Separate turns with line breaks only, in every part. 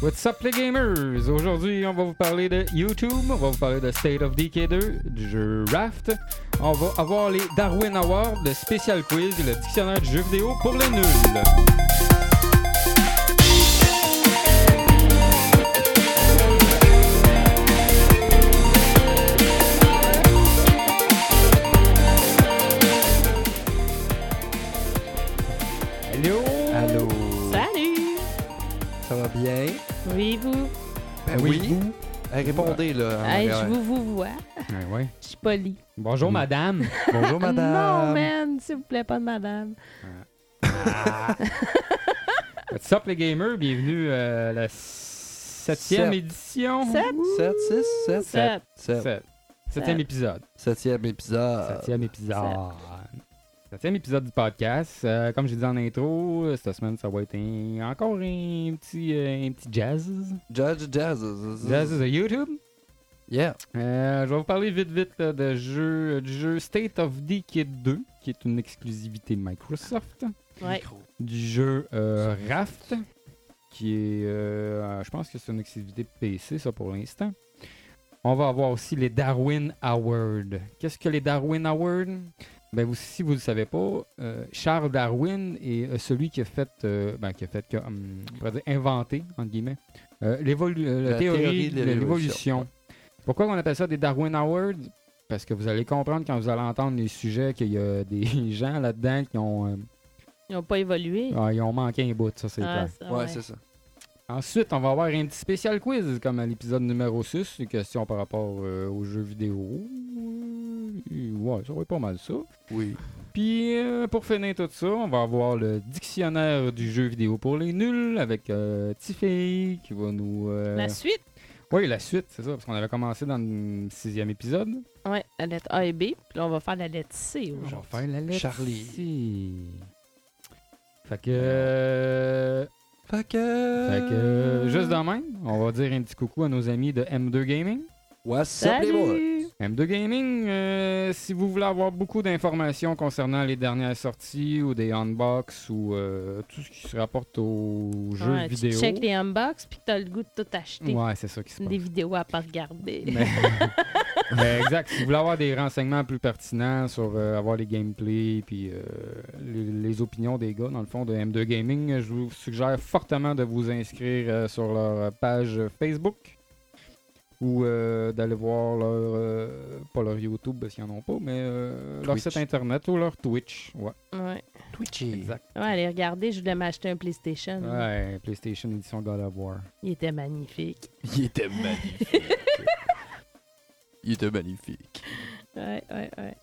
What's up les gamers? Aujourd'hui, on va vous parler de YouTube, on va vous parler de State of DK2, du jeu Raft, on va avoir les Darwin Awards, le spécial quiz et le dictionnaire du jeu vidéo pour les nuls. Allô?
Allô?
Salut!
Ça va bien?
Oui, vous?
Ben
Oui.
vous? Eh, répondez, là. en
Hey, je
arrière.
vous vous vois.
Ouais, ouais.
Je suis
Ben
polie. Ah
Bonjour madame.
Bonjour, madame.
Non, man, s'il vous plaît, pas de madame.
What's up les gamers? Bienvenue euh, à la septième
Sept.
édition.
Sept?
7, 6, 7, 7,
Sept.
7.
Sept. Septième
Sept. Euh,
épisode.
Septième épisode.
Septième épisode. Septième épisode du podcast. Euh, comme j'ai dit en intro, euh, cette semaine, ça va être un- encore un petit, euh, un petit jazz.
Judge Jazz.
Jazz de YouTube.
Yeah.
Euh, je vais vous parler vite, vite là, de jeu, du jeu State of Decay 2, qui est une exclusivité Microsoft.
Ouais.
Du jeu euh, Raft, qui est. euh, je pense que c'est une exclusivité PC, ça, pour l'instant. On va avoir aussi les Darwin Awards. Qu'est-ce que les Darwin Awards ben vous, si vous ne le savez pas, euh, Charles Darwin est euh, celui qui a fait, euh, ben, qui a fait, que, hum, on pourrait dire inventé, entre guillemets, euh, l'évolu- euh, la,
La
théorie,
théorie
de
de
l'évolution.
l'évolution.
Pourquoi on appelle ça des Darwin Awards? Parce que vous allez comprendre quand vous allez entendre les sujets qu'il y a des gens là-dedans qui ont, euh,
Ils n'ont pas évolué.
ah, ils ont manqué un bout, ça c'est clair.
Ah, ça,
Ouais, c'est ça.
Ensuite, on va avoir un petit spécial quiz, comme à l'épisode numéro 6, une question par rapport euh, aux jeux vidéo. Euh, Ouais, ça va être pas mal ça.
Oui.
Puis euh, pour finir tout ça, on va avoir le dictionnaire du jeu vidéo pour les nuls avec euh, Tiffany qui va nous. euh,
La suite,
Oui, la suite, c'est ça, parce qu'on avait commencé dans le sixième épisode.
ouais, la lettre A et B, puis là, on va faire la lettre C
On va
aujourd'hui.
faire la lettre
Charlie.
C. Fait que. euh,
Fait que.
Fait que. euh, Juste dans même, on va dire un petit coucou à nos amis de M2 Gaming.
What's up, les boys?
Salut!
M2 Gaming, euh, si vous voulez avoir beaucoup d'informations concernant les dernières sorties ou des unbox ou euh, tout ce qui se rapporte aux jeux
Ouais, tu
vidéo.
check les unbox, puis t'as le goût de tout acheter.
Ouais, c'est ça qui se passe.
Des vidéos à pas regarder.
Mais- Mais exact, si vous voulez avoir des renseignements plus pertinents sur euh, avoir les gameplays puis euh, les, les opinions des gars dans le fond de M2 Gaming, euh, je vous suggère fortement de vous inscrire euh, sur leur page Facebook ou euh, d'aller voir leur euh, pas leur YouTube parce qu'ils en ont pas, mais euh, leur
Twitch.
site internet ou leur Twitch. Ouais,
Ouais.
Twitchy.
exact.
ouais, allez regarder, je voulais m'acheter un PlayStation.
Ouais, PlayStation édition God of War.
Il était magnifique.
Il était magnifique. Il était magnifique.
Ouais, ouais, ouais.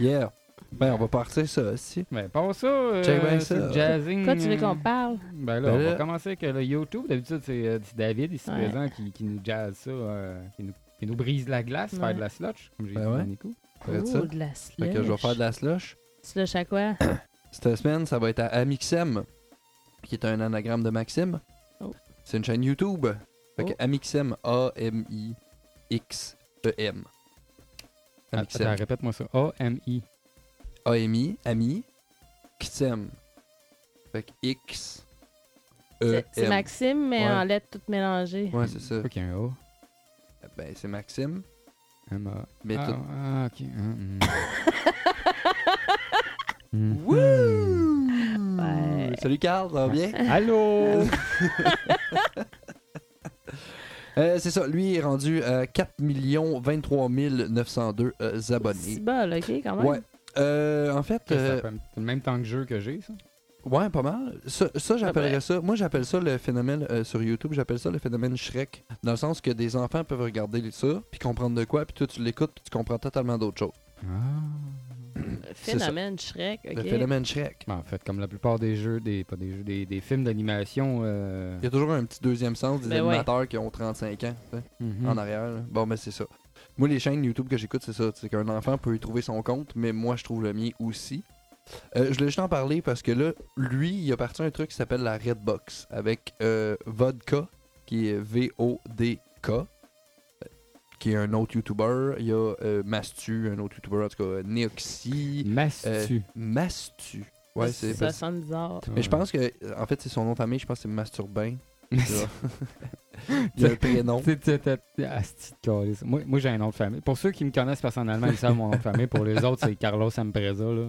Yeah. Ben, on va partir ça aussi.
Mais pas ça, euh,
Check bien
c'est
ça.
jazzing.
Quoi, tu veux
euh,
qu'on parle?
Ben là,
Ben
on va
là-
commencer avec euh, le YouTube. D'habitude, c'est euh, c'est David, ici
Ouais.
présent, qui, qui nous jazz ça, euh, qui, nous, qui nous brise la glace,
Ouais.
faire de la slotch, comme j'ai
Ben
dit
ouais.
dans les coups.
Fait que ça.
Oh, de la
Fait que je vais faire de la slush.
Slush à quoi?
Cette semaine, ça va être à Amixem, qui est un anagramme de Maxime.
Oh.
C'est une chaîne YouTube. Fait que
Oh.
Amixem, A-M-I-X-E-M.
Attends,
Amixem.
répète-moi ça. A-M-I.
A-M-I, Ami, Xem. Fait que X, E,
C'est- C'est
M.
Maxime, mais
Ouais.
en lettres toutes mélangées.
Ouais, c'est ça.
Pas qu'il y a un A.
Ben, c'est Maxime,
M A.
mais
ah,
tout.
ah, ok. Hum, hum. Hum.
Wouh!
Ouais.
Salut Carl, ça va bien?
Allô?
Euh, c'est ça, lui est rendu à 4 23 902 euh, abonnés.
C'est hein? bas, là, OK, quand même.
Ouais. Euh, en fait,
Ça,
euh,
ça fait- C'est le même temps que jeu que j'ai, ça.
ouais, pas mal. Ça, ça,
Ouais.
j'appellerais ça. Moi, j'appelle ça le phénomène euh, sur YouTube, j'appelle ça le phénomène Shrek. Dans le sens que des enfants peuvent regarder ça, puis comprendre de quoi, puis toi, tu l'écoutes, puis tu comprends totalement d'autres choses. Ah.
Phénomène Shrek, OK.
Le phénomène Shrek.
Ben, en fait, comme la plupart des jeux, des, pas des jeux, des, des films d'animation. euh,
Il y a toujours un petit deuxième sens des
Ben ouais.
animateurs qui ont 35 ans, tu sais,
mhm.
en arrière. là. Bon, mais c'est ça. Moi, les chaînes YouTube que j'écoute, c'est ça. C'est qu'un enfant peut y trouver son compte, mais moi, je trouve le mien aussi. Euh, je voulais juste en parler parce que là, lui, il a parti un truc qui s'appelle la Redbox avec euh, Vodka, qui est V-O-D-K, euh, qui est un autre YouTuber. Il y a euh, Mastu, un autre YouTuber, en tout cas, euh, Neoxy. Euh,
Mastu.
Mastu. Ouais, c'est
Ça sonne bizarre.
Ah.
euh, Mais je pense que, en fait, c'est son nom de famille, je pense que c'est Masturbin. Il y a un prénom.
T'sais, t'sais, t'sais, t'sais, asti ah, de calice. Moi, moi, j'ai un nom de famille. Pour ceux qui me connaissent personnellement, ils savent mon nom de famille. Pour les autres, c'est Carlos Ampreza. Là.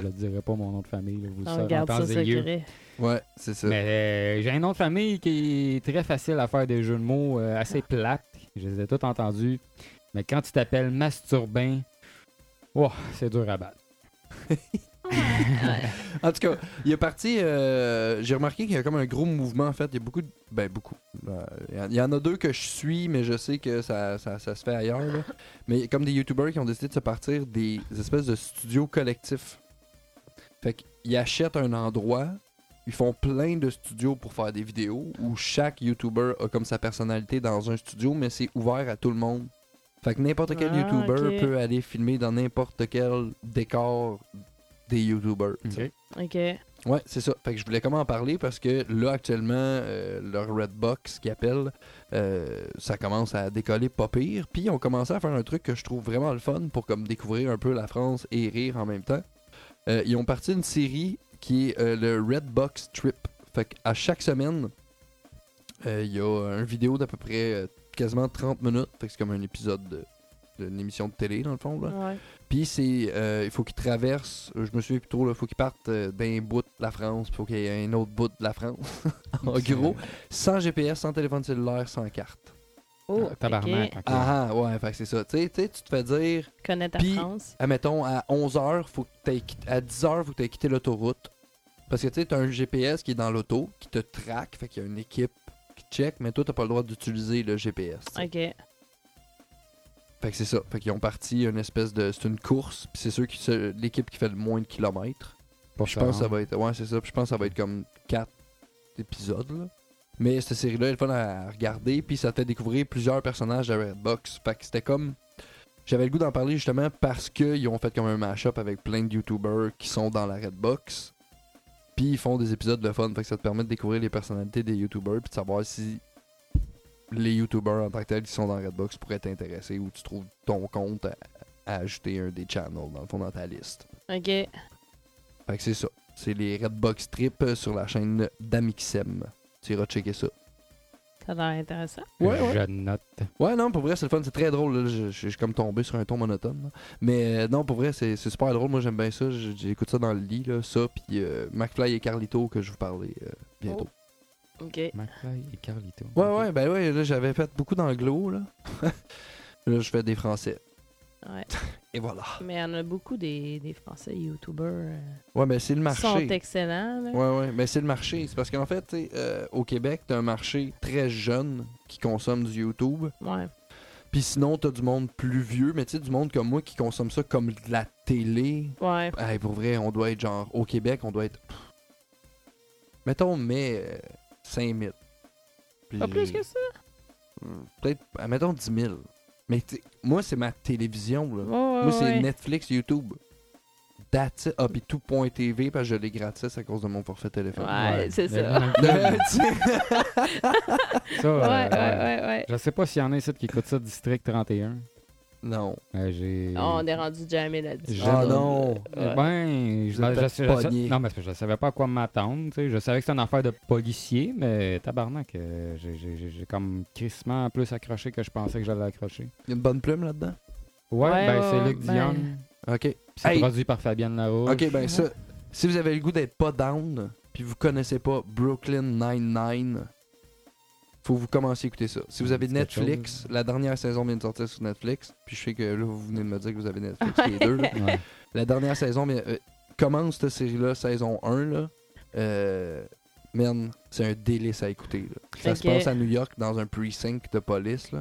Je ne dirai pas mon nom de famille. là. Vous le
On
saurez en
garde
temps
Ah, ça
et lieu.
secret.
Ouais, c'est ça.
Mais euh, j'ai un nom de famille qui est très facile à faire des jeux de mots euh, assez plates. Je les ai tous entendus. Mais quand tu t'appelles Masturbin, oh, c'est dur à battre.
En tout cas, il est parti. euh, J'ai remarqué qu'il y a comme un gros mouvement en fait. Il y a beaucoup de. Ben, beaucoup. Euh, Il y en- il y en a deux que je suis, mais je sais que ça, ça, ça se fait ailleurs. là. Mais comme des YouTubers qui ont décidé de se partir des espèces de studios collectifs. Fait qu'ils achètent un endroit, ils font plein de studios pour faire des vidéos où chaque YouTuber a comme sa personnalité dans un studio, mais c'est ouvert à tout le monde. Fait que n'importe quel
Ah,
YouTuber
ok.
peut aller filmer dans n'importe quel décor des YouTubers. tu sais.
OK.
Ouais, c'est ça. Fait que je voulais comment en parler parce que là, actuellement, euh, leur Redbox qui appelle, euh, ça commence à décoller pas pire. Puis on commençait à faire un truc que je trouve vraiment le fun pour comme découvrir un peu la France et rire en même temps. Euh, ils ont parti une série qui est euh, le Redbox Trip. Fait qu'à chaque semaine, euh, il y a une vidéo d'à peu près euh, quasiment 30 minutes. Fait que c'est comme un épisode de- d'une émission de télé dans le fond. Là.
Ouais.
Puis c'est, euh, il faut qu'il traverse, euh, je me souviens plus trop, il faut qu'il parte euh, d'un bout de la France, il faut qu'il y ait un autre bout de la France, en gros,
euh,
sans GPS, sans téléphone cellulaire, sans carte.
Oh,
Tabarnak.
OK.
ok.
Ah ah, ouais, fait que c'est ça. Tu sais, tu sais, tu te fais dire,
Connais ta
Puis-
France.
admettons, à 11h, faut que t'aies quitt- à 10h, faut que tu aies quitté l'autoroute. Parce que tu sais, t'as un GPS qui est dans l'auto, qui te traque, fait qu'il y a une équipe qui check, mais toi, t'as pas le droit d'utiliser le GPS. tu sais.
OK.
Fait que c'est ça. Fait qu'ils ont parti une espèce de. C'est une course, puis c'est sûr que c'est l'équipe qui fait le moins de kilomètres.
Pour
Je
ça,
pense que ça
hein.
va être. Ouais, c'est ça. Puis Je pense que ça va être comme 4 épisodes. là. Mais cette série-là, elle est fun à regarder. Puis ça te fait découvrir plusieurs personnages de Redbox. Fait que c'était comme. J'avais le goût d'en parler justement parce qu'ils ont fait comme un mashup avec plein de YouTubers qui sont dans la Redbox. Puis ils font des épisodes de fun. Fait que ça te permet de découvrir les personnalités des YouTubers. Puis de savoir si les YouTubers en tant que tels qui sont dans Redbox pourraient t'intéresser ou tu trouves ton compte à, à ajouter un des channels dans le fond dans ta liste.
OK.
Fait que c'est ça. C'est les Redbox Trip euh, sur la chaîne d'Amixem. Tu iras checker ça.
Ça a l'air intéressant.
Ouais, ouais.
Je note.
Ouais, non, pour vrai, c'est le fun. C'est très drôle. là. Je je- je suis comme tombé sur un ton monotone. là. Mais euh, non, pour vrai, c'est c'est super drôle. Moi, j'aime bien ça. Je- J'écoute ça dans le lit, là, ça. Puis euh, McFly et Carlito que je vous parlais euh, bientôt.
OK.
McFly et Carlito.
Ouais, ouais, ben ouais, là, j'avais fait beaucoup d'anglo, là. là, je fais des français.
Ouais.
Et voilà.
Mais il y en a beaucoup des, des Français YouTubers. euh,
Ouais, mais c'est le
qui sont
marché.
excellents. Là.
Ouais, ouais, mais c'est le marché. C'est parce qu'en fait, tu sais, euh, au Québec, t'as un marché très jeune qui consomme du YouTube.
Ouais.
Puis sinon, t'as du monde plus vieux, mais tu sais, du monde comme moi qui consomme ça comme de la télé.
Ouais.
Hey, pour vrai, on doit être genre, au Québec, on doit être. pff, Mettons, mais 5000. Puis-
Pas Ah, plus que ça.
Hmm, Peut-être, ah, mettons 10 000. Mais tu sais, moi, c'est ma télévision, là.
Ouais,
moi,
ouais,
c'est
ouais.
Netflix, YouTube. That's it. Ah, puis tout.tv, parce que je l'ai gratis à cause de mon forfait téléphone.
Ouais, c'est
Mais-
ça.
Tu sais,
Ça, euh,
Ouais, ouais, ouais, ouais.
Je sais pas s'il y en a ici qui écoutent ça, District 31.
non.
Euh, j'ai...
Oh, on est rendu jamais là-dessus.
Ah,
non.
Ouais.
Ben, je,
Vous êtes
je-
fait
je- je-
pogner.
non, mais c'est parce que je savais pas à quoi m'attendre. tu sais. Je savais que c'était une affaire de policier, mais tabarnak, euh, j'ai- j'ai j'ai- j'ai comme crissement plus accroché que je pensais que j'allais accrocher.
Il y a une bonne plume là-dedans.
Ouais,
Ouais,
ben
ouais,
c'est
ouais,
Luc
ben.
Dion.
Ok.
C'est
Hey.
produit par Fabienne Larouche.
Ok, ben ça, si vous avez le goût d'être pas down, puis vous connaissez pas Brooklyn Nine-Nine, faut que vous commencer à écouter ça. Si vous avez
C'est quelque hein?
Netflix, la dernière saison vient de sortir sur Netflix, puis je sais que là, vous venez de me dire que vous avez Netflix, les deux. là.
Ouais.
La dernière saison, mais, euh, commence cette série-là, saison 1, là. Euh, man, c'est un délice à écouter. là. Ça se
Ok.
passe à New York, dans un precinct de police, là.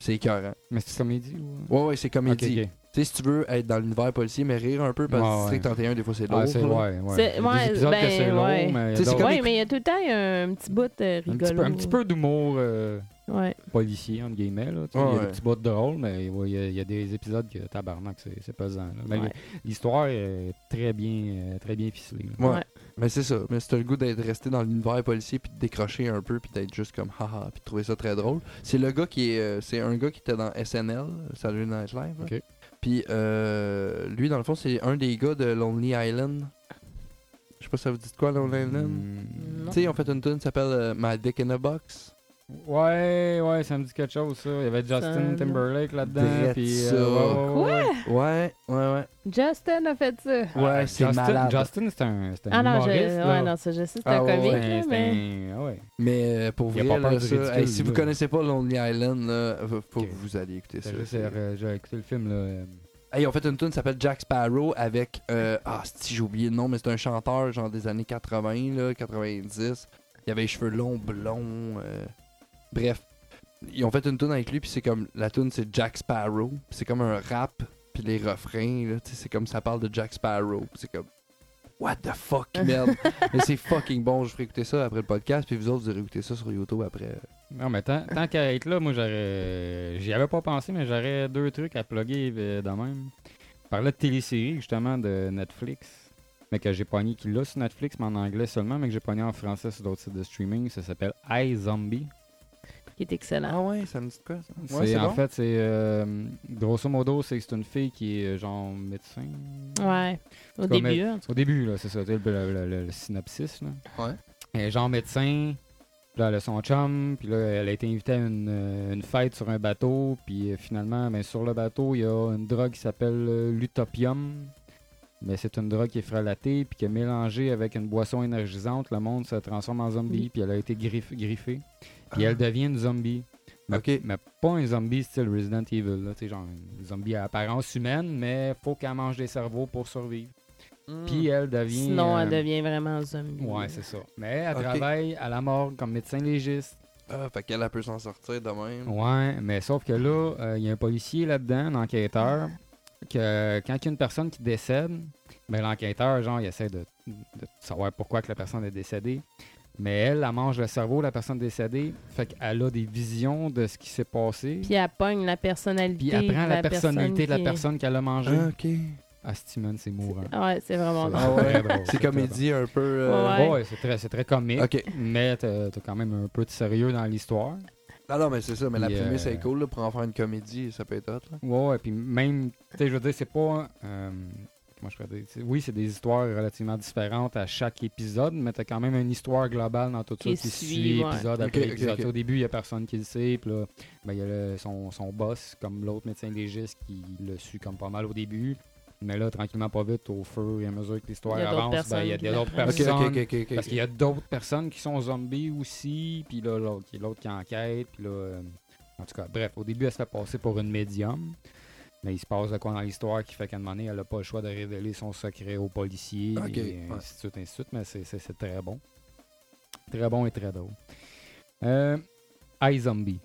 C'est écœurant.
Mais c'est comédie ou...
Ouais, ouais, c'est
Ok,
comédie.
ok.
Tu sais, si tu veux être dans l'univers policier, mais rire un peu, parce que
Ouais,
District 31, des fois, c'est lourd.
Ah, c'est
là.
ouais, ouais.
C'est-
Il y a
ouais,
des épisodes que
ben,
c'est long,
ouais.
mais il y
Tu
a
sais, c'est
d'autres-
comme
Ouais,
éc-
mais il y a tout le temps un petit bout euh,
un petit
rigolo.
peu, un petit peu d'humour euh,
Ouais.
policier, entre guillemets. Là, tu sais.
Ouais,
il y a
ouais.
des petits bouts drôles, mais ouais, il y, a- il y a des épisodes que tabarnak, c'est c'est pesant. là. Mais
ouais.
L'histoire est très bien, euh, très bien ficelée. là.
Ouais.
Ouais.
Mais c'est ça. Mais si t'as le goût d'être resté dans l'univers policier puis de décrocher un peu puis d'être juste comme haha puis de trouver ça très drôle. C'est le gars qui est. euh, c'est un gars qui était dans SNL, Saturday Night Live. hein. là.
Ok.
Puis euh, lui, dans le fond, c'est un des gars de Lonely Island. Je sais pas si ça vous dit de quoi, Lonely Island.
Hmm.
Non.
Tu sais, ils ont fait une tune qui s'appelle euh, My Dick in a Box.
Ouais, ouais, ça me dit quelque chose, ça. Il y avait Justin
Ça,
Timberlake là-dedans.
Drette
Puis, euh,
ça.
ouais, ouais, ouais.
Ouais, ouais, ouais.
Justin a fait ça.
Ouais,
Ah,
c'est
Justin-
malade.
Justin, c'est un, c'est un
Ah non, je,
humoriste, là.
ouais, non, ça, je sais, c'est
Ah
un
ouais,
C'est
comique,
un-
là,
c'est
mais.
un- ah ouais.
Mais euh, pour
Il y a
vrai,
pas peur
là,
du
ça,
ridicule,
hey, si vous
là.
connaissez pas Lonely Island, là, faut faut
Ok. Ben,
que vous allez écouter ça.
T'as juste à re- j'ai écouté le film, là. euh,
Hey, ils ont fait une tune qui s'appelle Jack Sparrow avec. euh, ah, si j'ai oublié le nom, mais c'est un chanteur genre des années 80, là, 90. Il avait les cheveux longs, blonds. euh, Bref, ils ont fait une tune avec lui, puis c'est comme. La tune, c'est Jack Sparrow. puis C'est comme un rap, puis les refrains, là, tu sais, c'est comme ça parle de Jack Sparrow. puis c'est comme. What the fuck, merde. mais c'est fucking bon. Je ferai écouter ça après le podcast, puis vous autres, vous irez écouter ça sur YouTube après.
Non, mais tant, tant qu'à être là, moi, j'aurais. J'y avais pas pensé, mais j'aurais deux trucs à plugger euh, de même. Je parlais de télésérie, justement, de Netflix. Mais que j'ai pogné, qui l'a sur Netflix, mais en anglais seulement, mais que j'ai pogné en français sur d'autres sites de streaming. Ça s'appelle iZombie.
qui est excellent.
Ah ouais, ça me dit de quoi, ça?
C'est-
Ouais, c'est
en
bon?
fait, c'est. euh, grosso modo, c'est c'est une fille qui est euh, genre médecin.
Ouais. Au
C'est
début, en tout
Au début, là, c'est ça, tu sais, le, le- le- le synopsis. Là.
Ouais.
Elle est genre médecin, puis là, elle a son chum, puis là, elle a été invitée à une, euh, une fête sur un bateau, puis euh, finalement, ben, sur le bateau, il y a une drogue qui s'appelle euh, l'utopium. Mais c'est une drogue qui est frelatée, puis qui est mélangée avec une boisson énergisante. Le monde se transforme en zombie,
Oui.
puis elle a été griff- griffée. Puis elle devient une zombie. Mais,
Ah. Ok.
mais pas un zombie style Resident Evil. Là, tu sais, genre une zombie à apparence humaine, mais faut qu'elle mange des cerveaux pour survivre.
Ah.
Puis euh, elle
cas.
devient.
Hmm. Sinon, elle
euh,
devient vraiment zombie.
Ouais, c'est ça. Mais elle
Ok.
travaille à la morgue comme médecin légiste.
Ah, fait qu'elle elle peut s'en sortir de même.
Ouais, mais sauf que là, euh, il y a un policier là-dedans, un enquêteur, que quand il y a une personne qui décède, ben, l'enquêteur, genre, il essaie de, de savoir pourquoi que la personne est décédée. Mais elle, elle mange le cerveau de la personne décédée. Fait qu'elle a des visions de ce qui s'est passé.
Puis elle pogne la personnalité.
Puis elle prend
de
la,
personne
personnalité de la
qui-
personne qu'elle a mangée.
Ah, ok.
Ah, Steven, c'est mourant.
Ouais, c'est
C'est-
vraiment drôle.
Ah ouais.
très drôle,
C'est
très
comédie un peu. euh,
drôle.
Ouais.
Ouais, c'est très, c'est très comique.
Ok.
Mais t'as t'as quand même un peu de sérieux dans l'histoire.
Non, non, mais c'est ça. Mais la
Puis,
prémisse
euh,
est cool là, pour en faire une comédie. Ça peut être hot. Là.
Ouais, ouais, puis même, tu sais, je veux dire, c'est pas. euh, comment je pourrais dire, tu sais, Oui, c'est des histoires relativement différentes à chaque épisode, mais t'as quand même une histoire globale dans tout ça
Qui
qui
suit,
suit
ouais.
épisode
Ok,
après
ok,
épisode.
ok.
Tu sais, Au début, il y a personne qui le sait, puis là, ben, il y a le- son, son boss, comme l'autre médecin légiste, qui le suit comme pas mal au début. Mais là, tranquillement, pas vite, au fur et à mesure que l'histoire
Il y a d'autres
avance, ben, il y a
personnes qui
des- d'autres
l'apprennent.
personnes.
ok.
Parce qu'il y a d'autres personnes qui sont zombies aussi, puis là, l'autre qui, l'autre qui enquête, puis là... euh, en tout cas, bref, au début, elle se fait passer pour une médium, mais il se passe de quoi dans l'histoire qui fait qu'à un moment donné, elle n'a pas le choix de révéler son secret aux policiers,
Ok,
et
ouais.
ainsi de suite, ainsi de suite, mais c'est, c'est- c'est très bon. Très bon et très drôle. Euh, High Zombie.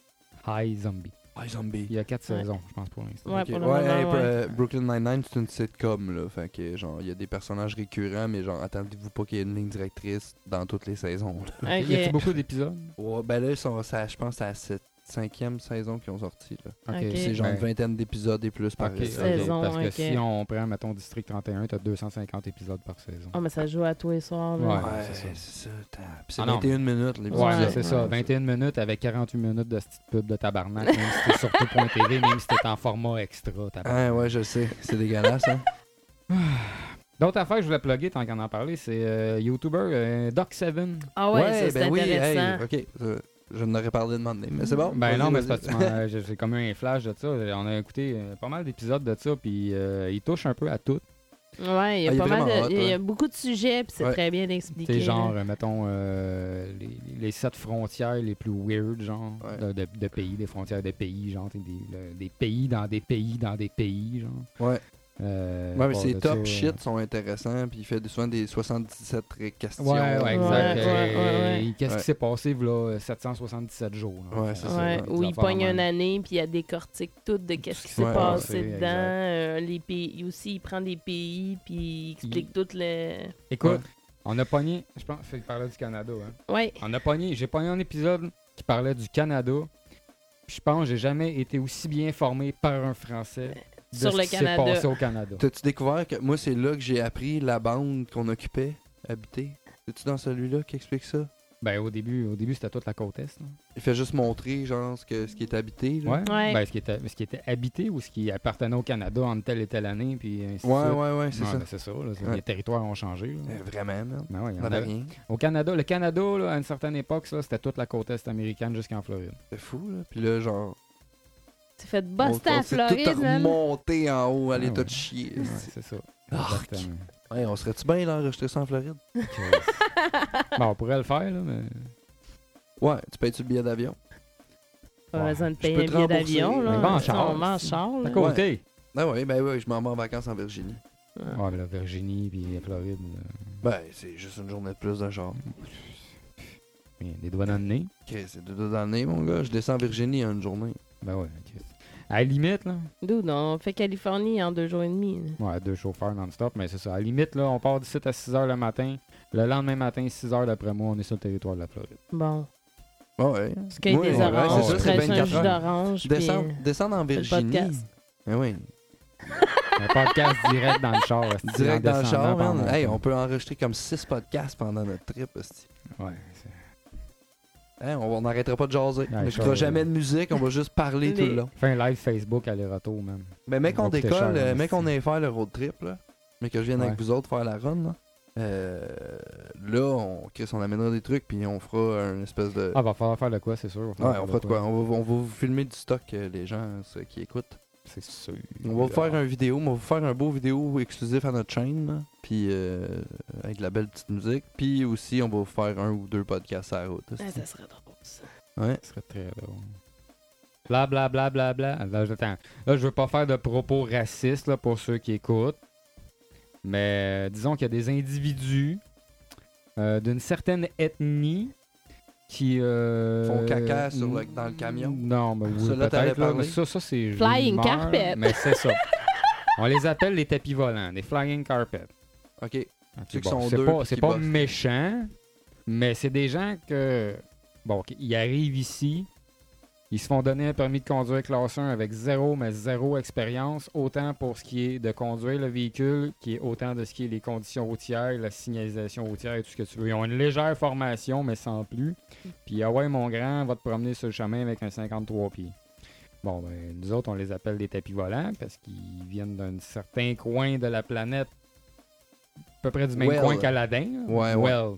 High Zombie.
Ah, zombie.
Il y a quatre
Ouais.
saisons, je pense, pour l'instant.
Ouais,
Ok.
pour le
Ouais,
moment,
hey,
ouais.
euh, Brooklyn Nine-Nine, c'est une sitcom. Là, fait que, genre, il y a des personnages récurrents, mais genre, attendez-vous pas qu'il y ait une ligne directrice dans toutes les saisons. là.
Il y a
Ok.
beaucoup d'épisodes?
Ouais, ben là, ils sont- ça, je pense que c'est à cette cinquième saison qu'ils ont sorti. Là.
Ok.
Ok.
C'est genre
Ben,
une vingtaine d'épisodes et plus par
ok, ok,
saison.
Saison.
Parce que
ok.
si on prend, mettons, District 31, t'as 250 épisodes par saison.
Ah, mais ça joue à tous les soirs. là.
Ouais.
Ouais,
c'est ça.
c'est ça. t'as- Puis c'est
Ah non.
21 minutes, les
Ouais,
Ouais,
mais c'est ça. 21 minutes avec 48 minutes de petite pub de tabarnak, même si t'es sur tout.tv, même si t'es en format extra. tabarnak.
Ah, ouais, je sais. C'est dégueulasse, hein.
D'autres affaires que je voulais plugger tant qu'on en parlait, c'est euh, YouTuber euh, Doc7.
Ah ouais, ça, c'est
ben
intéressant.
ben hey, ok. euh, je n'aurais parlé de demander, mais c'est bon.
Ben
Vas-y,
non, mais c'est
vas-y.
parce que tu m'en- euh, j'ai j'ai comme eu un flash de ça. On a écouté euh, pas mal d'épisodes de ça, puis euh, il touche un peu à tout.
Ouais, il y a
Ah, il est
pas mal
vraiment hot,
de- il y a
ouais.
beaucoup de sujets, puis c'est
Ouais.
très bien
C'est
expliqué.
genre,
là.
euh, mettons, euh, les, les sept frontières les plus weird, genre,
Ouais.
de, de- de pays, des frontières de pays, genre, t'sais, des, le- des pays dans des pays dans des pays, genre.
Ouais,
Euh,
ouais mais
à part
ses
de
top
ça, euh,
shit sont intéressants, puis il fait souvent des 77 ré- questions.
Ouais, ouais, exact.
Ouais,
Euh,
ouais, ouais, ouais.
Qu'est-ce
Ouais.
qui s'est passé, voilà, 777 jours? là,
Ouais,
en
c'est
fait. euh,
ça,
Ouais,
ouais.
Des
où il
affaires
pogne
de
une
même.
année, puis il décortique tout de qu'est-ce qui s'est
Ouais,
ouais,
passé dedans.
exact.
euh, les pays, aussi, il prend des pays, puis il explique tout le.
Écoute,
Ouais.
on a pogné, je pense, il parlait du Canada. Hein.
Ouais,
On a pogné, j'ai pogné un épisode qui parlait du Canada. Puis je pense que j'ai jamais été aussi bien formé par un Français de
Euh, Sur
ce
le
qui s'est
Canada.
passé au Canada.
T'as-tu découvert que moi, c'est là que j'ai appris la bande qu'on occupait, habiter? C'est-tu dans celui-là qui explique ça?
Ben, au début, au début c'était toute la côte Est. là.
Il fait juste montrer, genre, ce, que- ce qui est habité. là.
Ouais.
Ouais.
Ben, ce, qui était, ce qui était habité ou ce qui appartenait au Canada en telle et telle année, puis ainsi de
Ouais,
suite.
ouais, ouais, c'est
Ah,
ça.
ben, c'est ça. là, c'est-
Ouais.
Les territoires ont changé. là.
Euh, Vraiment, man.
Ben ouais, il y en
On avait
avait-
rien.
Au Canada, le Canada, là, à une certaine époque, ça, c'était toute la côte est américaine jusqu'en Floride.
C'est fou, là. Puis là, genre.
Tu fais de
on-
Boston
on
à
s'est
Floride, hein.
tout
man.
remonté en haut à
Ah
l'état
ouais.
de chier.
Ouais, c'est ça.
Arc.
Exactement.
Ouais, on serait-tu bien là, enregistré ça en Floride?
Que- bon, on pourrait le faire, là, mais.
Ouais, tu payes-tu le billet d'avion?
Pas
Ouais.
besoin de
Je
payer
peux
un
te
billet d'avion,
rembourser.
là.
Mais va en char,
on va en char, là.
T'as compté?
Ah ouais, ben ouais, je m'en vais en vacances en Virginie.
Ouais, mais la Virginie puis la Floride. là,
Ben, c'est juste une journée de plus de genre.
il y a des doigts dans le nez.
Ok, c'est deux deux années, mon gars. Je descends en Virginie en une journée.
Ben ouais. ok. À la limite, là.
D'où, non? On fait Californie en deux jours et demi. là.
Ouais, deux chauffeurs non-stop, mais c'est ça. À la limite, là, on part d'ici à 6 h le matin. Le lendemain matin, 6 h l'après-midi, on est sur le territoire de la Floride.
Bon.
Ah Ouais.
Skate
Oui,
des
ouais,
oranges,
c'est ça, c'est
presse un
24
jus
heures.
d'orange, puis euh,
Descendre, descendre en
le
Virginie.
podcast.
Ben oui.
Un podcast direct dans le char. esti, en
Direct dans le
descendant par
char, man.
montagne.
Hey, on peut enregistrer comme six podcasts pendant notre trip, hostie.
Ouais, c'est-
Hein, on on n'arrêtera pas de jaser.
Ouais,
on
ça,
n'écoutera jamais de musique, on va juste parler tout
Les-
le long.
Fais un live Facebook aller-retour, man.
Mais mec,
On
on
va coûter
décolle,
cher,
euh,
hein,
mec,
c'est-
on aille faire le road trip, là. Mais que je vienne
Ouais.
avec vous autres faire la run, là. Euh, là, on, Chris, on amènera des trucs, puis on fera un espèce de.
Ah, va falloir faire de quoi, c'est sûr. va falloir
ouais,
faire
on fera de quoi. On va, on va vous filmer du stock, euh, les gens ceux qui écoutent.
C'est sûr.
On va vous faire un vidéo, on va vous faire un beau vidéo exclusif à notre chaîne, là, puis euh, avec de la belle petite musique. Puis aussi, on va vous faire un ou deux podcasts à la route.
Ah, ça serait drôle, ça.
Ouais.
Ce serait très drôle. Bla bla bla bla bla. Là, je- attends. Là, je veux pas faire de propos racistes là, pour ceux qui écoutent. Mais euh, disons qu'il y a des individus euh, d'une certaine ethnie qui. euh,
Font caca sur le-
n-
dans le camion.
Non, mais oui,
Ceux-là, t'allais
peut-être. là,
parler.
mais Ça, ça c'est. je
Flying
meurs,
carpet.
Mais c'est ça. On les appelle les tapis volants, des flying carpet.
Ok.
Ok,
Ceux
bon,
qui sont
Ah, c'est
deux
pas,
puis
c'est
qui
pas
bossent.
méchant, mais c'est des gens que. Bon, ok, ils arrivent ici, ils se font donner un permis de conduire classe 1 avec zéro, mais zéro expérience, autant pour ce qui est de conduire le véhicule, qui est autant de ce qui est les conditions routières, la signalisation routière et tout ce que tu veux. Ils ont une légère formation, mais sans plus. Puis, ah ouais, mon grand, va te promener sur le chemin avec un 53 pieds. Bon, ben, nous autres, on les appelle des tapis volants parce qu'ils viennent d'un certain coin de la planète, à peu près du même
Well.
coin qu'Aladin. là.
Ouais, ouais.
Well.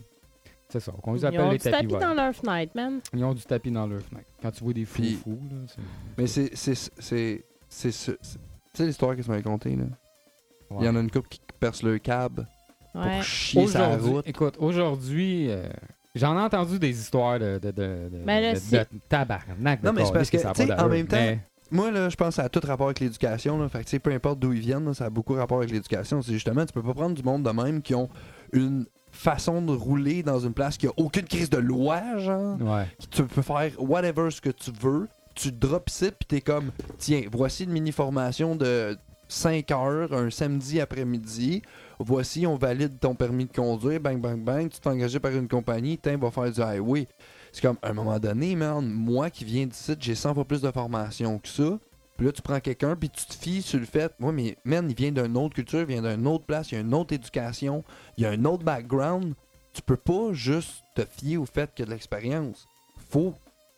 C'est ça, qu'on les
Ils
appelle
ont
les
du
tapis
tapis dans
volants.
leur fenêtre, man.
Ils ont du tapis dans leur fenêtre. Quand tu vois des fous
Puis-
fous, là, c'est-
Mais c'est. c'est- c'est- c'est ce- c'est- Tu sais l'histoire que tu m'avais contée, là?
Ouais.
Il y en a une couple qui perce le câble
Ouais.
pour chier sa
Aujourd'hui-
route.
Écoute, aujourd'hui, euh, j'en ai entendu des histoires de, de, de, de-
Ben là,
de-
si-
de tabarnak. de
Non, mais c'est
calice
parce que,
ça a
tu sais,
pas
en
d'allure.
même temps,
Mais-
Moi, là, je pense à tout rapport avec l'éducation. là. Fait que, tu sais, peu importe d'où ils viennent, là, ça a beaucoup rapport avec l'éducation. C'est justement, tu peux pas prendre du monde de même qui ont une façon de rouler dans une place qui a aucune crise de loi, genre.
Ouais.
Tu peux faire whatever ce que tu veux. Tu drops it, puis t'es comme, tiens, voici une mini-formation de 5 heures, un samedi après-midi. Voici, on valide ton permis de conduire. Bang, bang, bang. Tu t'es engagé par une compagnie. Tiens, va faire du highway. C'est comme, à un moment donné, man, moi qui viens d'ici, j'ai 100 fois plus de formation que ça. Puis là, tu prends quelqu'un, puis tu te fies sur le fait, ouais, mais man, il vient d'une autre culture, il vient d'une autre place, il y a une autre éducation, il y a un autre background. Tu peux pas juste te fier au fait qu'il y a de l'expérience. Faut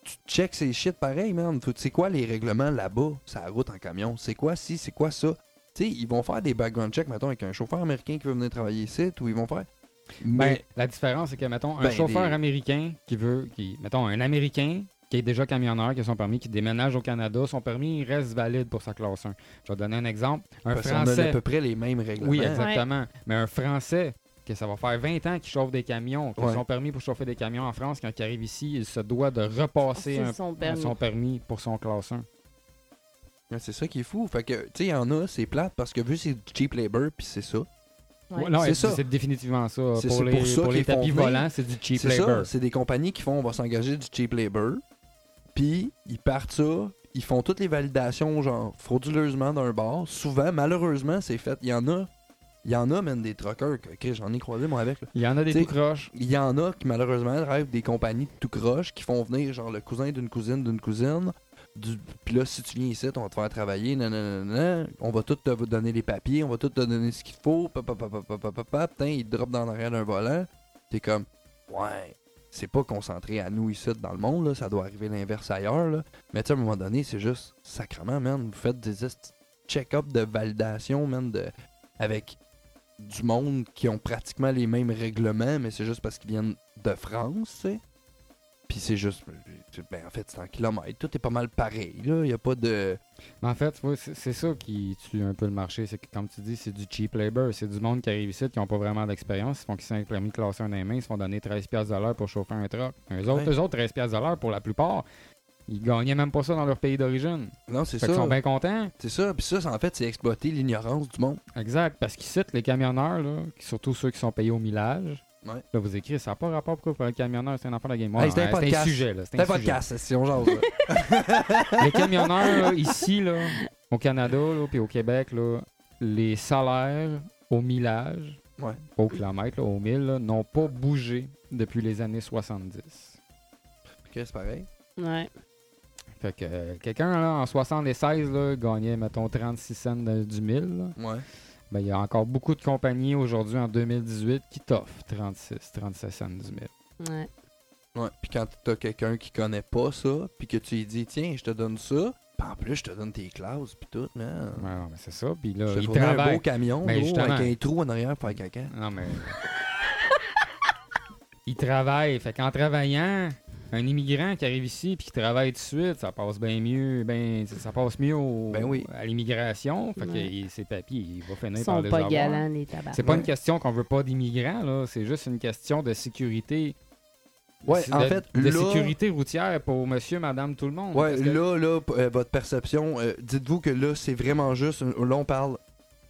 que tu checkes ces shit pareil, man. Faut- C'est quoi les règlements là-bas, sa route en camion? C'est quoi ci, c'est quoi ça? Tu sais, ils vont faire des background checks, mettons, avec un chauffeur américain qui veut venir travailler ici, ou ils vont faire.
Ben,
Mais,
la différence, c'est que, mettons, un
Ben,
chauffeur
des-
américain qui veut, qui, mettons, un Américain qui est déjà camionneur, qui a son permis, qui déménage au Canada, son permis il reste valide pour sa classe 1. Je vais te donner un exemple. Un
parce qu'on a à
Français.
peu près les mêmes règlements.
Oui, exactement. Mais un Français, que ça va faire 20 ans qu'il chauffe des camions, qu'ils
Ouais.
sont permis pour chauffer des camions en France, quand il arrive ici, il se doit de repasser un,
C'est son permis.
son permis pour son classe 1.
Ouais, c'est ça qui est fou. Fait que, tu sais, il y en a, c'est plate parce que vu que c'est du cheap labor, puis c'est ça.
Ouais.
Ouais, non,
C'est
elle-
ça.
c'est définitivement ça.
C'est-
Pour
c'est
les,
pour ça
pour les
qu'ils font
tapis
venir.
volants, c'est du cheap
C'est ça.
labor.
C'est des compagnies qui font, on va s'engager du cheap labor, puis ils partent ça, ils font toutes les validations, genre, frauduleusement d'un bar. Souvent, malheureusement, c'est fait. Il y en a, il y en a même des truckers, que, que j'en ai croisé, moi, avec. là.
Il y en a des
T'sais-
tout croches.
Il y en a qui, malheureusement, rêvent des compagnies de tout croche qui font venir, genre, le cousin d'une cousine d'une cousine. Du... Puis là, si tu viens ici, on va te faire travailler, nanana, on va tout te donner les papiers, on va tout te donner ce qu'il faut, papa, papa, papa, papa, putain, il te drop dans l'arrière d'un volant. T'es comme, ouais, c'est pas concentré à nous ici dans le monde, là, ça doit arriver l'inverse ailleurs. Là. Mais tu sais, à un moment donné, c'est juste sacrement, man. Vous faites des esti de check-up de validation, man, de, avec du monde qui ont pratiquement les mêmes règlements, mais c'est juste parce qu'ils viennent de France, tu sais. Puis c'est juste. Ben, en fait, c'est en kilomètres. Tout est pas mal pareil, là. Il a pas de.
Mais En fait, tu vois, c'est c'est ça qui tue un peu le marché. C'est que, comme tu dis, c'est du cheap labor. C'est du monde qui arrive ici, qui n'ont pas vraiment d'expérience. Ils font qu'ils sont avec le permis de classe 1 dans les mains. Ils se font donner 13$ de l'heure pour chauffer un truck. Eux autres,
Ouais.
eux autres 13$ de l'heure, pour la plupart, ils gagnaient même pas ça dans leur pays d'origine.
Non, c'est
Fait
ça.
qu'ils sont bien contents.
C'est ça. Puis ça, c'est- en fait, c'est exploiter l'ignorance du monde.
Exact. Parce qu'ici, les camionneurs, là, qui- surtout ceux qui sont payés au millage,
Ouais.
là, vous écrivez, ça n'a pas rapport pourquoi pour le camionneur, c'est un enfant de la game.
Hey, c'est un
c'est un
podcast.
sujet, là. C'est
C'est
un
un
sujet.
podcast, si on jase. là.
les camionneurs, là, ici, là, au Canada, là, puis au Québec, là, les salaires au millage,
Ouais.
pas au kilomètre, là, au mille, là, n'ont pas bougé depuis les années 70.
Ok, c'est pareil.
Ouais.
Fait que euh, quelqu'un là, en 76 là, gagnait, mettons, 36 cents de- du mille. là.
Ouais.
Ben, il y a encore beaucoup de compagnies aujourd'hui, en 2018, qui t'offrent 36, 37 cents du mille.
Ouais.
Ouais. Puis quand t'as quelqu'un qui connaît pas ça, puis que tu lui dis, tiens, je te donne ça, puis en plus, je te donne tes classes, puis tout, man.
Ouais, non, mais c'est ça. Puis là,
Je te
ils
fournis un beau
travaillent.
camion,
Mais
gros,
justement.
avec un trou en arrière pour faire caca.
Non, mais. il travaille. Fait qu'en travaillant, un immigrant qui arrive ici puis qui travaille tout de suite, ça passe bien mieux. Ben, ça passe mieux au-
Ben oui.
à l'immigration. Fait que
Ouais.
il- ses papiers, il va finir
Ils
par
sont
les
pas
avoir.
galants, les tabacs.
C'est pas
Ouais.
une question qu'on veut pas d'immigrants, là. C'est juste une question de sécurité.
Ouais,
C'est
en
de-
fait,
De
là-
sécurité routière pour monsieur, madame, tout le monde.
Ouais,
Parce que-
là, là, p- euh, votre perception, euh, dites-vous que là, c'est vraiment juste. euh, Là, on parle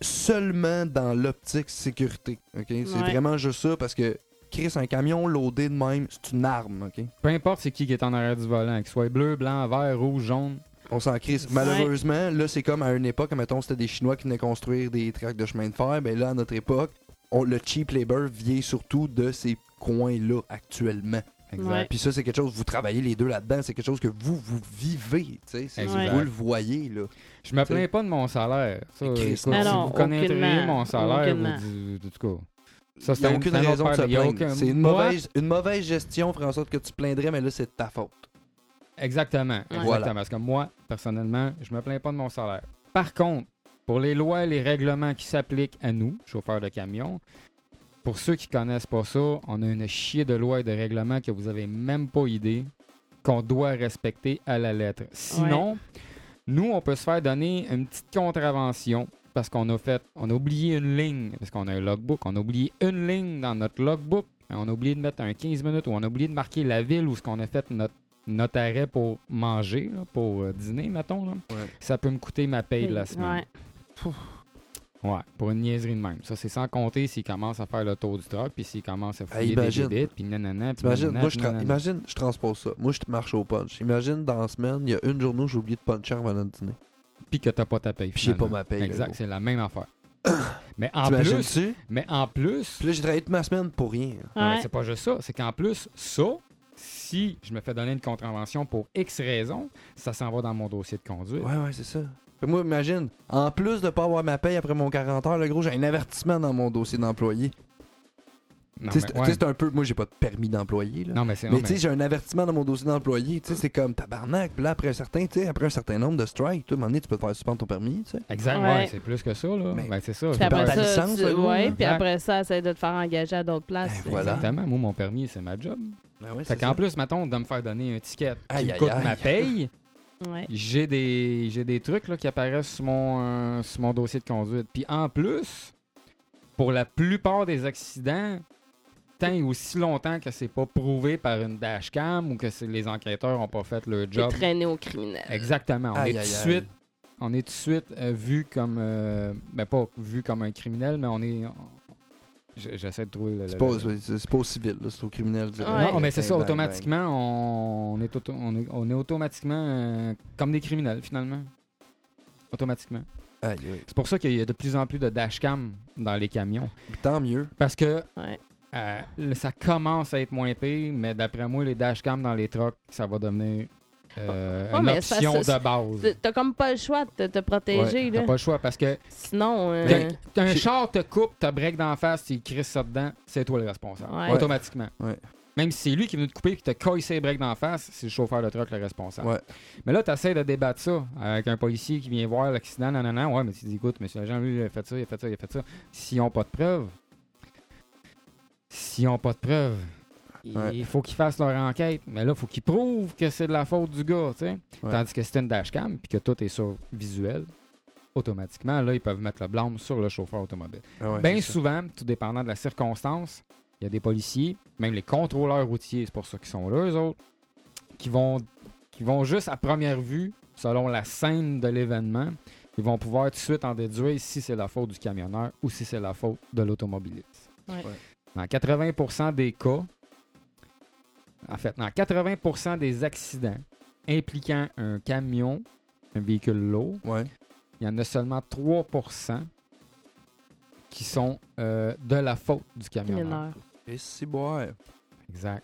seulement dans l'optique sécurité. ok? C'est
Ouais.
vraiment juste ça parce que Chris, un camion loadé de même, c'est une arme. ok?
Peu importe c'est qui qui est en arrière du volant, qu'il soit bleu, blanc, vert, rouge, jaune.
On s'en crisse. Malheureusement, là, c'est comme à une époque, mettons, c'était des Chinois qui venaient construire des tracts de chemin de fer. Mais là, à notre époque, on, le cheap labor vient surtout de ces coins-là actuellement.
Exact.
Ouais.
Puis ça, c'est quelque chose, vous travaillez les deux là-dedans, c'est quelque chose que vous, vous vivez, tu sais, c'est-
Exact.
vous le voyez, là.
Je me
T'sais.
plains pas de mon salaire. Ça,
Mais Chris,
écoute,
non.
si
Non,
vous connaîtriez
aucunement.
mon salaire,
Aucunement.
vous dites- en tout cas. Ça,
Il n'y a
un-
aucune
un autre
raison de se
affaire, mais il y a
plaindre.
aucun-
C'est une
Moi,
mauvaise, une mauvaise gestion ferait en sorte que tu te plaindrais, mais là, c'est de ta faute.
Exactement.
Ouais.
exactement.
Voilà.
Parce que moi, personnellement, je me plains pas de mon salaire. Par contre, pour les lois et les règlements qui s'appliquent à nous, chauffeurs de camion, pour ceux qui connaissent pas ça, on a une chier de lois et de règlements que vous avez même pas idée qu'on doit respecter à la lettre. Sinon, nous, on peut se faire donner une petite contravention parce qu'on a fait, on a oublié une ligne, parce qu'on a un logbook, on a oublié une ligne dans notre logbook, hein, on a oublié de mettre un 15 minutes ou on a oublié de marquer la ville où ce qu'on a fait notre notre arrêt pour manger, là, pour euh, dîner, mettons, là,
Ouais.
ça peut me coûter ma paye de la semaine.
Ouais.
Ouais. pour une niaiserie de même. Ça, c'est sans compter s'il commence à faire le tour du truck, puis s'il commence à fouiller des
imagine.
débites, puis nanana, puis
T'imagines,
nanana,
moi, je
puis
tra-
nanana.
imagine, je transpose ça. Moi, je te marche au punch. Imagine, dans la semaine, il y a une journée où j'ai oublié de puncher avant le dîner.
Puis que t'as pas ta paye.
Puis j'ai pas
finalement.
ma paye. là,
Exact,
gros.
c'est la même affaire. mais en plus,
T'imagines-tu?
mais en plus,
Puis là, j'ai travaillé toute ma semaine pour rien. là.
Non, mais
Ouais.
c'est pas juste ça. C'est qu'en plus, ça, si je me fais donner une contravention pour X raison, ça s'en va dans mon dossier de conduite.
Ouais, ouais, c'est ça. Fait que moi, imagine, en plus de pas avoir ma paye après mon 40 heures, le gros, j'ai un avertissement dans mon dossier d'employé.
Non,
Tu sais,
mais,
c'est
ouais.
tu sais, c'est un peu. Moi, j'ai pas de permis d'employé, là.
Non, mais c'est. non,
Mais tu sais, j'ai un avertissement dans mon dossier d'employé, tu sais, c'est comme tabarnak. Puis là, après un certain, tu sais, après un certain nombre de strikes, toi, à un moment donné, tu peux te faire suspendre ton permis, tu sais.
mais- Exact, ouais,
Ouais.
c'est plus que ça, là.
Mais-
Ben, c'est ça.
Puis
Je
après
parle-
ta
ça,
licence,
tu-
le gars,
ouais,
là.
puis
Ouais.
après ça, essaye de te faire engager à d'autres places.
Ben voilà.
Exactement. Moi, mon permis, c'est ma job.
Ben ouais,
Fait qu'en plus, mettons, de me faire donner un ticket qui
Aïe,
me
aïe,
coûte
aïe.
ma paye,
Ouais.
j'ai des, j'ai des trucs là, qui apparaissent sur mon, euh, sur mon dossier de conduite. Puis en plus, pour la plupart des accidents, tant et aussi longtemps que c'est pas prouvé par une dashcam ou que c'est- les enquêteurs ont pas fait leur
T'es
job.
traîné au criminel.
Exactement. On
euh, Aïe,
est tout de
aïe,
suite,
aïe.
on est tout de suite euh, vu comme. euh, ben, pas vu comme un criminel, mais on est. on- j'- J'essaie de trouver le.
C'est
le-
pas,
le-
c'est- c'est pas au civil, là, c'est au criminel. direct.
Ouais.
Non, mais c'est ça,
Bang, bang,
automatiquement, on on est, auto- on est, on est automatiquement euh, comme des criminels, finalement. Automatiquement.
bang. Aïe, aïe.
C'est pour ça qu'il y a de plus en plus de dashcam dans les camions.
Puis Tant mieux.
Parce que
Ouais.
euh, le- ça commence à être moins pire, mais d'après moi, les dashcams dans les trucks, ça va devenir euh,
Ouais,
une
mais ça,
option
c'est-
de base.
T'as- T'as comme pas le choix de te- te protéger,
T'as
là.
pas le choix parce que
Sinon. euh,
qu'un qu'un
j'ai-
char te coupe, te break d'en face, tu crisses ça dedans, c'est toi le responsable.
Ouais.
Automatiquement.
Ouais.
Même si c'est lui qui est venu te couper et qui t'a cassé les breaks d'en face, c'est le chauffeur de truck le responsable.
Ouais.
Mais là, tu essaies de débattre ça avec un policier qui vient voir l'accident, nanana. Ouais, mais tu dis, écoute, monsieur l'agent, lui, il a fait ça, il a fait ça, il a fait ça. S'ils n'ont pas de preuves, s'ils n'ont pas de preuves,
Ouais.
il faut qu'ils fassent leur enquête. Mais là, il faut qu'ils prouvent que c'est de la faute du gars, tu sais.
Ouais.
Tandis que c'est une dashcam puis que tout est sur visuel, automatiquement, là, ils peuvent mettre le blâme sur le chauffeur automobile.
Ah ouais,
Bien
c'est ça.
souvent, tout dépendant de la circonstance, il y a des policiers, même les contrôleurs routiers, c'est pour ça qu'ils sont là, eux autres, qui vont, qui vont juste à première vue, selon la scène de l'événement, ils vont pouvoir tout de suite en déduire si c'est la faute du camionneur ou si c'est la faute de l'automobiliste.
Ouais.
Dans 80% des cas, en fait, dans 80% des accidents impliquant un camion, un véhicule lourd,
Ouais.
il y en a seulement 3% qui sont euh, de la faute du camionneur.
Mineur.
Et c'est boire.
Exact.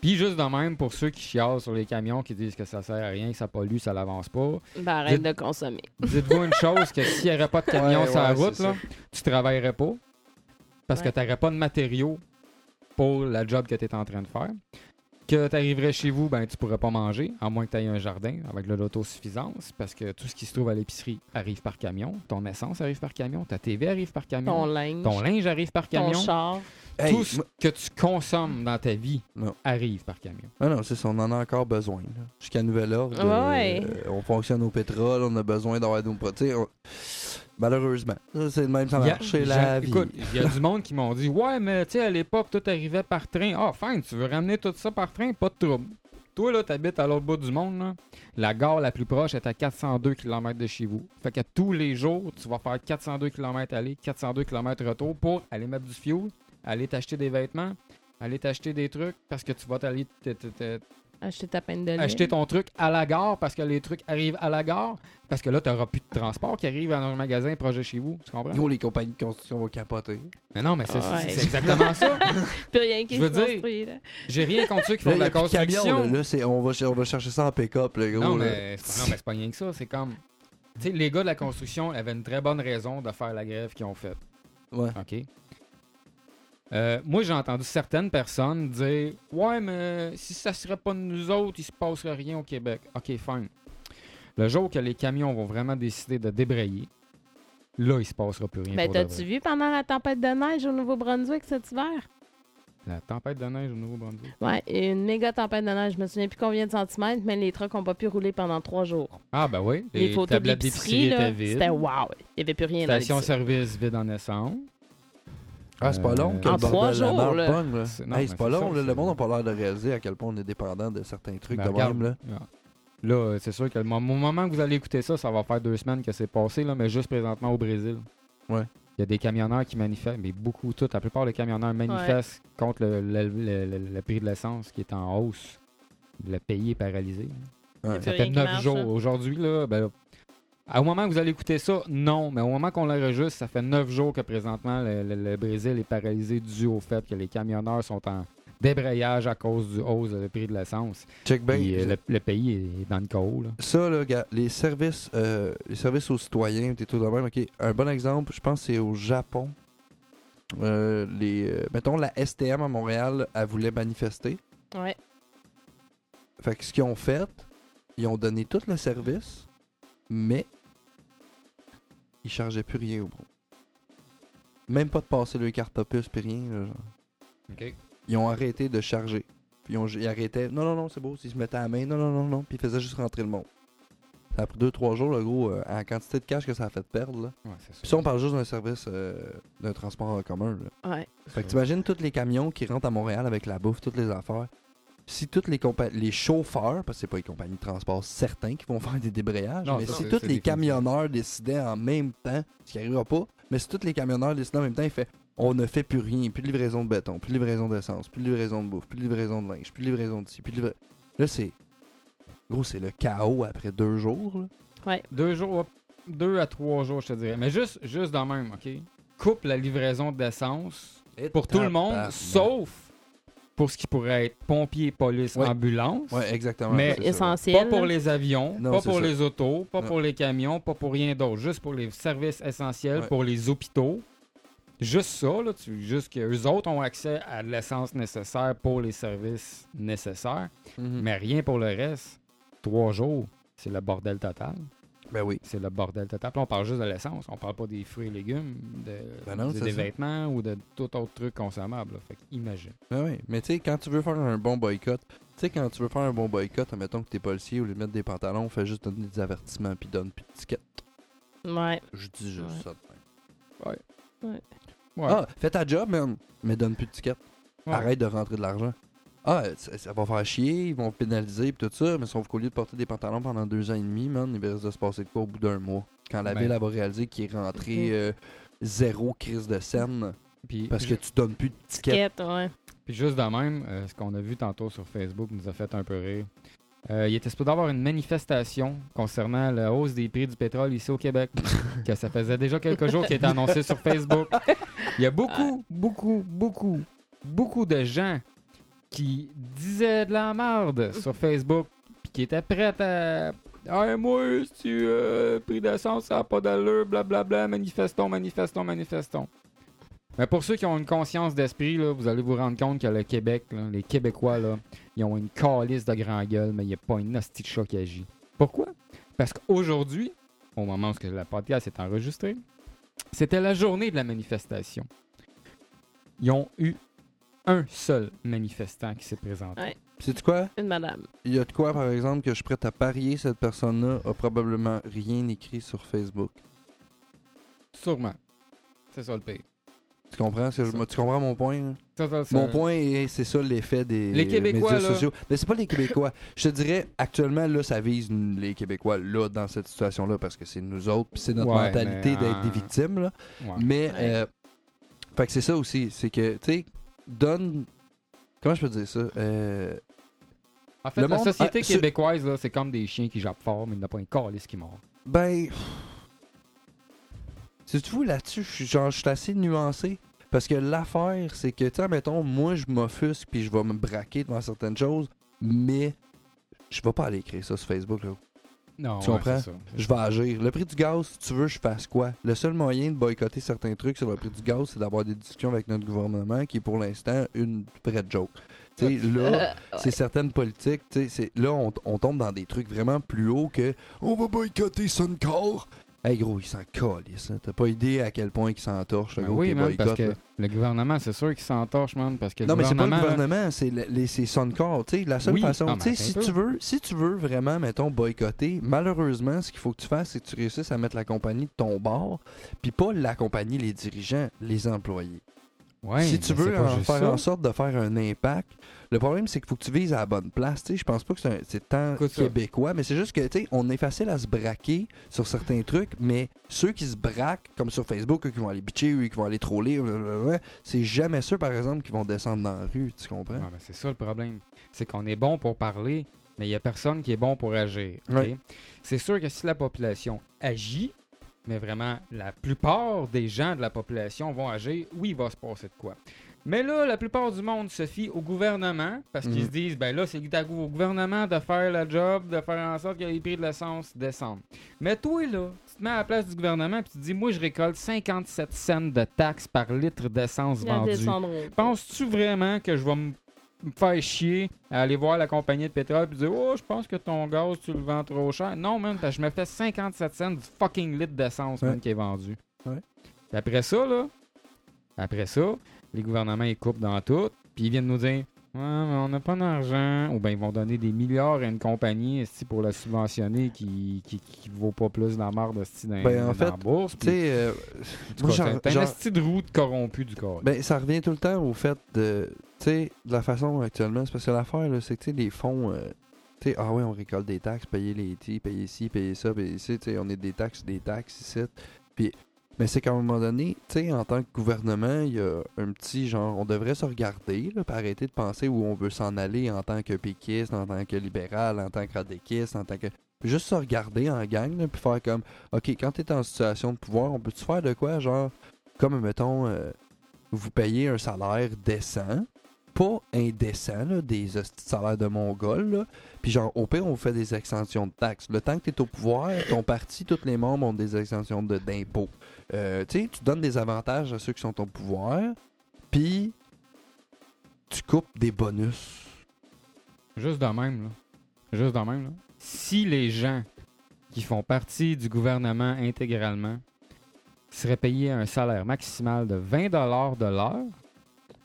Puis juste de même, pour ceux qui chialent sur les camions, qui disent que ça sert à rien, que ça pollue, ça l'avance pas,
Ben, arrête de consommer.
dites-vous une chose, que s'il n'y aurait pas de camions
Ouais,
sur la
ouais,
route,
c'est
là, tu travaillerais pas parce
Ouais.
que tu n'aurais pas de matériaux pour la job que tu es en train de faire. Que tu arriverais chez vous, ben tu pourrais pas manger, à moins que tu aies un jardin avec de l'autosuffisance, parce que tout ce qui se trouve à l'épicerie arrive par camion, ton essence arrive par camion, ta TV arrive par camion,
Ton linge,
Mmh. ton
ton,
linge arrive par camion.
char.
Hey,
Tout ce
moi-
que tu consommes dans ta vie
Non.
arrive par camion.
Ah non, c'est ça, on en a encore besoin. là. Jusqu'à nouvel ordre.
Ouais.
euh, on fonctionne au pétrole, on a besoin d'avoir nos produits. On- Malheureusement. Ça, C'est le même ça
Il y a-
marche, c'est
j'ai-
la vie.
Écoute, il y a du monde qui m'ont dit Ouais, mais tu sais, à l'époque, tout arrivait par train. Ah, fine, tu veux ramener tout ça par train Pas de trouble. Toi, là, t'habites à l'autre bout du monde. là. La gare la plus proche est à 402 km de chez vous. Fait que tous les jours, tu vas faire 402 km aller, 402 km retour pour aller mettre du fuel, aller t'acheter des vêtements, aller t'acheter des trucs parce que tu vas t'aller te- te- te-
Acheter ta peine de lait.
acheter ton truc à la gare parce que les trucs arrivent à la gare parce que là, tu n'auras plus de transport qui arrive dans un magasin proche de chez vous. Tu comprends?
Gros, les compagnies de construction vont capoter.
Mais non, mais c'est
Ouais.
c'est exactement ça.
Plus rien qui
Je veux
se
dire-
construit, là.
J'ai rien contre ceux qui font
Là,
de
il y a
la
plus de
construction.
camion, là. Là, c'est- on, va, ch- on va chercher ça en pick-up, le gros.
non,
là.
mais c'est pas- non, mais c'est pas rien que ça. C'est comme. Tu sais, les gars de la construction avaient une très bonne raison de faire la grève qu'ils ont faite.
Ouais.
OK? Euh, moi, j'ai entendu certaines personnes dire Ouais, mais si ça serait pas de nous autres, il se passerait rien au Québec. OK, fine. Le jour que les camions vont vraiment décider de débrayer, là, il se passera plus rien.
Ben,
pour de vrai.
t'as-tu vu pendant la tempête de neige au Nouveau-Brunswick cet hiver?
La tempête de neige au Nouveau-Brunswick.
Ouais, une méga tempête de neige. Je me souviens plus combien de centimètres, mais les trucks n'ont pas pu rouler pendant trois jours.
Ah, ben oui.
Les,
Les,
photos
tablettes d'épicerie
d'épicerie, là,
étaient vides.
c'était wow. Il n'y avait plus rien dans l'épicerie.
Station-service vide en essence.
Ah, c'est pas long.
Euh,
que le
en
bordel de
trois
la
jours,
merde
là.
pogne, là. Hey,
C'est-
C'est
non, mais
pas
c'est
long.
ça,
là.
c'est-
le monde n'a pas l'air de réaliser à quel point on est dépendant de certains trucs
Ben,
de
regarde.
même. Là.
Ah. Là, euh, c'est sûr que le mom- au moment que vous allez écouter ça, ça va faire deux semaines que c'est passé, là, mais juste présentement au Brésil.
Ouais.
Il y a des camionneurs qui manifestent, mais beaucoup, tout, la plupart des camionneurs manifestent contre le, le- le- le- le prix de l'essence qui est en hausse. Le pays est paralysé.
Ouais.
Il y a
Ça
plus
fait
rien qui
neuf
marche,
jours.
là.
Aujourd'hui, là, ben, à- au moment que vous allez écouter ça, non, mais au moment qu'on l'enregistre, ça fait neuf jours que présentement le, le- le Brésil est paralysé dû au fait que les camionneurs sont en débrayage à cause du hausse du prix de l'essence.
Check bien.
Puis, euh, le, le pays est dans le chaos. là.
Ça, là, gars, les services, euh, les services aux citoyens, t'es tout de même. ok. Un bon exemple, je pense, c'est au Japon. Euh, les, euh, mettons, la STM à Montréal, elle voulait manifester.
Ouais.
Fait que ce qu'ils ont fait, ils ont donné tout le service, mais ils chargeaient plus rien au gros. Même pas de passer le carte opus, puis rien. là, genre. Ils ont arrêté de charger. Puis ils, ont- ils arrêtaient. Non, non, non, c'est beau. Ils se mettaient à la main. Non, non, non, non. Puis ils faisaient juste rentrer le monde. Ça a pris 2-3 jours, le gros, euh, en quantité de cash que ça a fait perdre. Là.
Ouais, c'est
Puis
ça.
ça, on parle juste d'un service euh, d'un transport en commun. Là.
Ouais.
Fait que t'imagines tous les camions qui rentrent à Montréal avec la bouffe, toutes les affaires. Si tous les compa- les chauffeurs, parce que c'est pas les compagnies de transport certains qui vont faire des débrayages,
Non,
mais
ça,
si
c'est-
tous
c'est
les
définitif.
camionneurs décidaient en même temps, ce qui arrivera pas, mais si tous les camionneurs décidaient en même temps, il fait on ne fait plus rien, plus de livraison de béton, plus de livraison d'essence, plus de livraison de bouffe, plus de livraison de linge, plus de livraison de ci, plus de livra- Là, c'est. Gros, c'est le chaos après deux jours. là.
Deux jours, deux à trois jours, je te dirais. Mais juste, juste dans le même, OK? Coupe la livraison d'essence pour tout
Ah,
le monde,
Tabarnak.
sauf pour ce qui pourrait être pompiers, police,
Ouais.
ambulance.
Ouais, exactement.
Mais-
c'est ça.
Pas
Essentiel.
pour les avions,
Non,
pas
c'est
pour
ça.
les autos, pas
Non.
pour les camions, pas pour rien d'autre. Juste pour les services essentiels,
Ouais.
pour les hôpitaux, Juste ça, là, tu, juste qu'eux autres ont accès à de l'essence nécessaire pour les services nécessaires,
Mhm.
mais rien pour le reste. Trois jours, c'est le bordel total.
Ben oui.
C'est le bordel total. Puis on parle juste de l'essence, on parle pas des fruits et légumes, de,
Ben non,
de-
c'est
des
ça.
vêtements ou de tout autre truc consommable. là. Fait que imagine.
Ben oui. Mais tu sais, quand tu veux faire un bon boycott, tu sais, quand tu veux faire un bon boycott, admettons que t'es policier, au lieu de mettre des pantalons, fais juste donner des avertissements, puis donne plus de tickets.
Ouais.
Je dis juste
Ouais.
ça. de même.
Ouais.
Ah, fais ta job, man, mais donne plus de tickets.
Ouais.
Arrête de rentrer de l'argent. Ah, ça, ça va faire chier, ils vont pénaliser pis tout ça, mais sauf qu'au lieu de porter des pantalons pendant deux ans et demi, man, il risque de se passer de quoi au bout d'un mois? Quand la
Ben.
ville elle va réaliser qu'il est rentré
Mhm.
euh, zéro crise de scène
Puis,
parce que tu donnes plus de tickets.
Quête, ouais.
Puis juste de même, euh, ce qu'on a vu tantôt sur Facebook nous a fait un peu rire. Euh, il était supposé avoir une manifestation concernant la hausse des prix du pétrole ici au Québec, que ça faisait déjà quelques jours qu'il était annoncé sur Facebook. Il y a beaucoup, beaucoup, beaucoup, beaucoup de gens qui disaient de la merde sur Facebook, puis qui étaient prêts à... Ah, moi, si tu prix d'essence, ça n'a pas d'allure, blablabla, manifestons, manifestons, manifestons. Mais pour ceux qui ont une conscience d'esprit, là, vous allez vous rendre compte que le Québec, là, les Québécois, là, ils ont une calice de grand gueule, mais il n'y a pas une hostie de chat qui agit. Pourquoi? Parce qu'aujourd'hui, au moment où ce que la podcast est enregistrée, c'était la journée de la manifestation. Ils ont eu un seul manifestant qui s'est présenté.
Ouais.
Sais-tu quoi?
Une madame.
Il y a de quoi, par exemple, que je suis prête à parier, cette personne-là a probablement rien écrit sur Facebook.
Sûrement. C'est ça le pire.
Tu comprends, ce que je-
Ça.
tu comprends mon point? là?
Ça, ça, ça-
Mon point, est- c'est ça l'effet des
Les Québécois,
médias
là.
sociaux. Mais c'est pas les Québécois. Je te dirais, actuellement, là, ça vise n- les Québécois, là, dans cette situation-là, parce que c'est nous autres, puis c'est notre
Ouais,
mentalité
mais,
d'être
euh,
des victimes. Là.
Ouais.
Mais,
Ouais.
euh, fait que c'est ça aussi. C'est que, tu sais, donne. Comment je peux dire ça? Euh,
En fait,
le
la
monde-
société
Ah, ce-
québécoise, là, c'est comme des chiens qui jappent fort, mais il n'y en a pas un calice qui mord.
Ben. C'est tout là-dessus, je suis- genre, je suis assez nuancé. Parce que l'affaire, c'est que, tu sais, mettons, moi, je m'offusque puis je vais me braquer devant certaines choses, mais je vais pas aller écrire ça sur Facebook, là.
Non,
Tu
ouais,
comprends?
c'est ça.
Je vais agir. Le prix du gaz, si tu veux, je fasse quoi? Le seul moyen de boycotter certains trucs sur le prix du gaz, c'est d'avoir des discussions avec notre gouvernement, qui est pour l'instant une vraie joke. Tu sais, là,
Euh,
c'est certaines politiques, tu sais, c'est- là, on, on tombe dans des trucs vraiment plus hauts que on va boycotter Suncor. Hey gros, il s'en calisse. hein. T'as pas idée à quel point il s'entorche, le
Ben
gros,
oui,
tes
man, parce
boycotts,
que
là.
le gouvernement, c'est sûr qu'il s'entorche, man, parce que
Non,
le
mais c'est pas le
gouvernement... là,
gouvernement, c'est le- les- c'est Suncor. Tu sais, la seule
Oui.
façon,
Ah, mais
tu sais,
attends
si
un peu.
tu veux, si tu veux vraiment, mettons, boycotter, malheureusement, ce qu'il faut que tu fasses, c'est que tu réussisses à mettre la compagnie de ton bord, puis pas la compagnie, les dirigeants, les employés.
ouais,
si tu
mais c'est
veux
pas
en
juste
faire
ça.
en sorte de faire un impact, le problème c'est qu'il faut que tu vises à la bonne place. Tu sais, je pense pas que c'est un- c'est tant
Écoute ça.
québécois, mais c'est juste que tu sais, on est facile à se braquer sur certains trucs, mais ceux qui se braquent, comme sur Facebook, eux qui vont aller bitcher, eux qui vont aller troller, blablabla, c'est jamais ceux par exemple qui vont descendre dans la rue, tu comprends?
Ouais, ben, c'est ça le problème. C'est qu'on est bon pour parler, mais il n'y a personne qui est bon pour agir. ok?
Ouais.
C'est sûr que si la population agit, mais vraiment la plupart des gens de la population vont agir, oui, il va se passer de quoi. Mais là, la plupart du monde se fie au gouvernement parce qu'ils
Mhm.
se disent, ben là, c'est à- au gouvernement de faire la job, de faire en sorte que les prix de l'essence descendent. Mais toi, là, tu te mets à la place du gouvernement et tu te dis, moi, je récolte 57 cents de taxes par litre d'essence
ils la
vendue.
descendront.
Penses-tu vraiment que je vais me me faire chier à aller voir la compagnie de pétrole et dire Oh, je pense que ton gaz, tu le vends trop cher. Non, man, parce que je me fais 57 cents du fucking litre d'essence, man,
Ouais.
qui est vendu.
Ouais.
Puis après ça, là, après ça, les gouvernements, ils coupent dans tout, puis ils viennent nous dire Ouais, mais on n'a pas d'argent. Ou bien ils vont donner des milliards à une compagnie esti, pour la subventionner qui, qui, qui vaut pas plus dans la marde esti, dans,
Ben,
dans
en
la
fait,
bourse.
Tu
Puis,
sais, euh,
en tout
moi,
cas,
j'en-
t'as un
j'en-
esti de route corrompue du corps.
Ben, ça revient tout le temps au fait de, tu sais, de la façon actuellement. C'est parce que l'affaire, là, c'est que, tu sais, les fonds, euh, tu sais, ah ouais, on récolte des taxes, payer les TI, payer ci, payer ça, payer ci, tu sais, on est des taxes, des taxes ici. Puis, mais c'est qu'à un moment donné, tu sais, en tant que gouvernement, il y a un petit genre, on devrait se regarder, là, puis arrêter de penser où on veut s'en aller en tant que péquiste, en tant que libéral, en tant que radéquiste, en tant que. Juste se regarder en gang, là, puis faire comme, OK, quand t'es en situation de pouvoir, on peut-tu faire de quoi, genre, comme, mettons, euh, vous payez un salaire décent, pas indécents, là, des hosties de salaires de Mongol. là. Puis genre, au pire, on fait des exemptions de taxes. Le temps que t'es au pouvoir, ton parti, tous les membres ont des exemptions de- d'impôts. Euh, tu sais, tu donnes des avantages à ceux qui sont au pouvoir, puis tu coupes des bonus.
Juste de même, là. Juste de même, là. Si les gens qui font partie du gouvernement intégralement seraient payés un salaire maximal de 20 de l'heure,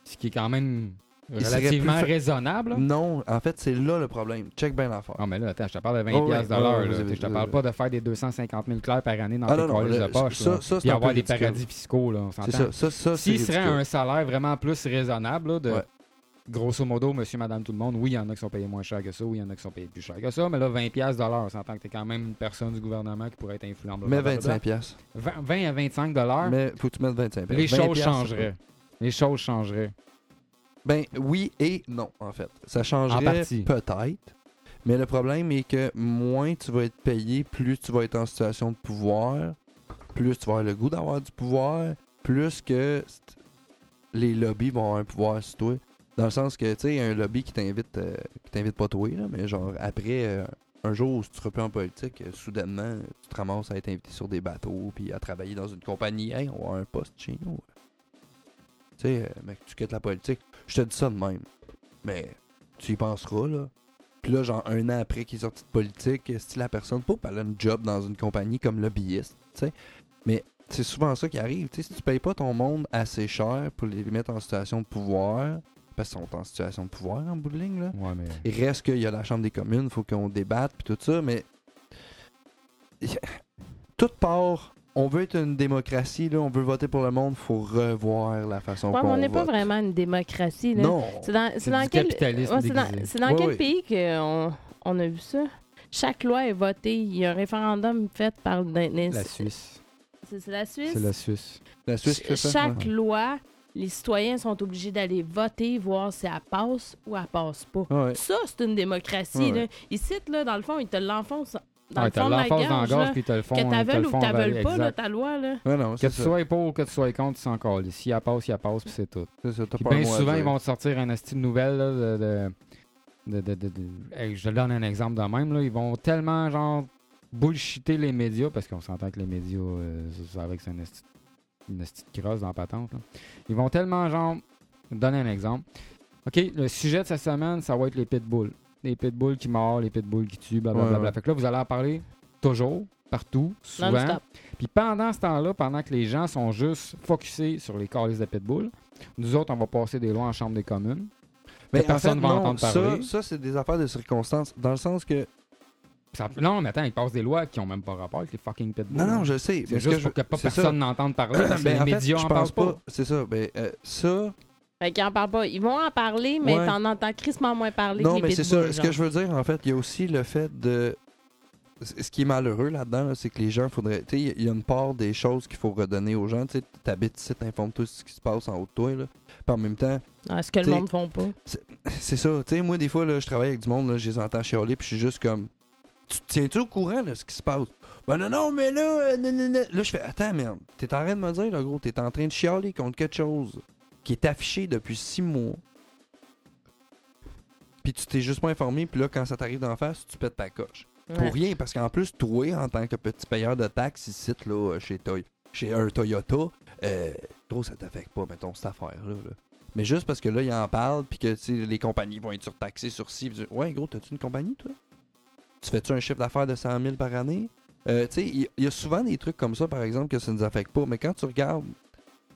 ce qui est quand même
Ils seraient
relativement
plus fa-
raisonnable. là.
Non, en fait, c'est là le problème. Check bien l'affaire.
Ah, mais là, attends, je te parle de 20
Oh, ouais,
piastres de
ouais,
l'heure.
ouais,
là.
vous avez-
Je te parle pas de faire des 250 000 clairs par année dans
Ah,
tes
non, non,
colis de
là,
poche.
ça-
là.
ça, c'est
Puis
un peu
avoir des
ridicule.
paradis fiscaux, là, on
C'est
s'entend.
ça, ça, ça c'est
S'il serait
ridicule.
un salaire vraiment plus raisonnable, là, de
Ouais.
grosso modo, monsieur, madame, tout le monde, oui, il y en a qui sont payés moins cher que ça, oui, il y en a qui sont payés plus cher que ça, mais là, 20 piastres de l'heure, on s'entend que t'es quand même une personne du gouvernement qui pourrait être influente.
Mets
blablabla.
25 piastres.
20, 20 à 25 dollars,
Mais faut que tu mettes 25
les
piastres. 20
choses
piastres,
changeraient. Les choses changeraient.
Ben oui et non, en fait. Ça
En
changerait
partie.
peut-être. Mais le problème est que moins tu vas être payé, plus tu vas être en situation de pouvoir, plus tu vas avoir le goût d'avoir du pouvoir, plus que c't- les lobbies vont avoir un pouvoir sur toi. Dans le sens que, tu sais, un lobby qui t'invite, euh, qui t'invite pas toi, là, mais genre après, euh, un jour où tu seras plus en politique, euh, soudainement, tu te ramasses à être invité sur des bateaux, puis à travailler dans une compagnie. Hey, on a un poste chez nous. Tu sais, euh, mec, tu quittes la politique. Je te dis ça de même. Mais tu y penseras, là. Puis là, genre, un an après qu'il est sorti de politique, euh, si la personne, poup, elle a un job dans une compagnie comme lobbyiste, tu sais. Mais c'est souvent ça qui arrive, tu sais. Si tu payes pas ton monde assez cher pour les mettre en situation de pouvoir, parce qu'ils sont en situation de pouvoir en bout de ligne, là.
Ouais, mais.
Il reste qu'il y a la Chambre des communes, faut qu'on débatte, puis tout ça, mais. Toute part, on veut être une démocratie, là, on veut voter pour le monde, faut revoir la façon
Ouais, mais
qu'on
on n'est pas
vote.
vraiment une démocratie. Là.
Non!
C'est dans, c'est
C'est
dans
du
quel,
capitalisme
ouais, c'est dans,
déguisé.
c'est dans
Ouais,
quel
ouais.
pays qu'on on a vu ça? Chaque loi est votée. Il y a un référendum fait par...
La Suisse.
C'est c'est la Suisse?
C'est la Suisse.
La Suisse qui fait ça?
Ch- Chaque
Ouais.
loi, les citoyens sont obligés d'aller voter, voir si elle passe ou elle passe pas.
Ouais.
Ça, c'est une démocratie.
Ouais,
là.
ouais.
Ici, là, dans le fond, ils te l'enfoncent dans
Ouais,
le
t'as
fond de la
l'emphase
gorge.
dans la gorge,
là.
puis ils te le font.
que
ils te le
t'aveules ou
font
que t'aveules pas, là,
avaler,
ta loi, là.
Ouais, non,
Que
c'est
tu
ça.
sois pour ou que tu sois contre, c'est encore. Si elle passe, si elle passe, puis c'est tout.
C'est ça, t'as
Puis
pas un
bien
mot à
souvent,
dire.
ils vont te sortir un style nouvelle là, de, de- de- de- de- de- Hey, je te donne un exemple de même. Là. Ils vont tellement genre bullshiter les médias, parce qu'on s'entend que les médias, euh, c'est- c'est avec c'est un esti- une petite crosse dans la patente. là. Ils vont tellement genre. je te Donne un exemple. OK, le sujet de cette semaine, ça va être les pitbulls. Les pitbulls qui mordent, les pitbulls qui tuent, blablabla.
Ouais, ouais.
Fait que là, vous allez en parler toujours, partout, souvent.
Non-stop.
Puis pendant ce temps-là, pendant que les gens sont juste focusés sur les calices de pitbull, nous autres, on va passer des lois en Chambre des communes.
Mais
que personne
Ben, en
va
fait, non,
entendre
ça-
parler.
Ça, c'est des affaires de circonstances. Dans le sens que.
Ça- non, mais attends, ils passent des lois qui ont même pas rapport avec les fucking pitbulls.
Non, non, je sais. mais
C'est
ce
juste
que
pour
je-
que pas
c'est ça.
personne n'entende parler, parce que
Ben,
les
en fait,
médias
je
en
pense
parlent pas.
C'est ça. Ben, euh, ça,
Fait qu'ils en parlent pas. Ils vont en parler, mais
Ouais.
t'en entends crissement moins parler
Non,
que les
mais c'est
pitbulls,
ça. Ce
genre.
que je veux dire, en fait, il y a aussi le fait de. C- Ce qui est malheureux là-dedans, là, c'est que les gens faudrait. Tu sais, il y a une part des choses qu'il faut redonner aux gens. Tu sais, t'habites ici, t'informes-toi de ce qui se passe en haut de toi. Là. Puis en même temps,
Ah, ce que le
T'sais,
monde ne font pas.
c'est ça. Tu sais, moi, des fois, là, je travaille avec du monde, là, je les entends chialer, puis je suis juste comme. Tu te tiens-tu au courant de ce qui se passe? Ben non, non, mais là, euh, non, non, non. Là, je fais, attends, merde, t'es en train de me dire, là, gros, t'es en train de chialer contre quelque chose qui est affiché depuis six mois. Puis tu t'es juste pas informé, puis là, quand ça t'arrive d'en face, tu pètes ta coche.
Ouais.
Pour rien, parce qu'en plus, toi, en tant que petit payeur de taxes ici, là, euh, chez, Toy- chez un Toyota, euh, gros, ça t'affecte pas, mettons, cette affaire-là. là. Mais juste parce que là, il en parle, puis que tu sais, les compagnies vont être surtaxées sur ci. puis tu- Ouais, gros, t'as-tu une compagnie, toi? Tu fais-tu un chiffre d'affaires de 100 000 par année? Euh, tu sais, il y- il y, a souvent des trucs comme ça, par exemple, que ça nous affecte pas. Mais quand tu regardes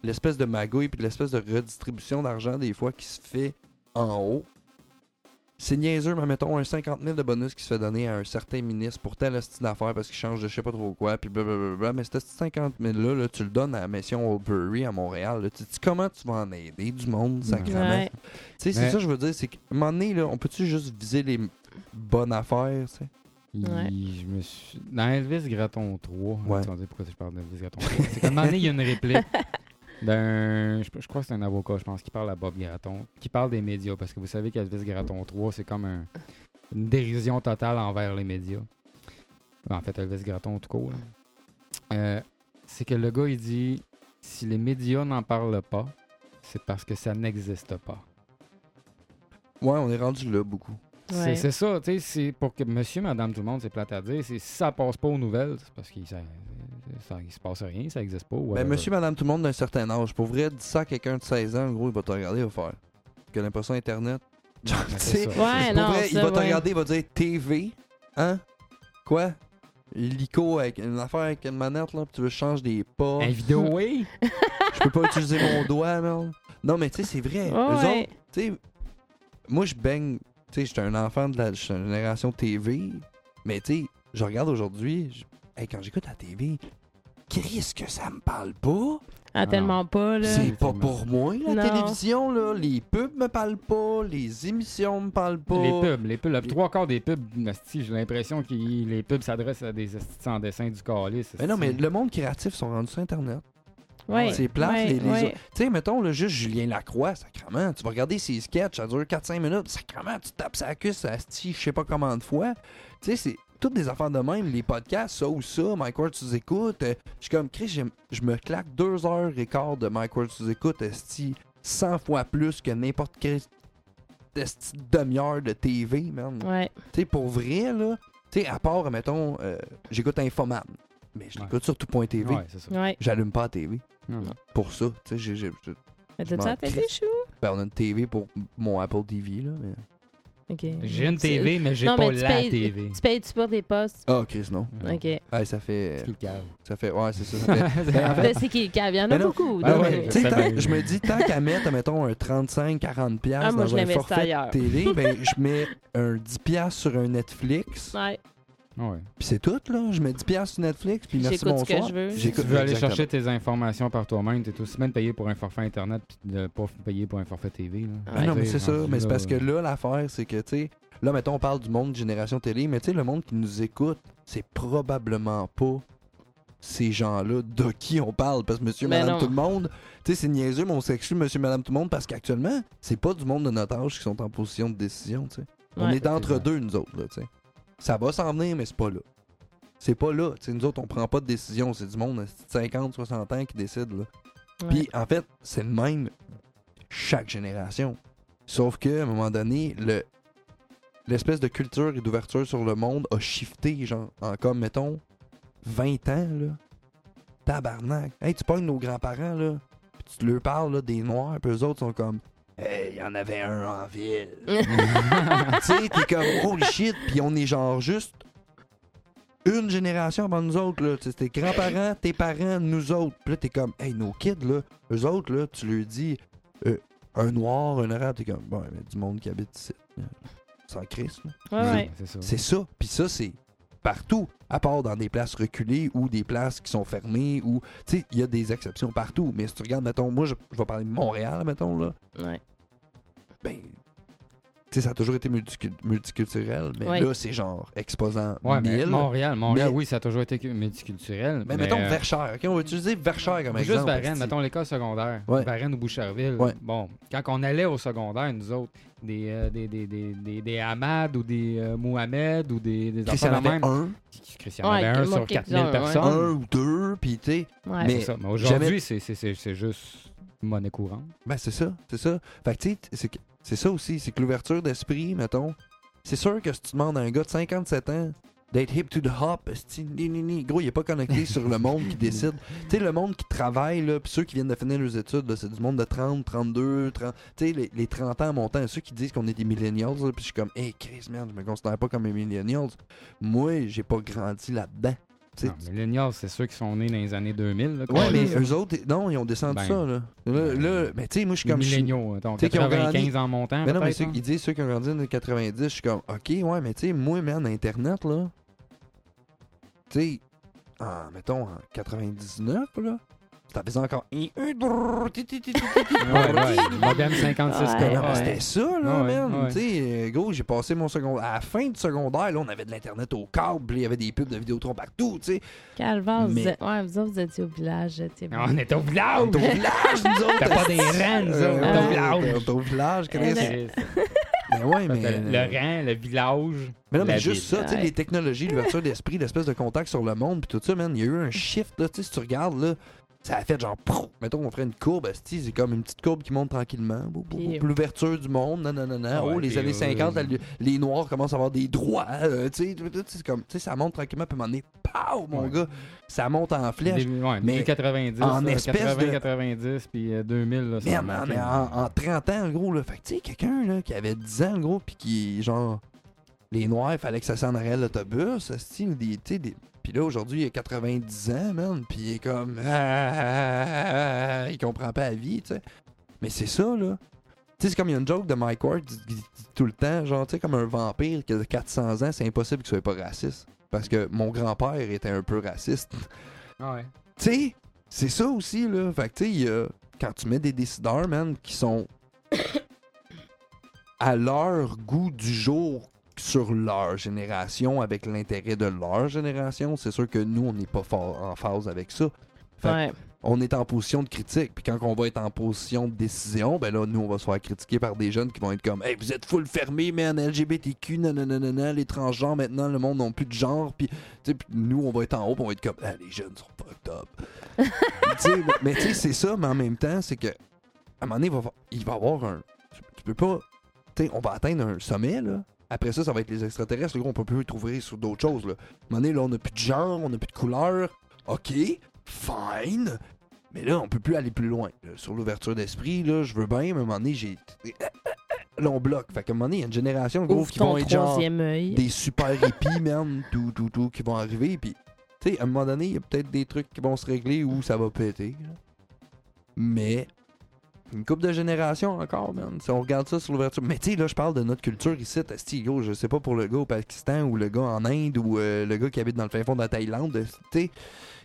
l'espèce de magouille puis l'espèce de redistribution d'argent, des fois, qui se fait en haut, c'est niaiseux, mais mettons un 50 000 de bonus qui se fait donner à un certain ministre pour telle style d'affaires parce qu'il change de je sais pas trop quoi, puis blablabla. Mais ce 50 000-là, là, tu le donnes à la mission Oldbury à Montréal. là. Tu te dis comment tu vas en aider du monde, sacrément.
Ouais.
Tu sais, c'est
Mais-
ça que je veux dire, c'est qu'à un moment donné, là, on peut-tu juste viser les m- bonnes affaires, tu sais?
Ouais.
Il- je me suis- Dans Elvis Graton hein, 3,
Ouais.
ouais. pourquoi je parle d'Elvis Graton 3. c'est qu'à un moment donné, il y a une réplique d'un. Je, je crois que c'est un avocat, je pense, qui parle à Bob Graton, qui parle des médias, parce que vous savez qu'Elvis Graton 3, c'est comme un- une dérision totale envers les médias. En fait, Elvis Graton, tout court. là. Euh, c'est que le gars, il dit si les médias n'en parlent pas, c'est parce que ça n'existe pas.
Ouais, on est rendu là beaucoup.
C'est- C'est ça, tu sais, c'est pour que monsieur, madame, tout le monde, c'est plate à dire. c'est Si ça passe pas aux nouvelles, c'est parce qu'il ça, ça- il se passe rien, ça existe pas.
Mais
whatever.
Ben, monsieur, madame, tout le monde d'un certain âge. Pour vrai, dis ça à quelqu'un de 16 ans, en gros, il va te regarder, il va faire. Tu connais pas ça, Internet? Genre,
Mais c'est
tu sais,
ça.
Ouais,
Pour
non,
vrai, il
ça,
va te
ouais.
regarder, il va dire TV, hein? Quoi? Lico avec une affaire avec une manette, là, puis tu veux changer des pas.
Un vidéo, oui.
Je peux pas utiliser mon doigt, man. Non, mais tu sais, c'est vrai.
Ouais,
Eux autres,
ouais.
tu sais, moi, je baigne. Tu sais, j'étais un enfant de la j'étais une génération TV. Mais tu sais, je regarde aujourd'hui. je- hey, quand j'écoute la TV, qu'est-ce que ça me parle pas?
Ah,
Ah, tellement pas, là.
C'est pas pour moi, la
Non.
télévision, là. Les pubs me parlent pas. Les émissions me parlent pas.
Les pubs, les pubs. le Trois quarts des pubs, asti, j'ai l'impression que les pubs s'adressent à des astis sans dessin du calice.
Mais Ben non, mais
asti.
le monde créatif sont rendus sur Internet.
Ouais,
C'est plate,
ouais,
les- les
ouais.
autres. Tu sais, mettons, là, juste Julien Lacroix, sacrement. Tu vas regarder ses sketchs, ça dure 4-5 minutes, sacrement, tu tapes sa cuisse, ça se je sais pas combien de fois. Tu sais, c'est toutes des affaires de même, les podcasts, ça ou ça, Mike Ward, tu les écoutes. Euh, Je suis comme, Chris, j'aime- je me claque deux heures et quart de Mike Ward, tu les écoutes, esti, 100 fois plus que n'importe quelle esti demi-heure de TV, man.
Ouais.
Tu sais, pour vrai, là, tu sais, à part, mettons, euh, j'écoute Infoman, mais je
Ouais.
l'écoute sur tout.tv.
Ouais, c'est ça.
Ouais.
J'allume pas la TV
Non, non.
pour ça. Tu sais, j'ai- j'ai- j'ai-
Mais T'as-tu
m'en
la télé,
crisse.
chou?
ben, on a une TV pour mon Apple TV, là. Mais...
Ok.
J'ai une
C'est-
TV, mais j'ai
Non,
pas
mais tu
la
payes-
TV.
Tu payes-tu pour des postes?
Ah, Chris, non.
Non.
Ok. Ben,
Ah, ça fait.
C'est le cave.
Ça fait. Ouais, c'est ça. ça fait- Ben, en fait-
C'est qui? le cas? Il y en
Mais
a
non. Ah
beaucoup.
Ben
donc,
ouais,
euh,
Tu sais,
ça
tant-
fait bien.
je me dis, tant qu'à mettre, mettons, un 35-40$
Ah,
piastres
moi,
dans
je
un
l'avais ça
forfait
ailleurs.
de télé, ben, je mets un 10$ piastres sur un Netflix,
Ouais.
Ouais.
puis c'est tout, là. Je mets 10$ piastres sur Netflix, puis merci,
J'écoute ce
bonsoir.
que je veux.
Si tu
J'écoute-
veux aller
Exactement.
chercher tes informations par toi-même, t'es aussi bien de payer pour un forfait Internet puis de pas payer pour un forfait TV. là.
Ah non, mais c'est ça.
rendu
Mais c'est
là,
parce que là, l'affaire, c'est que, tu sais, là, mettons, on parle du monde Génération Télé, mais tu sais, le monde qui nous écoute, c'est probablement pas ces gens-là de qui on parle. Parce que monsieur,
Ben
madame,
non.
tout le monde, tu sais, c'est niaiseux, mais on s'excuse, monsieur, madame, tout le monde, parce qu'actuellement, c'est pas du monde de notre âge qui sont en position de décision, tu sais. On
Ouais.
est entre deux, nous autres, là, tu sais. Ça va s'en venir, mais c'est pas là. C'est pas là. Tu sais, nous autres, on prend pas de décision. C'est du monde de 50, 60 ans qui décide, là.
Ouais.
Puis en fait, c'est le même chaque génération. Sauf que à un moment donné, le l'espèce de culture et d'ouverture sur le monde a shifté, genre, en comme, mettons, 20 ans, là. Tabarnak. Hey, tu pognes nos grands-parents, là, pis tu leur parles, là, des Noirs, puis eux autres sont comme, hey, il y en avait un en ville. tu sais, t'es comme, holy shit, puis on est genre juste une génération avant nous autres, là. Tu sais, tes grands-parents, tes parents, nous autres. Puis là, t'es comme, hey, nos kids, là, eux autres, là, tu leur dis euh, un noir, un arabe, t'es comme, bon, mais du monde qui habite ici. là. Sans Christ, là.
Ouais, ouais.
C'est ça.
C'est ça. Puis ça, c'est partout, à part dans des places reculées ou des places qui sont fermées ou. Tu sais, il y a des exceptions partout. Mais si tu regardes, mettons, moi, je, je vais parler de Montréal, mettons, là.
Ouais.
Ben. Tu sais, ça a toujours été multicu- multiculturel, mais
Ouais.
là, c'est genre exposant
Ouais, mais
1000.
Montréal, Montréal,
Mais-
oui, ça a toujours été cu- multiculturel.
Mais, Ben, mettons
euh,
Verchères, ok? On va utiliser Verchères comme
Juste
exemple.
Varennes,
esti.
mettons l'école secondaire.
Ouais.
Varennes ou Boucherville.
Ouais.
Bon, quand on allait au secondaire, nous autres, des, euh, des, des, des, des, des Hamad ou des euh, Mohamed ou des, des
Christian
affaires de
avait
même.
un,
Christian
Ouais,
avait un
moi,
sur
quelques-uns,
4000
ouais.
personnes.
un ou deux, puis tu sais,
Ouais.
Mais-
C'est ça. Mais aujourd'hui,
jamais-
c'est- c'est- c'est c'est juste monnaie courante.
Ben, c'est ça, c'est ça. Fait que, tu sais, t- c'est que- c'est ça aussi, c'est que l'ouverture d'esprit, mettons. C'est sûr que si tu demandes à un gars de 57 ans d'être hip to the hop, esti, ni, ni, ni, gros, il est pas connecté sur le monde qui décide. Tu sais, le monde qui travaille, là, puis ceux qui viennent de finir leurs études, là, c'est du monde de 30, 32, 30. Tu sais, les, les 30 ans montants, ceux qui disent qu'on est des millennials, là, puis je suis comme, hey, Chris, merde, je me considère pas comme un millennials. Moi, j'ai pas grandi là-dedans. Tu sais,
Non, Millennials, c'est ceux qui sont nés dans les années 2000. là,
Ouais,
qu'on-
mais euh, eux autres, non, ils ont descendu
Ben.
ça, là. Là, là, mais tu sais, moi, je suis
Les
comme. je suis-
milléniaux, mettons,
Tu sais, qui ont grandi-
95 en montant.
Mais Ben non, mais
peut-être,
ceux,
hein.
ils disent ceux qui ont grandi dans les 90, je suis comme, ok, ouais, mais tu sais, moi, man, Internet, là, tu sais, en, mettons, en 99, là, ça faisait encore. Hi, hi, brrr, ti, ti, ti, ti, ti, ti.
Ouais, ouais. Modem 56
Ouais,
Ah, non,
correct.
mais C'était ça, là,
Ouais,
man.
ouais.
Tu sais, euh, gros, j'ai passé mon secondaire. À la fin du secondaire, là, on avait de l'Internet au câble, il y avait des pubs de Vidéotron partout, tu sais.
Calvaire, vous
Mais-
êtes- ouais, vous autres, vous étiez au village. t'es bon.
On était au village!
On est au village, nous autres.
T'as pas des rangs, nous autres, on
Euh,
est au
ouais,
village.
on est au village, Chris.
Ouais.
Chris.
Mais ouais, mais. euh,
Le rang, le village.
Mais non, mais
La
juste
ville.
ça, tu sais,
Ouais.
les technologies, l'ouverture d'esprit, l'espèce de contact sur le monde, puis tout ça, man, il y a eu un shift, là, tu sais, si tu regardes, là, ça a fait genre. prou. Mettons qu'on ferait une courbe, asti, c'est comme une petite courbe qui monte tranquillement. bou, bou,
Puis-
bou, L'ouverture du monde, non, non, non, non.
Ah ouais,
oh, les
puis,
années
euh,
50, la- les Noirs commencent à avoir des droits. euh, tu sais, tout- tout, c'est comme, tu sais, ça monte tranquillement, puis à un moment donné, pow, mon
Ouais.
gars, ça monte en flèche.
Début- ouais,
mais
début 90,
en
euh,
espèce
80,
de-
90, puis euh, 2000. Là, ça
Merde,
a
man,
marqué.
en, en 30 ans, le gros, là. Fait que, tu sais, quelqu'un, là, qui avait 10 ans, le gros, puis qui, genre, les Noirs, il fallait que ça s'en arrière l'autobus, asti, ou des, tu sais, des... Puis là, aujourd'hui, il a 90 ans, man, puis il est comme... ah, ah, ah, ah, il comprend pas la vie, tu sais. Mais c'est ça, là. Tu sais, c'est comme il y a une joke de Mike Ward qui dit tout le temps, genre, tu sais, comme un vampire qui a 400 ans, c'est impossible qu'il soit pas raciste. Parce que mon grand-père était un peu raciste.
Ah ouais.
Tu sais, c'est ça aussi, là. Fait que, tu sais, il y a- quand tu mets des décideurs, man, qui sont à leur goût du jour sur leur génération, avec l'intérêt de leur génération, c'est sûr que nous, on n'est pas fort en phase avec ça. Fait que
Ouais.
on est en position de critique. Puis quand on va être en position de décision, ben là, nous, on va se faire critiquer par des jeunes qui vont être comme Hey, vous êtes full fermé, man, LGBTQ, nananana, les transgenres maintenant, le monde n'a plus de genre. Puis, tu sais, puis nous, on va être en haut, puis on va être comme Ah, les jeunes sont fucked up. Tu sais, mais- mais tu sais, c'est ça, mais en même temps, c'est que à un moment donné, il va, avoir- il va avoir un. Tu, tu peux pas. Tu sais, on va atteindre un sommet, là. Après ça, ça va être les extraterrestres. Le gros, on peut plus trouver sur d'autres choses, là. À un moment donné, là, on n'a plus de genre, on n'a plus de couleur. OK, fine. Mais là, on peut plus aller plus loin. là. Sur l'ouverture d'esprit, là, je veux bien, mais à un moment donné, j'ai. Là, on bloque. Fait qu'à un moment donné, il y a une génération, gros,
Ouvre
qui vont
ton
être genre
troisième œil.
des super hippies, man, tout, tout, tout, qui vont arriver. Puis, tu sais, à un moment donné, il y a peut-être des trucs qui vont se régler ou ça va péter. là. Mais, une coupe de génération encore, man. Si on regarde ça sur l'ouverture. Mais, tu sais, là, je parle de notre culture ici, Asti, gros, je sais pas pour le gars au Pakistan ou le gars en Inde ou euh, le gars qui habite dans le fin fond de la Thaïlande. Tu sais,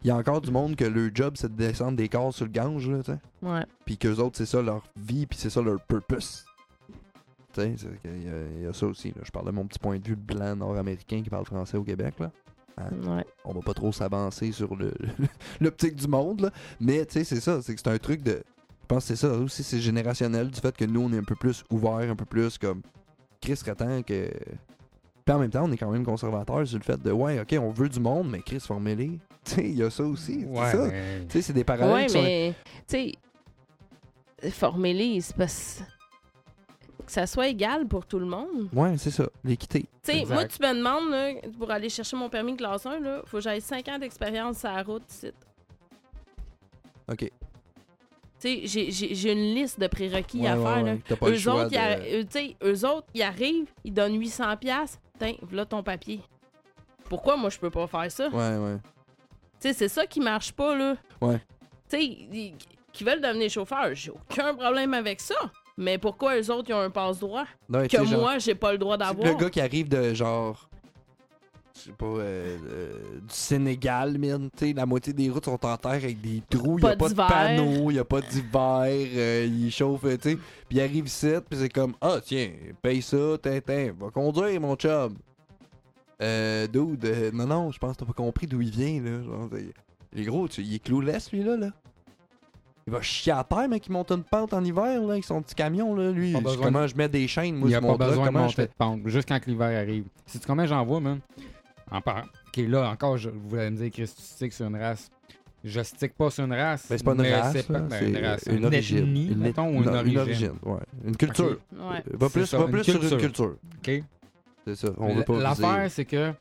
il y a encore du monde que leur job, c'est de descendre des corps sur le Gange, là, tu sais
Ouais.
puis qu'eux autres, c'est ça leur vie, puis c'est ça leur purpose. Tu sais, c'est que il y, a- il y a ça aussi. là. Je parle de mon petit point de vue blanc nord-américain qui parle français au Québec. Là. Hein?
Mm.
Ouais.
On va pas trop s'avancer sur le- l'optique du monde, là. mais tu sais, c'est ça. C'est que c'est un truc de. Je pense que c'est ça aussi, c'est générationnel du fait que nous, on est un peu plus ouvert, un peu plus comme. Chris attend que. Puis en même temps, on est quand même conservateur sur le fait de ouais, ok, on veut du monde, mais Chris, formez-les. Tu sais, il y a ça aussi.
Ouais,
c'est ça.
mais-
Tu sais, c'est des parallèles
Ouais,
qui sont-
mais, tu sais, formez-les, c'est parce que ça soit égal pour tout le monde.
Ouais, c'est ça. L'équité.
Tu sais,
Exact.
moi, tu me demandes, là, pour aller chercher mon permis de classe 1, là, faut que j'aille 5 ans d'expérience à la route, ici.
Ok.
Tu sais, j'ai- j'ai j'ai une liste de prérequis
Ouais,
à
ouais,
faire, là.
ouais. T'as pas le
Eux
choix
autres,
de-
ils arri- eux, tu sais, eux autres, ils arrivent, ils donnent 800 pièces. Tiens, voilà ton papier. Pourquoi moi je peux pas faire ça
Ouais, ouais.
Tu sais, c'est ça qui marche pas là.
Ouais.
Tu sais, ils- qui veulent devenir chauffeur, j'ai aucun problème avec ça. Mais pourquoi eux autres ils ont un passe droit
Non, tu
que
sais, genre,
moi j'ai pas le droit d'avoir
Le gars qui arrive de genre. Je sais pas, euh, euh, du Sénégal, man. Tu sais, la moitié des routes sont en terre avec des trous. Il
Pas
a pas de
d'hiver.
panneaux, il a pas d'hiver. euh, Il chauffe, euh, tu sais. Puis il arrive ici, puis c'est comme Ah, tiens, paye ça, tintin, va conduire, mon chum. Euh, dude, euh, non, non, je pense que t'as pas compris d'où il vient, là. Genre, c'est- les gros, tu- il est clouless, lui, là, là. Il va chier à terre, mec, il monte une pente en hiver, là, avec son petit camion, là, lui.
Pas besoin
Comment je mets des chaînes, moi,
il n'y a
sur
pas
mon truck,
besoin de
comment je
monter de pente, juste quand que l'hiver arrive. C'est combien j'en vois, man? En part. Ok, là, encore, je, vous allez me dire, Chris, tu stick sur une race. Je stick pas sur une race.
Mais Ben, c'est pas une race,
c'est pas-
là,
ben,
c'est
une race.
une origine.
ethnie,
une,
mettons, ou
non,
une origine.
ouais. Une culture.
Ouais.
Euh, Va
C'est
plus,
ça,
va
une
plus sur
culture.
une culture.
OK?
C'est ça. On veut
L-
pas
L'affaire,
viser.
c'est que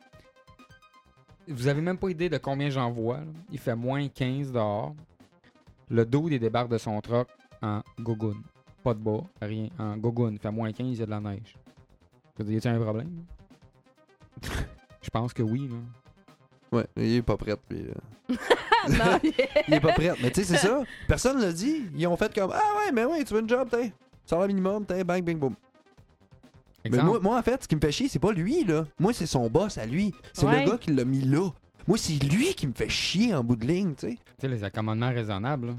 vous avez même pas idée de combien j'en vois. là. Il fait moins 15 dehors. Le dos, il débarque de son truck en gogoun. Pas de bas, rien. En gogoun. Il fait moins 15, il y a de la neige. Je veux dire, y a-t-il un problème? Je pense que oui. Là.
Ouais, il est pas prêt. Puis, euh,
Non, yeah.
il est pas prêt. Mais tu sais, c'est ça. Personne l'a dit. Ils ont fait comme Ah ouais, mais ouais, tu veux une job, t'es. Salaire minimum, t'es. Bang, bing, boom. Mais
Exemple,
moi, moi, en fait, ce qui me fait chier, c'est pas lui, là. Moi, c'est son boss à lui. C'est
Ouais.
le gars qui l'a mis là. Moi, c'est lui qui me fait chier en bout de ligne, tu sais.
tu sais, les accommodements raisonnables, là,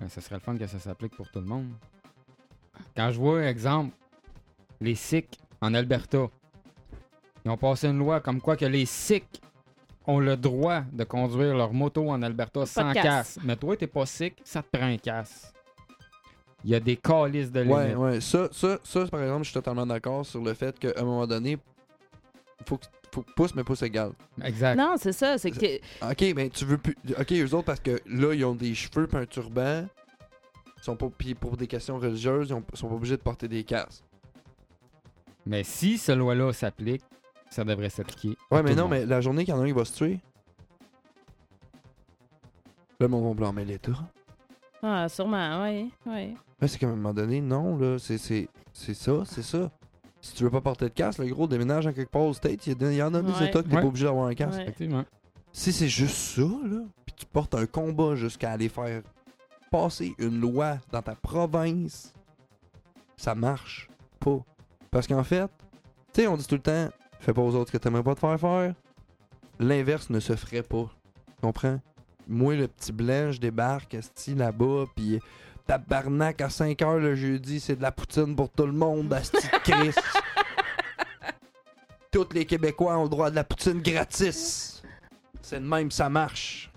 ben, ça serait le fun que ça s'applique pour tout le monde. Quand je vois, exemple, les Sikhs en Alberta, ils ont passé une loi comme quoi que les Sikhs ont le droit de conduire leur moto en Alberta sans
casse.
casse. Mais toi, t'es pas Sikh, ça te prend un casse. Il y a des calices de limites.
Ouais, ouais. Ça, ça, ça, par exemple, je suis totalement d'accord sur le fait qu'à un moment donné, faut que, pou- pouce, mais pouce égal.
Exact.
Non, c'est ça. C'est que.
Ok, mais tu veux plus. Ok, eux autres, parce que là, ils ont des cheveux puis un turban. Ils Sont pas... Puis pour des questions religieuses, ils ont- sont pas obligés de porter des casques.
Mais si cette loi-là s'applique, ça devrait s'appliquer. à
Ouais, mais
tout le
non,
monde.
mais la journée qu'il y en a un qui va se tuer. Là, mon Mont Blanc, mais l'État.
Ah, sûrement, oui. Ouais.
Ouais, c'est qu'à un moment donné, non, là, c'est, c'est, c'est ça, c'est ça. Si tu veux pas porter de casque, le gros déménage en quelque part aux States, il y a- il y, en a des
Ouais.
États que t'es
Ouais.
pas obligé d'avoir un casque.
ouais.
Effectivement.
Si c'est juste ça, là, puis tu portes un combat jusqu'à aller faire passer une loi dans ta province, ça marche pas. Parce qu'en fait, tu sais, on dit tout le temps, fais pas aux autres ce que t'aimerais pas te faire faire. L'inverse ne se ferait pas. Tu comprends? Moi, le petit blanc, je débarque, esti, là-bas, puis tabarnak à 5 heures le jeudi, c'est de la poutine pour tout le monde, asti de Christ. Tous les Québécois ont le droit à de la poutine gratis. C'est de même, ça marche.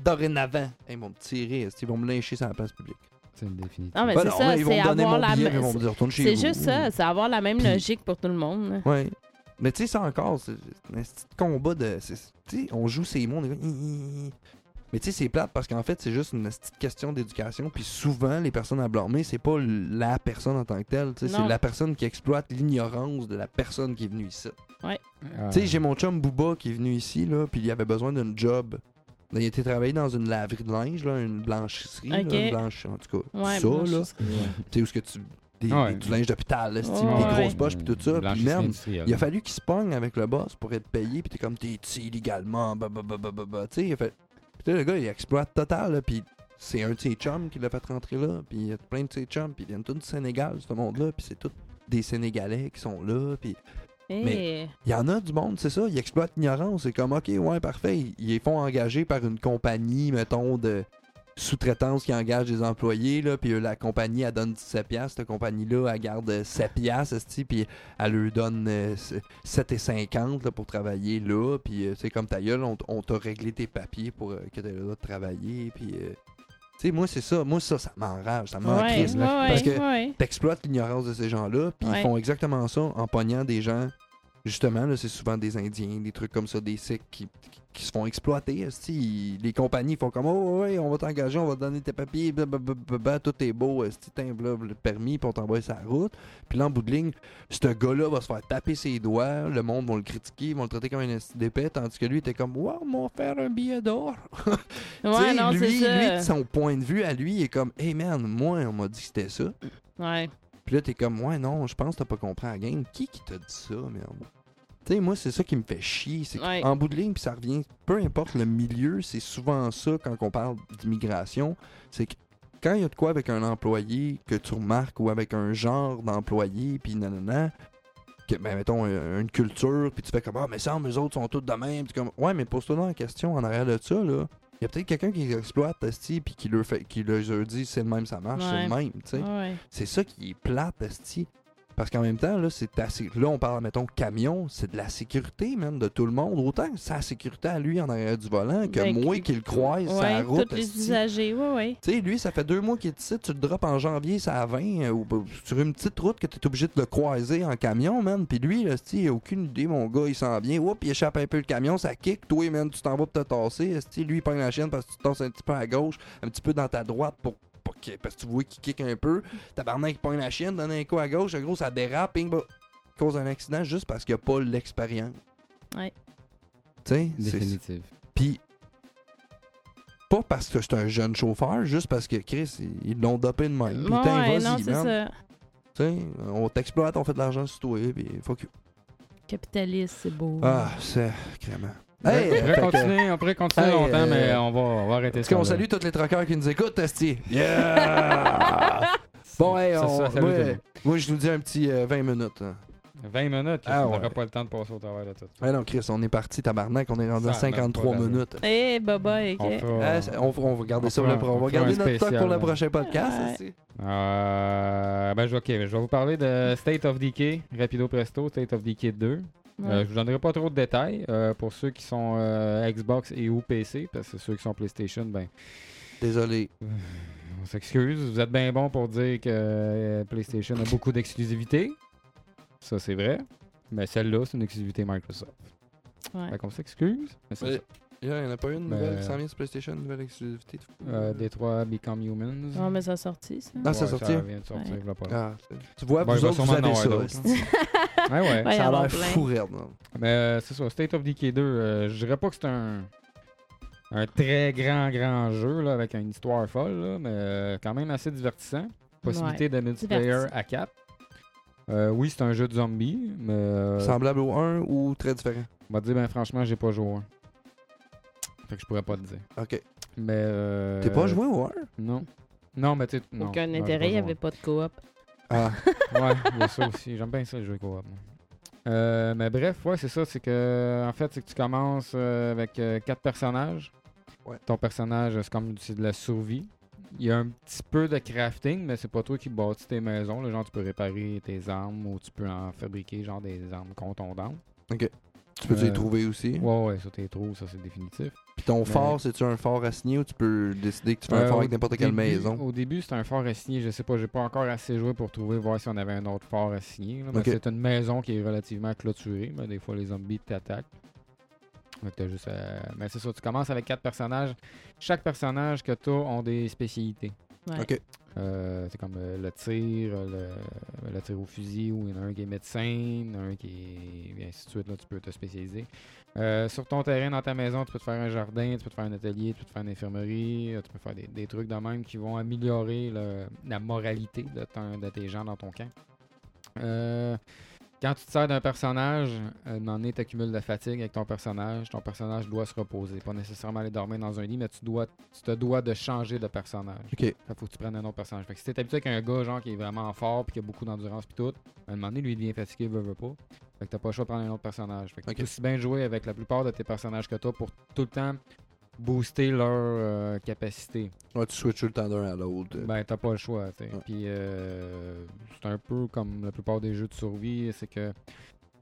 Dorénavant. Hey, ils vont me tirer, esti, ils vont me lyncher sur la place publique.
C'est une définitive.
Non, mais
Ben
c'est
non,
ça.
là, ils vont
C'est
me donner
avoir
mon
la
billet,
même.
ils vont me dire retourne chez
C'est
vous.
juste ça. C'est avoir la même
Puis-
logique pour tout le monde.
Ouais. Mais tu sais, ça encore, c'est c'est un petit combat de. c'est- Tu sais, on joue ces mots, on est comme, Hi, hi, hi. Mais tu sais, c'est plate parce qu'en fait, c'est juste une petite question d'éducation. Puis souvent, les personnes à blâmer, c'est pas la personne en tant que telle. tu sais, C'est
Non.
la personne qui exploite l'ignorance de la personne qui est venue ici.
Ah,
Tu sais, j'ai mon chum Booba qui est venu ici, là, puis il avait besoin d'un job. Il était travaillé dans une laverie de linge, là, une blanchisserie, là,
Ok.
une blanche, en tout cas,
Ouais,
ça,
blanche-
là. Tu sais, où ce que tu... Des,
Ouais.
des- du linge d'hôpital, là, c'est-tu,
Ouais.
des grosses poches, puis tout ça, puis
Blanchisserie
merde,
industrielle.
il a fallu qu'il se pogne avec le boss pour être payé, puis t'es comme, t'es-tu illégalement, bah, bah, bah, bah, bah, bah, tu sais, il a fait... Puis là, le gars, il exploite total, là, puis c'est un de ses chums qui l'a fait rentrer là, puis il y a plein de ses chums, puis ils viennent tous du Sénégal, ce monde-là, puis c'est tous des Sénégalais qui sont là, puis...
Eh,
Il y en a du monde, c'est ça. Ils exploitent l'ignorance. C'est comme, OK, ouais, parfait. Ils- Ils les font engager par une compagnie, mettons, de sous-traitance qui engage des employés, là, puis eux, la compagnie, elle donne 17 piastres. Cette compagnie-là, elle garde euh, 7 piastres, esti, puis elle leur donne euh, s- 7,50 là, pour travailler là, puis euh, c'est comme ta gueule, on, t- on t'a réglé tes papiers pour euh, que t'aies le droit de travailler, puis... euh, tu sais, moi, c'est ça. Moi, ça, ça m'enrage, ça
Ouais, ouais,
m'encrisse parce que-
ouais, ouais.
t'exploites l'ignorance de ces gens-là, puis ils
Ouais.
font exactement ça en pognant des gens. Justement, là, c'est souvent des Indiens, des trucs comme ça, des Sikhs qui, qui- qui se font exploiter. esti. les compagnies font comme Oh, ouais, on va t'engager, on va te donner tes papiers, blablabla, tout est beau, esti, t'as un bleu- le permis, puis on t'envoie sur la route. Puis là, en bout de ligne, ce gars-là va se faire taper ses doigts, le monde va le critiquer, ils vont le traiter comme un esti d'épais, tandis que lui, il était comme Wow, m'ont faire un billet d'or. Tu
Ouais,
sais,
non, c'est
lui,
ça.
lui, de son point de vue à lui, il est comme Hey man, moi, on m'a dit que c'était ça.
Ouais.
Puis là, t'es comme, ouais, non, je pense que t'as pas compris la game. Qui qui t'a dit ça, merde? Tu sais, moi, c'est ça qui me fait chier. C'est
Ouais.
En bout de ligne, puis ça revient, peu importe le milieu, c'est souvent ça quand on parle d'immigration. C'est que quand il y a de quoi avec un employé que tu remarques ou avec un genre d'employé, puis nanana, que, ben, mettons, un- une culture, puis tu fais comme, ah, mais ça, les autres sont tous de même. Puis comme, ouais, mais pose-toi dans la question en arrière de ça, là. Il y a peut-être quelqu'un qui les exploite, esti, puis qui leur, fait, qui leur dit, c'est le même, ça marche, c'est le
Ouais.
même, tu sais.
Ouais.
C'est ça qui est plate, esti. Parce qu'en même temps, là, c'est assez... là, on parle, mettons, camion, c'est de la sécurité, même, de tout le monde. Autant que sa sécurité à lui en arrière du volant que
Ben,
moi
qui-
qui le croise, sa
Ouais,
route,
tous les
esti.
usagers, ouais, ouais.
Tu sais, lui, ça fait deux mois qu'il est ici, tu le drops en janvier, ça à 20, euh, ou, bah, sur une petite route que tu es obligé de le croiser en camion, man. Puis lui, là, esti, il a aucune idée, mon gars, il s'en vient, oups, il échappe un peu le camion, ça kick, toi, man, tu t'en vas pour te tasser, esti, lui, il prend la chaîne parce que tu tasses un petit peu à gauche, un petit peu dans ta droite pour, pour que- parce que tu vois qu'il kick un peu, tabarnak, il prend la chaîne, donne un coup à gauche, en gros, ça dérape, ping, bah, cause un accident juste parce qu'il a pas l'expérience.
Ouais.
Tu sais, c'est
Définitive.
puis, pas parce que c'est un jeune chauffeur, juste parce que Chris, ils- ils l'ont dopé de même. Putain,
ouais, non,
vas-y,
c'est
man.
ça.
Tu sais, on t'exploite, on fait de l'argent sur toi, puis fuck you.
Capitaliste, c'est beau.
Ah, c'est vraiment. Hey,
on
fait
pourrait
que-
continuer, on pourrait continuer
Hey,
longtemps,
euh,
mais on va, on va arrêter
est-ce
ça.
qu'on
là.
salue tous les troqueurs qui nous écoutent, Asti? Yeah! bon, hey,
Ça,
on-
ça, salut
moi,
tout le monde.
moi, je nous dis un petit euh, 20 minutes. hein.
20 minutes,
Ah
on
ouais.
n'aura pas le temps de passer au travers de tout.
Ouais, non, Chris, on est parti, tabarnak, on est rendu
Ça
à
a même pas
53
d'allure.
minutes.
Eh, Baba, ok.
On fera-
Ah, c'est- on, on va garder
On
ça,
fera
là, pour-
un-
on
on
va
fera
garder
un
notre stock pour
spécial,
le
hein.
prochain podcast,
Ouais.
Asti.
Euh, ben, je- ok, je vais vous parler de State of Decay, Rapido Presto, State of Decay 2.
Ouais.
Euh, je vous donnerai pas trop de détails euh, pour ceux qui sont euh, Xbox et ou PC, parce que ceux qui sont PlayStation, ben,
Désolé.
on s'excuse. Vous êtes bien bon pour dire que euh, PlayStation a beaucoup d'exclusivités. Ça, c'est vrai. Mais celle-là, c'est une exclusivité Microsoft.
Ouais.
Fait qu'on s'excuse. mais c'est
Ouais.
ça.
Il y en a pas une
Mais-
nouvelle qui s'en vient sur PlayStation, nouvelle exclusivité de fou.
Euh, Détroit Become Humans.
Non, mais ça a sorti, ça.
Ah, ça sortit.
vient de sortir,
Ouais.
voilà, pas là.
Ah, c'est- tu vois,
Bon, il
vous
va
autres, vous
sûrement en avoir
avez ça.
d'autres,
hostie.
Ouais, ouais.
Ouais, il y
ça
en
a
a
l'air
plein.
fou raide, non?
Mais euh, c'est ça, State of Decay 2, euh, je dirais pas que c'est un, un très grand, grand jeu là, avec une histoire folle, là, mais euh, quand même assez divertissant. Possibilité de multiplayer
divertissant.
à 4. oui, c'est un jeu de zombies, mais euh,
Semblable au 1 ou très différent?
on va te dire, ben, franchement, j'ai pas joué au un. Fait que je pourrais pas te dire.
Ok.
Mais. euh,
T'es pas joué au 1?
Non. Non, mais tu sais. non,
Aucun
non, j'ai pas
intérêt, il n'y
joué au
avait pas de coop.
Ah,
ouais, il y a ça aussi. J'aime bien ça, les jeux coop. moi. Euh, mais bref, ouais, c'est ça. C'est que, en fait, c'est que tu commences euh, avec euh, quatre personnages.
Ouais.
Ton personnage, c'est comme c'est de la survie. Il y a un petit peu de crafting, mais c'est pas toi qui bâtis tes maisons. là. Genre, tu peux réparer tes armes ou tu peux en fabriquer genre des armes contondantes.
tu peux
Euh,
les trouver aussi.
Ouais, ouais, ça, t'es trop, ça, c'est définitif.
Puis ton
Mais-
fort, c'est-tu un fort assigné ou tu peux décider que tu veux
Euh,
un fort
au
avec n'importe quelle
début-
maison?
Au début, c'était un fort assigné. Je sais pas, j'ai pas encore assez joué pour trouver, voir si on avait un autre fort assigné. là. Mais
Ok.
C'est une maison qui est relativement clôturée. Mais des fois, les zombies t'attaquent. Fait que t'as juste à- Mais c'est ça, tu commences avec quatre personnages. Chaque personnage que t'as ont des spécialités.
Ouais.
Ok.
Euh, c'est comme euh, le tir, euh, le, le tir au fusil, où il y en a un qui est médecin, il y en a un qui est. et ainsi de suite, là, tu peux te spécialiser. Euh, sur ton terrain, dans ta maison, tu peux te faire un jardin, tu peux te faire un atelier, tu peux te faire une infirmerie, euh, tu peux faire des, des trucs de même qui vont améliorer le- la moralité de, ton- de tes gens dans ton camp. Euh, quand tu te sers d'un personnage, euh, m'en est, t'accumules de la fatigue avec ton personnage. Ton personnage doit se reposer. Pas nécessairement aller dormir dans un lit, mais tu, dois, tu te dois de changer de personnage.
Ok.
Fait faut que tu prennes un autre personnage. Fait que si t'es habitué avec un gars genre qui est vraiment fort puis qui a beaucoup d'endurance puis tout, à un moment donné, lui il devient fatigué, veut, veut pas. Fait que t'as pas le choix de prendre un autre personnage. Fait que tu
Ok.
peux aussi bien jouer avec la plupart de tes personnages que t'as pour tout le temps booster leur euh, capacité.
Ouais, tu switches le temps d'un à l'autre.
Ben, t'as pas le choix. t'sais.
Ouais.
Puis, euh, c'est un peu comme la plupart des jeux de survie, c'est que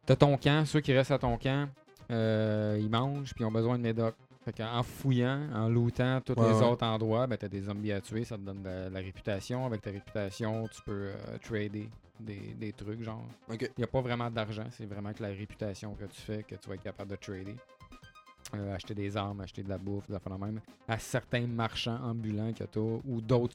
t'as ton camp, ceux qui restent à ton camp, euh, ils mangent, puis ils ont besoin de médoc. Fait qu'en fouillant, en lootant tous
Ouais,
les
ouais.
autres endroits, ben, t'as des zombies à tuer, ça te donne de la, de la réputation. Avec ta réputation, tu peux euh, trader des, des trucs, genre.
Ok.
Il n'y a pas vraiment d'argent, c'est vraiment que la réputation que tu fais que tu vas être capable de trader. Euh, acheter des armes, acheter de la bouffe, des affaires de même, à certains marchands ambulants que tu ou d'autres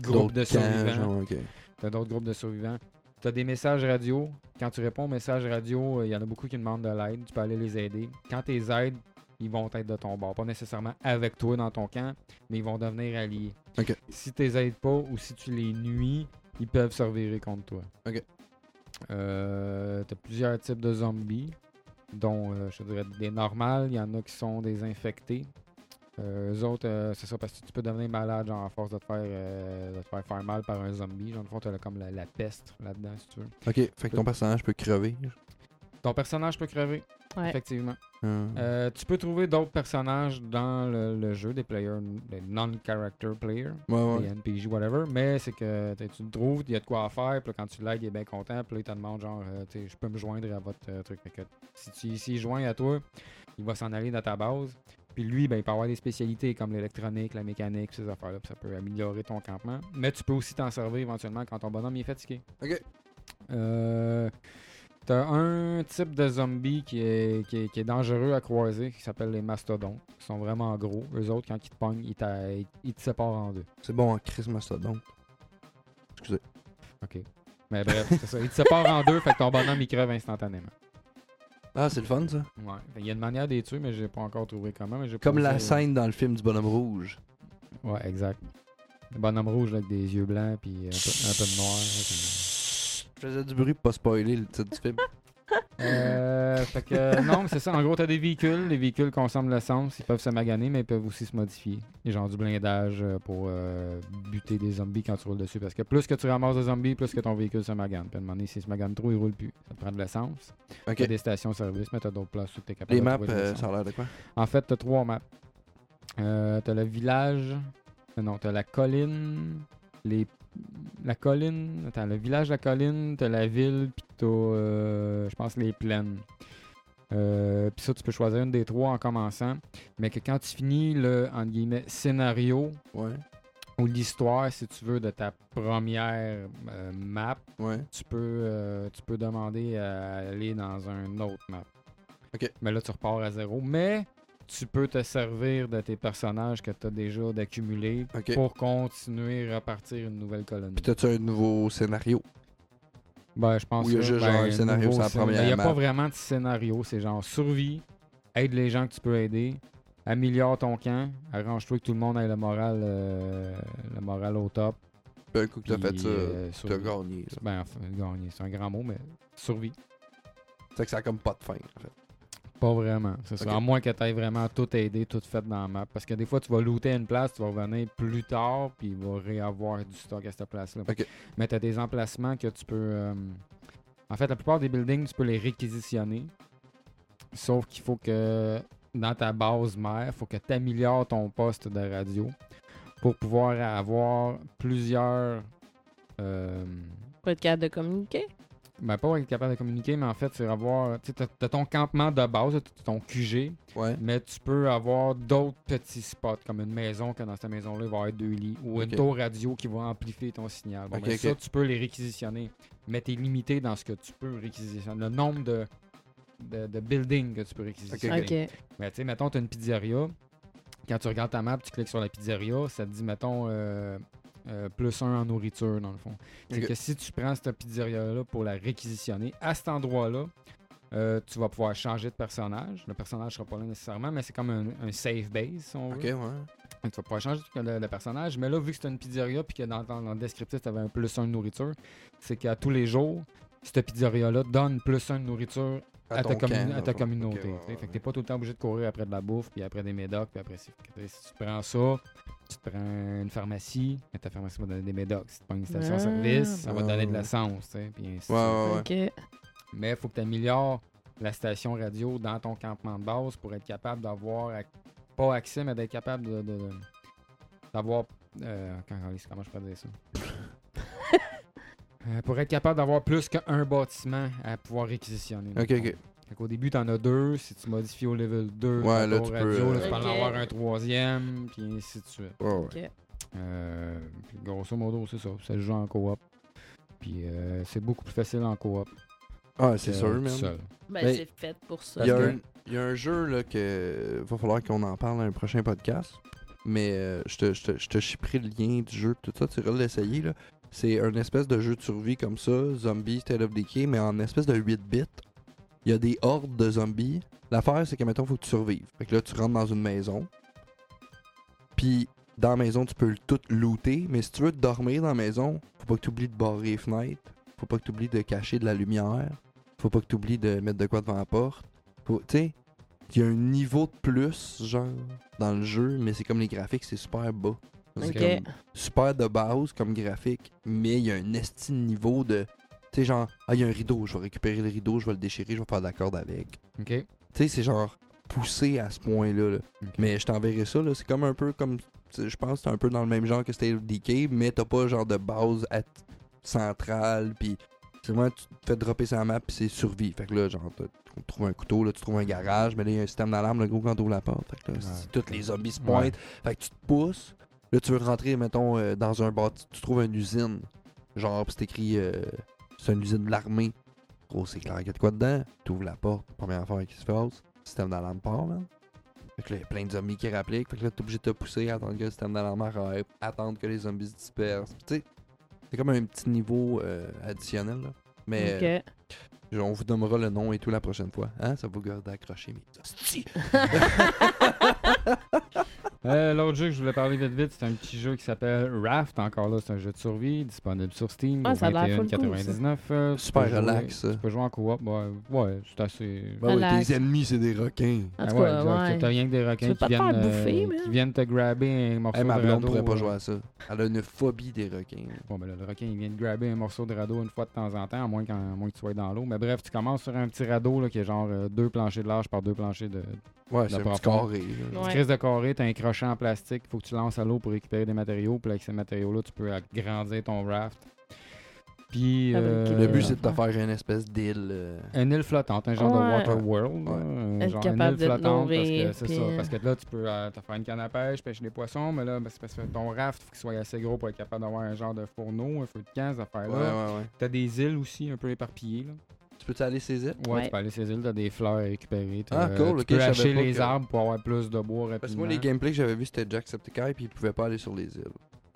groupes
D'autres
de
camps,
survivants.
genre, ok.
T'as d'autres groupes de survivants. T'as des messages radio. Quand tu réponds aux messages radio, euh, il y en a beaucoup qui demandent de l'aide. Tu peux aller les aider. Quand tu les aides, ils vont être de ton bord. Pas nécessairement avec toi dans ton camp, mais ils vont devenir alliés.
Ok.
Si tu les aides pas ou si tu les nuis, ils peuvent se revirer contre toi.
Ok.
Euh, t'as plusieurs types de zombies, dont euh, je te dirais des normales. Il y en a qui sont des infectés. Euh, eux autres, euh, c'est ça, parce que tu peux devenir malade, genre, à force de te faire, euh, de te faire, faire mal par un zombie. Genre, le fond, t'as le- comme la, la peste là-dedans, si tu veux.
Ok, fait que ton personnage peut crever.
Ton personnage peut crever,
Ouais.
effectivement.
Euh,
Euh, tu peux trouver d'autres personnages dans le, le jeu, des players, des non-character players,
ouais,
des
ouais.
NPJ, whatever, mais c'est que t'sais, tu te trouves, il y a de quoi à faire, puis là, quand tu lags, il est bien content, puis là, il te demande, genre, euh, t'sais, je peux me joindre à votre euh, truc. Fait que si tu s'il se joint à toi, il va s'en aller dans ta base, puis lui, ben, il peut avoir des spécialités comme l'électronique, la mécanique, ces affaires-là, puis ça peut améliorer ton campement, mais tu peux aussi t'en servir éventuellement quand ton bonhomme il est fatigué.
Ok.
Euh, T'as un type de zombie qui est, qui, est, qui est dangereux à croiser, qui s'appelle les mastodontes. Ils sont vraiment gros. Eux autres, quand ils te pognent, ils, t'a- ils te séparent en deux.
C'est bon en Chris Mastodon. Excusez.
Mais bref, c'est ça. Ils te séparent en deux, fait que ton bonhomme, il creve instantanément.
Ah, c'est le fun ça.
Ouais. Fait, il y a une manière de les tuer, mais j'ai pas encore trouvé comment. Mais j'ai
Comme la
posé-
scène dans le film du bonhomme rouge.
Ouais, exact. Le bonhomme rouge là, avec des yeux blancs puis un peu, un peu de noir. là, puis-
Je faisais du bruit pour pas spoiler le titre du film.
Euh, fait que euh, non, mais c'est ça. En gros, t'as des véhicules. Les véhicules consomment l'essence. Ils peuvent se maganer, mais ils peuvent aussi se modifier. Et genre du blindage euh, pour euh, buter des zombies quand tu roules dessus. Parce que plus que tu ramasses de zombies, plus que ton véhicule se magane. Puis à un moment donné, s'il se magane trop, il roule plus. Ça prend de l'essence.
Ok.
T'as des stations-service, mais t'as d'autres places où t'es capable
Les
de
maps,
trouver de
euh,
l'essence.
ça a l'air de quoi
En fait, t'as trois maps. Euh, t'as le village. euh, Non, t'as la colline. Les... La colline. Attends, le village, la colline, t'as la ville, puis t'as, euh, je pense, les plaines. Euh, puis ça, tu peux choisir une des trois en commençant. Mais que quand tu finis le, entre guillemets, scénario
Ouais.
ou l'histoire, si tu veux, de ta première euh, map,
Ouais.
tu peux, euh, tu peux demander à aller dans un autre map.
Ok.
Mais là, tu repars à zéro. Mais tu peux te servir de tes personnages que tu as déjà d'accumuler
Ok.
pour continuer à partir une nouvelle colonie.
Puis t'as-tu un nouveau scénario?
Ben, je pense
Ou il y a
que,
juste
ben,
genre un scénario
nouveau
sur la
scén-
première
Il n'y a pas
map.
vraiment de scénario. C'est genre survie, aide les gens que tu peux aider, améliore ton camp, arrange-toi que tout le monde ait le moral, euh, le moral au top.
Puis un coup que t'as
puis,
fait ça,
euh,
t'as
survie.
gagné. là.
Ben, enfin, gagner, c'est un grand mot, mais survie.
C'est que ça a comme pas de fin, en fait.
Pas vraiment. C'est ça.
Ok.
À moins que tu aies vraiment tout aidé, tout fait dans la map. Parce que des fois, tu vas looter une place, tu vas revenir plus tard, puis il va réavoir du stock à cette place-là.
Ok.
Mais tu as des emplacements que tu peux. euh, En fait, la plupart des buildings, tu peux les réquisitionner. Sauf qu'il faut que dans ta base mère, il faut que tu améliores ton poste de radio pour pouvoir avoir plusieurs. euh,
Pas de cadre de communiquer.
ben, pas être capable de communiquer, mais en fait, c'est avoir. Tu sais, t'as- t'as ton campement de base, là, t'as ton QG,
Ouais.
mais tu peux avoir d'autres petits spots, comme une maison, que dans cette maison-là, il va y avoir deux lits, ou une
Ok.
tour radio qui va amplifier ton signal. Bon,
Ok,
ben,
ok.
ça, tu peux les réquisitionner, mais t'es limité dans ce que tu peux réquisitionner, le nombre de, de, de buildings que tu peux réquisitionner.
Ok.
Ok.
Mais tu sais, mettons, t'as une pizzeria. Quand tu regardes ta map, tu cliques sur la pizzeria, ça te dit, mettons, euh, euh, plus un en nourriture, dans le fond. C'est
Ok.
que si tu prends cette pizzeria-là pour la réquisitionner, à cet endroit-là, euh, tu vas pouvoir changer de personnage. Le personnage sera pas là nécessairement, mais c'est comme un, un safe base, si on veut.
Ok, ouais.
Donc, Tu vas pouvoir changer de, de- de personnage. Mais là, vu que c'est une pizzeria puis que dans, dans- dans le descriptif, tu avais un plus un de nourriture, c'est qu'à tous les jours, cette pizzeria-là donne plus un de nourriture à,
ton
ta, commu-
camp,
à ta
dans le fond.
communauté.
Ok, ouais,
tu sais.
ouais,
Fait que t'es pas tout le temps obligé de courir après de la bouffe, puis après des médocs, puis après si, tu sais, si tu prends ça, tu te prends une pharmacie, mais ta pharmacie va donner des médocs. Si tu prends une station-service, ça va te
Ah,
donner de
ouais.
l'essence, tu sais, puis ainsi de
Ouais,
suite.
ouais, ouais.
Ok.
Mais il faut que tu améliores la station radio dans ton campement de base pour être capable d'avoir, ac- pas accès, mais d'être capable de- de- de- d'avoir. euh, quand- comment je peux dire ça? Euh, pour être capable d'avoir plus qu'un bâtiment à pouvoir réquisitionner.
Ok,
mettons.
ok.
Fait qu'au début, t'en as deux. Si tu modifies au level 2,
Ouais,
t'as
là,
ton
tu peux,
radio, là, tu peux
euh,
en
Ok.
avoir un troisième, puis ainsi de suite.
Ouais, ouais.
Ok.
Euh, puis grosso modo, c'est ça. Ça se joue en coop. Puis euh, c'est beaucoup plus facile en coop.
Ah, c'est
que
sûr,
tout
man.
seul.
Ben,
Mais-
c'est fait pour ça.
Il y, a
Parce
un, il y a un jeu là que euh, va falloir qu'on en parle à un prochain podcast. Mais euh, je te- je te je te chipperai le lien du jeu tout ça, tu iras l'essayer là. C'est un espèce de jeu de survie comme ça, zombie, Tale of Decay, mais en espèce de 8 bits. Il y a des hordes de zombies. L'affaire c'est que mettons faut que tu survives. Fait que là tu rentres dans une maison. Puis dans la maison tu peux le tout looter, mais si tu veux dormir dans la maison, faut pas que tu oublies de barrer les fenêtres, faut pas que tu oublies de cacher de la lumière, faut pas que tu oublies de mettre de quoi devant la porte. Faut- Tu sais, il y a un niveau de plus, genre, dans le jeu, mais c'est comme les graphiques, c'est super bas. C'est
Ok.
comme super de base comme graphique, mais il y a un esti de niveau de. Tu sais, genre, ah, il y a un rideau, je vais récupérer le rideau, je vais le déchirer, je vais faire de la corde avec. Tu
OK?
sais, c'est genre poussé à ce point-là. là.
Ok.
Mais je t'enverrai ça, là. C'est comme un peu comme. tu sais, Je pense que c'est un peu dans le même genre que State of Decay, mais t'as pas genre de base at- centrale, puis c'est vraiment tu te fais dropper sur la map, puis c'est survie. Fait que là, genre, t'as- on trouve un couteau, là, tu trouves un garage, mais là, il y a un système d'alarme, le gros, quand t'ouvres la porte. Fait que là,
Ouais.
si tous les zombies se
Ouais.
pointent. Fait que tu te pousses, là, tu veux rentrer, mettons, euh, dans un bâti, tu trouves une usine. Genre, puis c'est écrit, euh, c'est une usine de l'armée. Gros, c'est clair qu'il y a de quoi dedans. T'ouvres la porte, première affaire qui se passe, système d'alarme part, man. Fait que là, il y a plein de zombies qui réappliquent. Fait que là, t'es obligé de te pousser, attendre que le système d'alarme arrête, attendre que les zombies se dispersent. Tu sais, c'est comme un petit niveau euh, additionnel, là. Mais euh,
Ok.
je- on vous donnera le nom et tout la prochaine fois. Hein? Ça vous garde accroché, mes hosties.
Euh, L'autre jeu que je voulais parler vite vite, c'est un petit jeu qui s'appelle Raft. Encore là, c'est un jeu de survie disponible sur Steam.
Ah,
au
ça a l'air full cool,
21,99. Euh, tu
Super
peux jouer-
relax, ça.
Tu peux jouer en coop. Ouais, ouais c'est assez.
Ben ouais,
Relax.
tes ennemis, c'est des requins.
En
Ah
tout
ouais,
cas,
exact.
ouais.
T'as rien que des
Tu
requins
veux
qui
pas te faire
viennent, euh,
bouffer, mais-
qui viennent te grabber un morceau
Hey, ma
de
blonde
radeau.
pourrait pas
euh.
jouer à ça. Elle a une phobie des requins.
Bon, ben là, le requin, il vient de grabber un morceau de radeau une fois de temps en temps, à moins, qu'en- à moins que tu sois dans l'eau. Mais bref, tu commences sur un petit radeau là, qui est genre euh, deux planchers de large par deux planchers de,
Ouais, c'est un
D'abord,
petit carré. là.
Ouais.
crise de carré, t'as un crochet en plastique, faut que tu lances à l'eau pour récupérer des matériaux, puis avec ces matériaux-là, tu peux agrandir ton raft. Puis.
Fabriquer.
Le but,
Euh,
c'est de te faire une espèce d'île. euh,
Un île flottante, un genre
Ouais.
de water world. là,
Ouais.
un
Être
genre
capable
une île
de te
flottante,
nourrir,
parce que, c'est
puis,
ça,
euh,
parce que là, tu peux euh, te faire une canne à pêche, pêcher des poissons, mais là, ben, c'est parce que ton raft, faut qu'il soit assez gros pour être capable d'avoir un genre de fourneau, un feu de camp, ces
Ouais,
affaires-là.
ouais, ouais.
T'as des îles aussi un peu éparpillées. là.
Tu peux-tu aller saisir?
Ouais,
Ouais.
tu peux aller saisir, t'as des fleurs à récupérer. t'as-
Ah, cool,
tu
ok,
peux
je savais
acheter
pas
les
que-
arbres pour avoir plus de bois rapidement.
Parce que moi, les gameplays que j'avais vus, c'était Jacksepticeye, puis il pouvait pas aller sur les îles.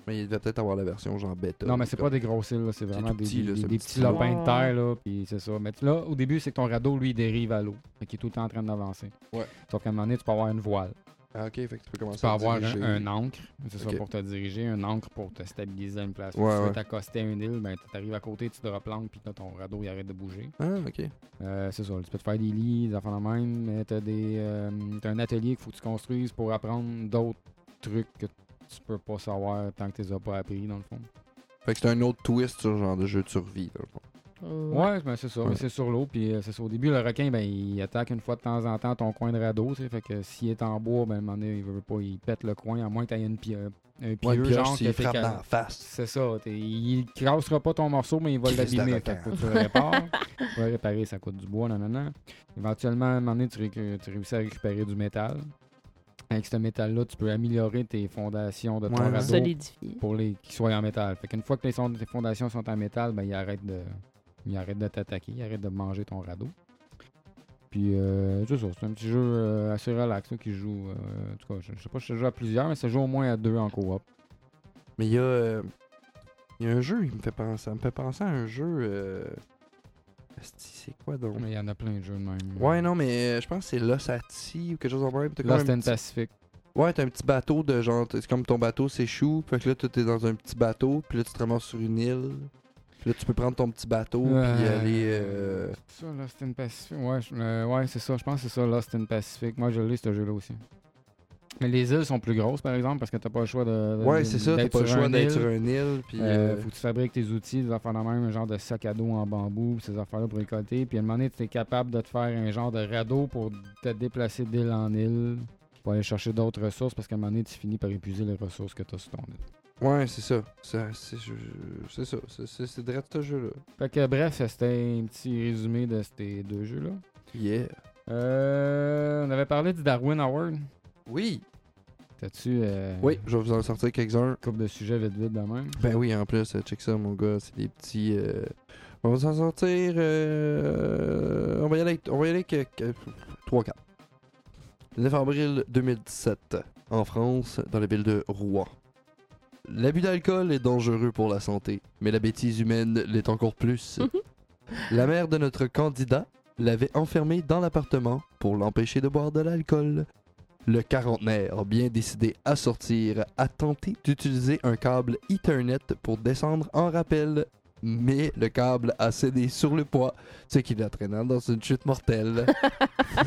Mais il devait peut-être avoir la version genre bêta.
Non, mais
ou
c'est
comme-
pas des grosses îles, là, c'est vraiment
tout
des,
petit, là,
des-
c'est un
des
petit
petits lapins de
Ouais.
terre, là, puis c'est ça. Mais tu- là, au début, c'est que ton radeau, lui, il dérive à l'eau. Fait qu'il est tout le temps en train d'avancer.
Ouais.
Sauf qu'à un moment donné, tu peux avoir une voile.
Ah, ok, fait que tu peux commencer
Tu peux
à
avoir un,
diriger.
un ancre, c'est
Ok.
ça, pour te diriger, un ancre pour te stabiliser à une place.
Ouais,
si tu
ouais.
veux t'accoster à une île, ben, t'arrives à côté, tu te replantes, puis là, ton radeau, il arrête de bouger.
Ah, ok.
Euh, c'est ça, tu peux te faire des lits, des affaires de même, mais t'as des, euh, t'as un atelier qu'il faut que tu construises pour apprendre d'autres trucs que tu peux pas savoir tant que tu les as pas appris, dans le fond.
Fait que c'est un autre twist sur genre de jeu de survie. Là,
Ouais, ben c'est ça.
Ouais.
mais C'est sur l'eau. Puis euh, c'est ça. Au début, le requin, ben, il attaque une fois de temps en temps ton coin de radeau. tu sais. Fait que s'il est en bois, ben, à un moment donné, il veut pas, il pète le coin, à moins que tu aies une pie- un pieu,
Ouais, puis
genre, que
s'il
t'es
frappe
cal-
dans la face.
C'est ça. t'es- Il crassera pas ton morceau, mais il va
Christ de
l'abîmer.
requin.
Fait que faut que tu le répares. Tu vas réparer, ça coûte du bois, nanana. Éventuellement, à un moment donné, tu, récu- tu réussis à récupérer du métal. Avec ce métal-là, tu peux améliorer tes fondations de ton
Ouais.
radeau
Solidifié.
pour les qui soient en métal. Fait qu'une fois que les son- tes fondations sont en métal, ben, ils arrêtent de ils arrêtent de t'attaquer, ils arrêtent de manger ton radeau. Puis euh, c'est ça, c'est un petit jeu euh, assez relax là, qui se joue. euh, en tout cas, je, je sais pas si je joue à plusieurs, mais ça se joue au moins à deux en coop.
Mais il y a. euh, Il y a un jeu, il me fait penser. Ça me fait penser à un jeu. Euh... asti, C'est quoi donc
Mais il y en a plein de jeux de même.
Ouais, non, mais euh, je pense que c'est Losati ou quelque chose en même. T'as comme
Lost
un
in
petit...
Pacific.
Ouais, t'as un petit bateau de genre. t'es- C'est comme ton bateau s'échoue. Fait que là, t'es dans un petit bateau. Puis là, tu te ramasses sur une île. Puis là, tu peux prendre ton petit bateau. Puis
Euh,
aller. euh,
C'est ça, Lost in Pacific. Ouais, je- euh, ouais c'est ça, je pense que c'est ça, Lost in Pacific. Moi, je l'ai, ce jeu-là aussi. Mais les îles sont plus grosses, par exemple, parce que t'as pas le choix de. de-
Ouais, c'est ça. T'as
d'être
pas le
sur
choix
une
d'être
île.
sur une île. Puis.
Euh,
euh,
faut que tu fabriques tes outils, des affaires de même, un genre de sac à dos en bambou, ces affaires-là pour récolter. Puis à un moment donné, tu es capable de te faire un genre de radeau pour te déplacer d'île en île, pour aller chercher d'autres ressources, parce qu'à un moment donné, tu finis par épuiser les ressources que tu as sur ton île.
Ouais, c'est ça. Ça, C'est je- je- c'est ça. C'est- C'est c'est direct ce jeu-là.
Fait que bref, ça, c'était un petit résumé de ces deux jeux-là.
Yeah.
Euh, on avait parlé du Darwin Award.
Oui.
T'as-tu euh,
Oui, je vais vous en sortir quelques-uns.
une couple de sujets vite-vite de même?
Ben oui, en plus, euh, check ça, mon gars, c'est des petits. euh, On va s'en sortir. euh, On va y aller avec, on va y aller avec 3-4. Le 9 avril 2017, en France, dans la ville de Rouen. L'abus d'alcool est dangereux pour la santé, mais la bêtise humaine l'est encore plus. la mère de notre candidat l'avait enfermé dans l'appartement pour l'empêcher de boire de l'alcool. Le quarantenaire, bien décidé à sortir, a tenté d'utiliser un câble Ethernet pour descendre en rappel, mais le câble a cédé sur le poids, ce qui l'entraîna dans une chute mortelle.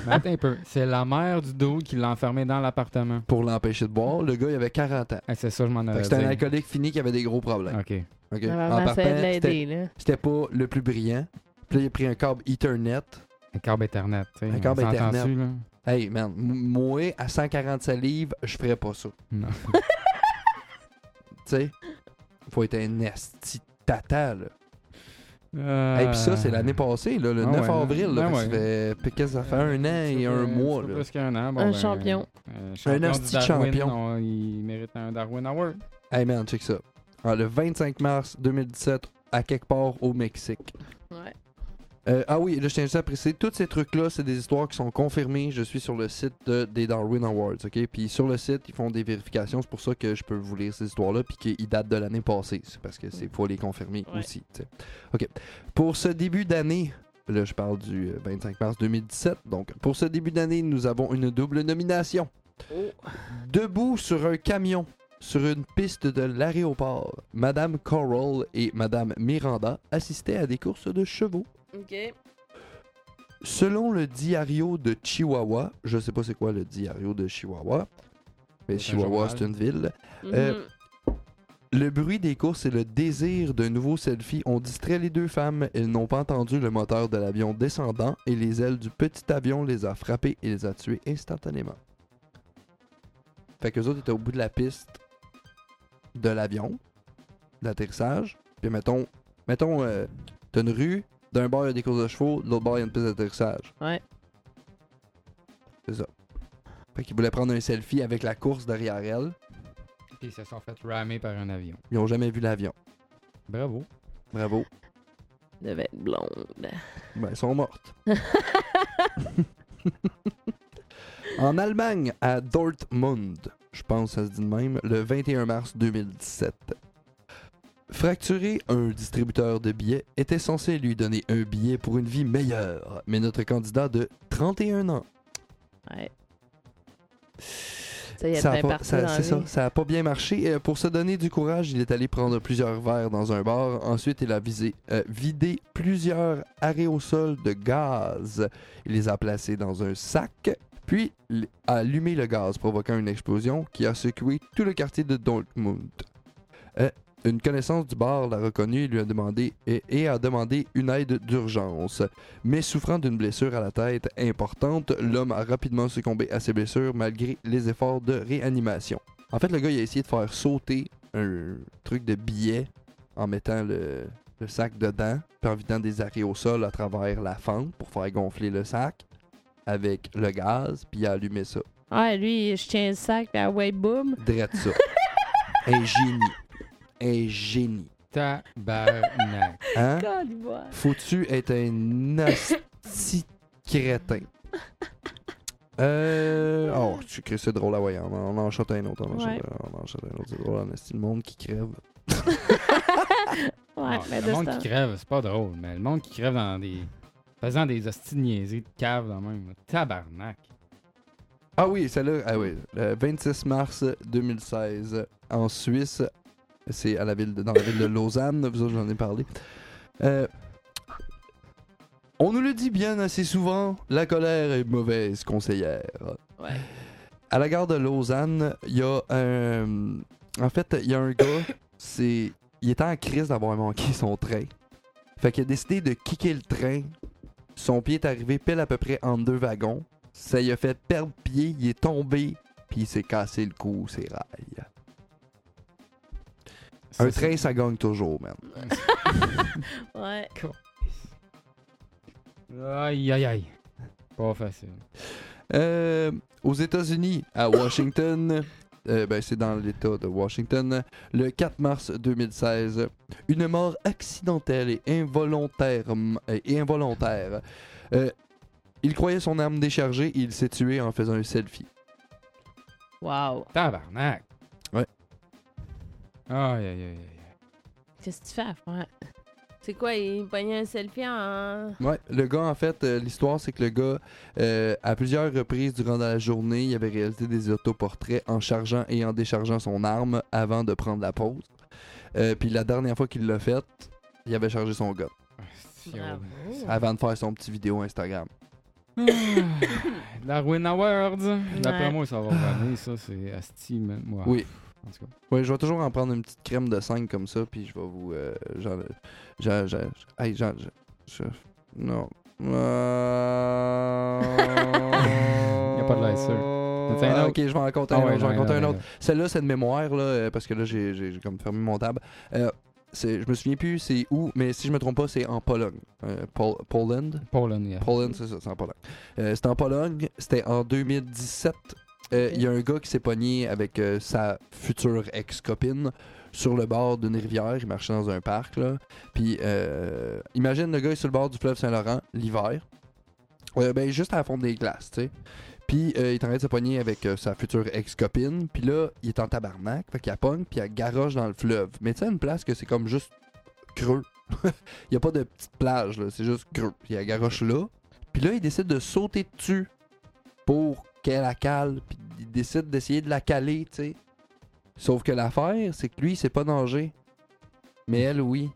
Mais attends un peu. C'est la mère du dos qui l'a enfermé dans l'appartement.
pour l'empêcher de boire, le gars il avait 40 ans.
Ah, c'est ça, je m'en
Fait que
avais
c'était un
dit.
alcoolique fini qui avait des gros problèmes.
Ok.
Ok.
La
En
maman, Ah, ben, ça
partant,
aide
c'était-
l'aider, là.
c'était pas le plus brillant. Puis là, il a pris un câble Ethernet.
Un câble Ethernet. tu sais,
Un
on
câble
s'entend
Ethernet.
dessus, là.
Hey man, m- moi à 145 livres, je ferais pas ça.
Non.
Tu sais, faut être un esti de tata là.
Et
Hey, puis ça, c'est l'année passée, là, le
Euh, Ah
9
ouais, Euh,
avril. Là,
ah
fait que ça fait- qu'est-ce que ça fait un an et un mois. Là.
Presque un an. Bon,
Un
ben,
champion.
euh, champion du
asti de
Darwin,
champion.
on- il mérite un Darwin Award.
Hey man, check ça. Ah, le 25 mars 2017, à quelque part au Mexique.
Ouais.
Euh, ah oui, là, je tiens juste à préciser, tous ces trucs-là, c'est des histoires qui sont confirmées. Je suis sur le site de- des Darwin Awards, OK? Puis sur le site, ils font des vérifications. C'est pour ça que je peux vous lire ces histoires-là, puis qu'ils datent de l'année passée. C'est parce que c'est faut les confirmer
Ouais.
aussi, tu sais. OK. Pour ce début d'année, là, je parle du euh, 25 mars 2017. Donc, pour ce début d'année, nous avons une double nomination.
Oh.
Debout sur un camion, sur une piste de l'aéroport, Madame Coral et Madame Miranda assistaient à des courses de chevaux.
Ok.
Selon le diario de Chihuahua, je sais pas c'est quoi le diario de Chihuahua,
C'est
mais
un
Chihuahua
journal.
c'est une ville,
Mhm.
Euh, le bruit des courses et le désir d'un nouveau selfie ont distrait les deux femmes. Elles n'ont pas entendu le moteur de l'avion descendant et les ailes du petit avion les a frappées et les a tuées instantanément. Fait qu'eux autres étaient au bout de la piste de l'avion, d'atterrissage. Puis mettons, mettons euh, t'as une rue, d'un bord il y a des courses de chevaux, de l'autre bord il y a une piste d'atterrissage.
Ouais.
C'est ça. Fait qu'ils voulaient prendre un selfie avec la course derrière elle.
Puis ils se sont fait ramer par un avion.
Ils ont jamais vu l'avion.
Bravo.
Bravo.
devait être blonde.
Ben, elles sont mortes. en Allemagne, à Dortmund, je pense que ça se dit de même, le 21 mars 2017. Fracturé, un distributeur de billets était censé lui donner un billet pour une vie meilleure, mais notre candidat de 31 ans.
Ouais. Ça y est,
ça a
bien
pas-
parti
ça-
dans la
c'est ça,
vie.
ça a pas bien marché. Euh, pour se donner du courage, il est allé prendre plusieurs verres dans un bar. Ensuite, il a visé, euh, vidé plusieurs aérosols de gaz. Il les a placés dans un sac, puis il a allumé le gaz, provoquant une explosion qui a secoué tout le quartier de Dortmund. Euh, une connaissance du bar l'a reconnu et lui a demandé et- et a demandé une aide d'urgence. Mais souffrant d'une blessure à la tête importante, l'homme a rapidement succombé à ses blessures malgré les efforts de réanimation. En fait, le gars il a essayé de faire sauter un truc de billet en mettant le, le sac dedans, puis en vidant des arrêts au sol à travers la fente pour faire gonfler le sac avec le gaz, puis il a allumé ça.
Ah, lui, je tiens le sac, puis ah ouais, boum.
Drette ça. un génie. Un génie.
Tabarnak.
Hein?
Caliboire.
Faut-tu être un asti crétin? Euh. Oh, tu crées, c'est drôle à voyant. On en chante un autre. On en chante
Ouais.
un, on en chante un autre. C'est drôle en asti. Le monde qui crève.
Ouais,
Ah,
Non,
mais
le
de
monde
ce temps-
qui crève, c'est pas drôle, mais le monde qui crève dans des. faisant des hosties de niaiseries de cave dans le même. Tabarnak.
Ah oui, celle-là. Ah oui. Le 26 mars 2016, en Suisse. C'est à la ville de- dans la ville de Lausanne. Vous autres, j'en ai parlé. Euh, on nous le dit bien assez souvent la colère est mauvaise conseillère.
Ouais.
À la gare de Lausanne, il y a un. En fait, il y a un gars, c'est. Il était en crise d'avoir manqué son train. Fait qu'il a décidé de kicker le train. Son pied est arrivé pile à peu près en deux wagons. Ça lui a fait perdre pied, il est tombé, puis il s'est cassé le cou, ses rails.
Ça,
un
c'est-
train, ça gagne toujours, man.
Ouais.
Aïe, aïe, aïe. Pas facile.
Euh, aux États-Unis, à Washington, euh, ben, c'est dans l'État de Washington, le 4 mars 2016, une mort accidentelle et involontaire. Et involontaire. Euh, il croyait son âme déchargée et il s'est tué en faisant un selfie.
Wow.
Tabarnak.
Ouais.
Aïe, aïe, aïe, aïe.
Qu'est-ce que tu fais à faire?
C'est quoi, il pognait un selfie en.
Ouais, le gars, en fait, euh, l'histoire, c'est que le gars, euh, à plusieurs reprises durant la journée, il avait réalisé des autoportraits en chargeant et en déchargeant son arme avant de prendre la pause. Euh, Puis la dernière fois qu'il l'a fait, il avait chargé son gars.
Hostie, oh.
Bravo.
avant de faire son petit vidéo Instagram.
Ah, La Ruin Awards. D'après
Ouais.
moi, ça va revenir, ça. C'est Asti, man. Ouais.
Ah. Oui.
En tout cas.
Ouais, je vais toujours en prendre une petite crème de 5 comme ça, puis je vais vous. Euh, genre. Genre. genre- hey, genre. je- je- non.
Y a pas de laisseur. T'as un
Ah,
autre?
ok, je vais en compter
Ah
un
ouais,
autre. Je vais en
non,
compter
non,
un
non,
autre. Celle-là, c'est de mémoire, là, euh, parce que là, j'ai j'ai- j'ai comme fermé mon table. Euh, c'est- je me souviens plus c'est où, mais si je me trompe pas, c'est en Pologne. Euh, Pol- Poland?
Poland, yeah.
Poland, c'est ça, c'est en Pologne. Euh, c'était en Pologne, c'était en 2017. Euh, Il y a un gars qui s'est pogné avec euh, sa future ex-copine sur le bord d'une rivière. Il marchait dans un parc, là. Puis, euh, imagine le gars est sur le bord du fleuve Saint-Laurent, l'hiver. Euh, ben, juste à la fonte des glaces, tu sais. Puis, euh, il est en train de se pogner avec euh, sa future ex-copine. Puis là, il est en tabarnak. Fait qu'il la pogne, puis il la garoche dans le fleuve. Mais tu sais, une place que c'est comme juste creux. Il n'y a pas de petite plage, là. C'est juste creux. Puis il la garoche là. Puis là, il décide de sauter dessus pour qu'elle la cale. Puis il décide d'essayer de la caler, tu sais. Sauf que l'affaire, c'est que lui, c'est pas danger. Mais elle, oui.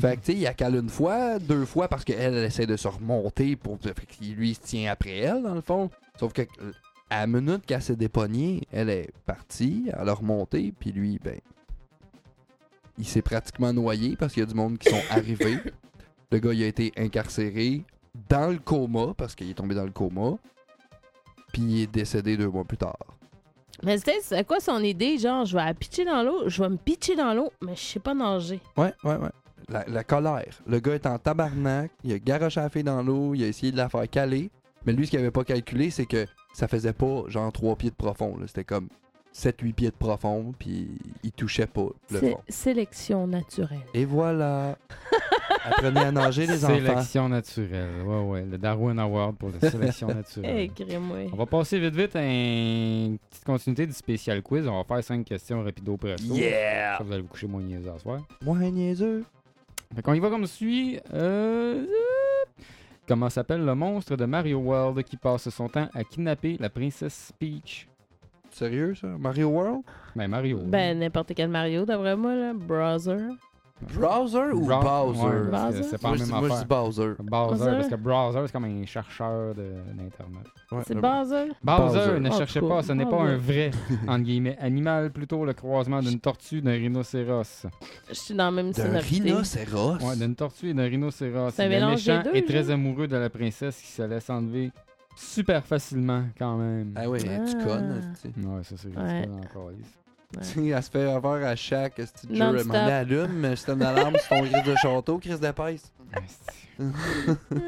Fait que, tu sais, il la cale une fois, deux fois, parce qu'elle, elle essaie de se remonter pour. Fait que lui, il se tient après elle, dans le fond. Sauf que, euh, à la minute qu'elle s'est dépognée, elle est partie, elle a remonté, puis lui, ben. Il s'est pratiquement noyé parce qu'il y a du monde qui sont arrivés. Le gars, il a été incarcéré dans le coma, parce qu'il est tombé dans le coma. Puis il est décédé deux mois plus tard.
Mais c'était c'est quoi son idée? Genre, je vais la pitcher dans l'eau, je vais me pitcher dans l'eau, mais je sais pas nager.
Ouais, ouais, ouais. La, la colère. Le gars est en tabarnak, il a garoché la fille dans l'eau, il a essayé de la faire caler. Mais lui, ce qu'il avait pas calculé, c'est que ça faisait pas genre trois pieds de profond. là. C'était comme 7-8 pieds de profond, puis il touchait pas le
C'est
fond.
sélection naturelle.
Et voilà. Apprenez à nager, les enfants.
Sélection naturelle. Ouais, ouais. Le Darwin Award pour la sélection
Euh,
Eh,
naturelle.
Écris-moi.
On va passer vite vite à une petite continuité du spécial quiz. On va faire cinq questions rapido presto.
Yeah!
Ça, vous allez vous coucher moins niaiseux à soir.
Moins niaiseux.
Fait qu'on y va comme suit. Euh, euh, Comment s'appelle le monstre de Mario World qui passe son temps à kidnapper la princesse Peach?
Sérieux, ça? Mario World?
Ben Mario.
Ben, n'importe quel Mario, d'après moi, là. Browser.
Browser ou
Bra-
Bowser?
ouais, parce que
Bowser?
c'est pas
Moi,
la
je dis-
même
moi, je dis
affaire.
Bowser.
Bowser,
Bowser.
parce que Browser, c'est comme un chercheur de- d'Internet.
Ouais,
ben
C'est
le-
Bowser.
Bowser,
Bowser.
ne
En
cherchez
tout cas,
pas, ce n'est pas
Bowser.
un vrai entre guillemets, animal, plutôt le croisement d'une tortue, d'un rhinocéros.
Je suis dans le même
D'un
synopsis.
rhinocéros?
Ouais, d'une tortue et d'un rhinocéros.
C'est un
Le
mélange des
méchant
deux,
est très
genre.
amoureux de la princesse qui se laisse enlever super facilement, quand même.
Ah ouais, tu
Ah.
connes. tu sais.
Ouais, ça c'est ridicule
Ouais.
encore.
Ouais.
Tu sais, Elle se fait avoir à chaque esti de jeu. Elle
Non-stop.
m'en allume, c'est une alarme, c'est ton crise de château, crise de peste.
Asti.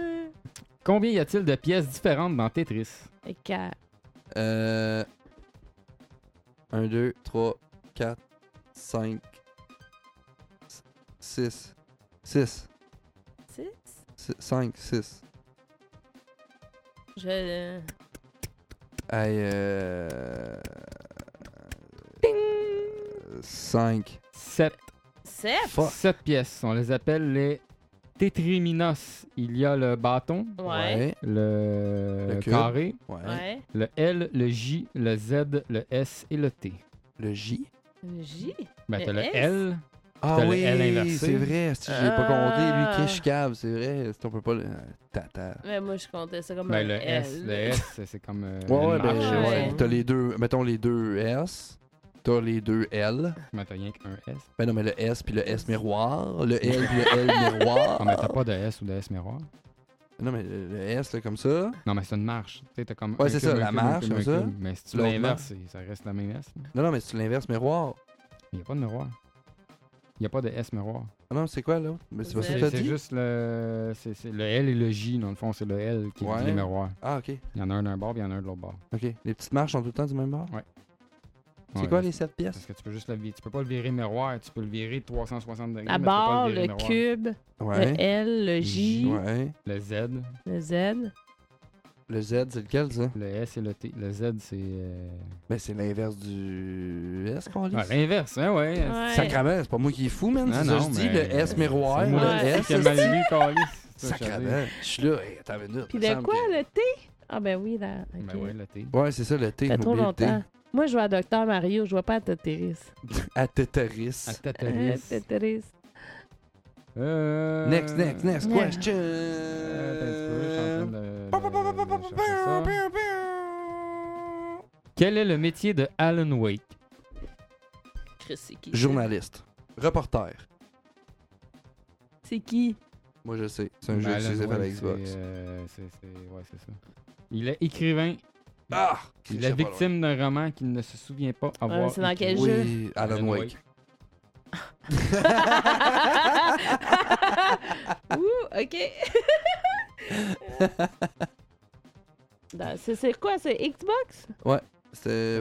Combien y a-t-il de pièces différentes dans Tetris
Et quatre.
Euh... 1, 2, 3, 4, 5, 6, 6,
Six?
5, 6.
Je... euh,
Aïe, euh... 5.
7.
Sept?
Fuck.
7 pièces. On les appelle les Tetriminos. Il y a le bâton,
Ouais.
le,
Le cube.
carré,
Ouais.
Ouais.
le L, le J, le Z, le S et le T.
Le J.
Une J?
Ben,
Le
t'as le
S?
L.
Ah
T'as le
oui,
L inversé.
c'est vrai. Si j'ai pas
Ah.
compté, lui, Kish Cave, c'est vrai. esti, On peut pas le. euh, Tata.
Mais moi, je comptais ça comme
Ben,
un
le
L. Ah,
S, le S, c'est comme. euh,
Ouais,
une
ouais, ben,
marche,
ouais.
c'est-
ouais. T'as les deux, mettons les deux S, t'as les deux L.
Mais t'as rien qu'un S.
Ben non, mais le S puis le S miroir, le L puis le L miroir.
Ah, mais t'as pas de S ou de S miroir.
Non, mais le, le S, là, comme ça.
Non, mais c'est une marche. Tu sais, t'as comme.
Ouais,
un
c'est
cube,
ça,
un
la
cube, un
marche,
cube, un
comme ça.
cube. Mais si tu
L'autre
l'inverses, c'est- ça reste la même S.
Non, non, mais c'est l'inverse miroir.
Il n'y a pas de miroir. Il n'y a pas de S miroir.
Ah non, c'est quoi, là? Mais c'est pas ça
C'est
que t'as
c'est
dit?
juste le, c'est- c'est le L et le J, dans le fond, c'est le L qui
Ouais.
est le miroir.
Ah, ok.
Il y en a un d'un bord, puis il y en a un de l'autre bord.
Ok. Les petites marches sont tout le temps du même bord.
Ouais,
c'est quoi
parce-
les sept pièces?
Parce que tu peux juste le virer. Tu peux pas le virer miroir, tu peux le virer 360 degrés.
La
mais tu peux pas
barre,
virer
le
miroir.
cube, le
Ouais.
L, le J,
Ouais.
Le Z,
le Z.
Le Z, c'est lequel, ça?
le S et le T. Le Z, c'est. euh,
Ben, c'est l'inverse du S qu'on lit.
Ah, l'inverse, hein, ouais.
Ouais.
Sacrament, c'est pas moi qui est fou, man.
Non,
C'est ça que
non,
je dis,
mais-
le S miroir,
C'est
le
moi,
Ouais.
S.
C'est mal lu, calice. Ça, je veux dire.
Sacrament. Je suis là, hey, attends une minute.
Puis
me
le
semble
quoi,
que-
le T? Ah ben oui, là. ok.
Ben ouais, le T.
Ouais, c'est ça, le T.
Ça fait
j'ai
trop
oublié le T.
longtemps. Moi, je vois à Docteur Mario, je vois pas à Tetris.
À Tetris.
À
Euh,
Tatalis.
Tetris.
Euh,
Next, next, next
Yeah.
question.
Euh, attends un petit peu, je suis en train de- de- de chercher ça. Quel est le métier de Alan Wake?
Chris, c'est qui?
Journaliste. Reporter.
C'est qui?
Moi, je sais. C'est un
Ben,
jeu qui
Alan
s'est fait à la
Wake,
Xbox.
c'est, euh, c'est- c'est- ouais, c'est ça. Il est écrivain,
Ah!
il est
Je sais pas,
victime d'un roman qu'il ne se souvient pas
mais
avoir.
c'est dans
écrit.
là.
quel jeu?
Oui, Alan Wake. Ah.
Ouh, OK. Non, c'est- C'est quoi? C'est Xbox?
C'était.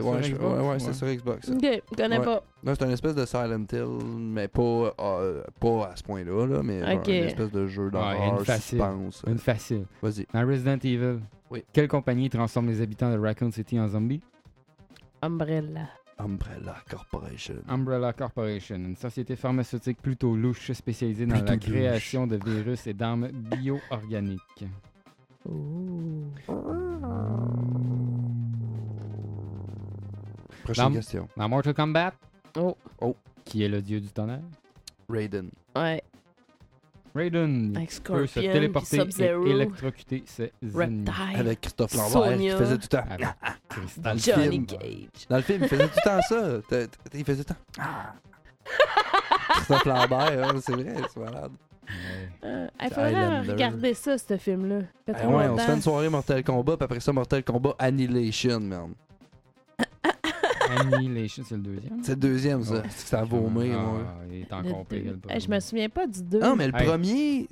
C'est
Ouais,
sur
je-
Xbox,
ouais, ouais,
ouais.
c'est sur Xbox. ça.
OK, je connais
Ouais.
pas.
Non, c'est un espèce de Silent Hill, mais pas, euh, pas à ce point-là, là, mais genre
Ok.
une espèce de jeu d'horreur,
une facile.
suspense.
Une facile.
Vas-y.
Dans Resident Evil,
Oui.
quelle compagnie transforme les habitants de Raccoon City en zombies?
Umbrella.
Umbrella Corporation.
Umbrella Corporation, une société pharmaceutique plutôt louche spécialisée dans
Plutôt
la
louche.
création de virus et d'armes bio-organiques.
Ouh.
Prochaine
Dame.
question.
Dans Mortal Kombat,
Oh.
Oh.
qui est le dieu du tonnerre?
Raiden.
Ouais.
Raiden il
Avec
peut se
Scorpion, puis
téléporter
Sub-Zero,
et électrocuter ses ennemis.
Reptile,
Avec Christophe Lambert qui
Sonia.
faisait tout le temps.
Avec Christophe.
le
Johnny
film.
Cage.
Dans le film, il faisait tout le temps ça. T'as- t'as- Il faisait tout le temps. Ah. Christophe Lambert, hein, c'est vrai, c'est malade.
Ouais.
Euh, Il faudrait
Highlander.
regarder ça, ce film-là. Ça
Eh
fait trop
ouais, on se fait
longtemps.
une soirée Mortal Kombat, puis après ça, Mortal Kombat Annihilation, man.
Annihilation, c'est le deuxième.
C'est le deuxième, ça.
Ouais.
C'est que ça a vomi,
Ah,
moi.
Il est
Le
encore
deux.
pire. le
Eh, je me
premier.
souviens pas du 2.
Non, Ah, mais le
Hey.
premier.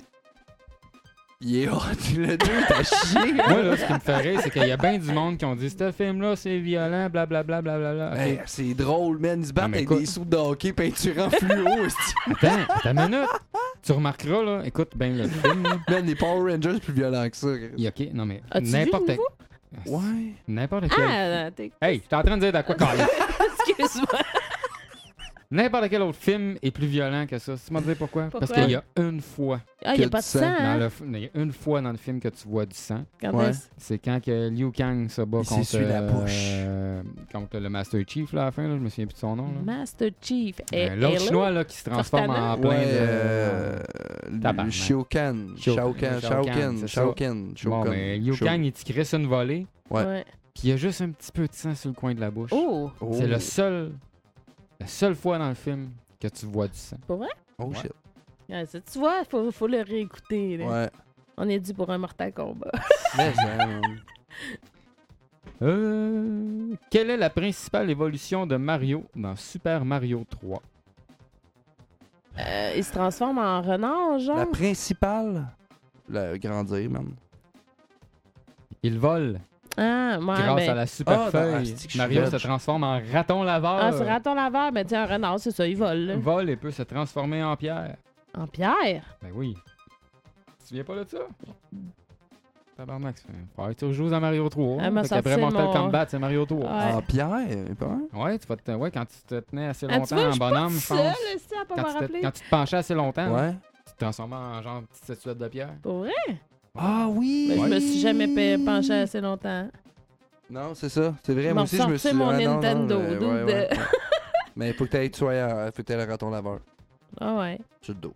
Il est hot. Le deux, t'as chié.
Moi, là, ce qui me fait rire, c'est qu'il y a bien du monde qui ont dit ce film-là, c'est violent, blablabla. Bla, bla, bla,
Hey, Ben, c'est drôle, man. Ils se
Non,
battent
mais
avec
écoute.
des sous de hockey peinturant fluo. esti.
Attends, attends une minute. Tu remarqueras, là, écoute bien le film. là.
Man, les Power Rangers plus violents que ça.
Et ok, non mais.
As-tu vu le
N'importe Ah,
nouveau?
Ouais.
N'importe quel.
Ah, t'es-
Hey, t'es en train de dire d'à quoi carré.
excuse-moi. Ah,
N'importe quel autre film est plus violent que ça. Tu m'en dis pourquoi? Parce
Pourquoi?
qu'il y a une fois.
Ah, il
Que
a pas de
du
sang,
sang
Dans
hein?
le f- Il y a une fois dans le film que tu vois du sang.
Quand
Ouais.
est-ce-
C'est quand que Liu Kang se bat
Il
contre,
s'essuie la bouche.
euh, contre le Master Chief là, à la fin. Là, je me souviens plus de son nom. Là.
Master Chief. Et,
Euh, L'autre
hello?
chinois là, qui se transforme
Cortana?
en plein
Ouais,
de-
euh, le
Tabarnak.
Shokan.
Shao-
Shokan.
Shao Kahn,
Shokan.
c'est ça.
Shokan.
Bon, mais Liu Kang, il te crisse une volée,
Ouais.
Ouais.
puis il y a juste un petit peu de sang sur le coin de la bouche.
Oh,
C'est le seul, la seule fois dans le film que tu vois du sang.
Oh
Ouais.
shit.
Ouais, ça, tu vois, faut, faut le réécouter. là.
Ouais.
On est dû pour un Mortal Kombat.
Mais, euh,
Euh, quelle est la principale évolution de Mario dans Super Mario 3
Euh, il se transforme en renard, genre.
La principale. Le grandir, man.
Il vole
Ah, ouais,
grâce
ben-
à la super
Ah, dans- ah,
feuille.
c'est-tu que je suis
Mario
bête.
se transforme en raton laveur.
Ah, ce raton laveur, mais tiens, un renard, c'est ça, il vole. là.
vole et peut se transformer en pierre.
En pierre.
Ben oui. Tu te souviens pas de ça? Tabarnak, c'est Faudrait que tu rejoues à Mario 3.
Ah,
hein.
m'a
Fait qu'après
sorti
Mortal
mon-
Kombat, c'est Mario 3.
Ouais.
Ah, Pierre, pas hein?
Ouais, tu vas te... ouais, quand tu te tenais assez
Ah, tu
longtemps
vois, je
en
suis pas
bonhomme,
toute
je pense.
seule, c'est à pas
Quand
me
tu, te...
rappeler.
quand tu te penchais assez longtemps,
Ouais.
tu te transformais en genre petite statuette de pierre.
Pour vrai?
Ah oui!
Ben,
Ouais.
Je me suis jamais pe- penchée assez longtemps.
Non, c'est ça. C'est vrai,
Ils
moi
m'ont
aussi, je me suis
sorti mon
Ah, non, non,
Nintendo,
mais-
dude.
ouais, ouais. Mais faut que t'ailles, tu sois à- faut que t'ailles le raton laveur.
Ah ouais.
Sur le dos.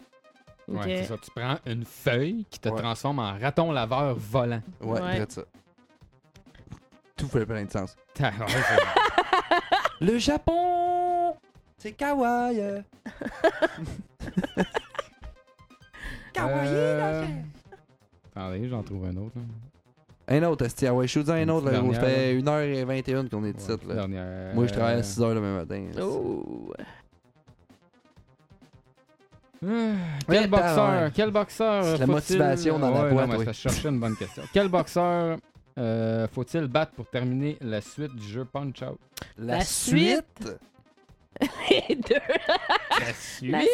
Ok.
Ouais, c'est ça. Tu prends une feuille qui te
Ouais.
transforme en raton laveur volant.
Ouais,
Ouais.
traite ça. Tout fait plein de sens.
T'as- Ah, ouais, c'est-
Le Japon! C'est kawaii! euh.
Ah,
kawaii!
Euh, Attendez, j'en trouve un autre. là.
Un autre, Asti. Ah ouais, je suis dit un
Une
autre. Là,
petite
gros. ça
dernière,
fait 1h21 qu'on est
Ouais,
ici. là.
dernière,
Moi, je travaille
euh,
à 6h le même matin. là.
Oh.
Euh, Quel
Ouais, t'as- ouais.
boxeur, quel boxeur
C'est la
faut-il-
motivation dans la
Ouais,
boîte,
non, mais
oui.
Je cherchais une bonne question. Quel boxeur euh, faut-il battre pour terminer la suite du jeu Punch Out
La,
La
suite!
suite. Les deux. Ah!
La
La
suite
suite. Mais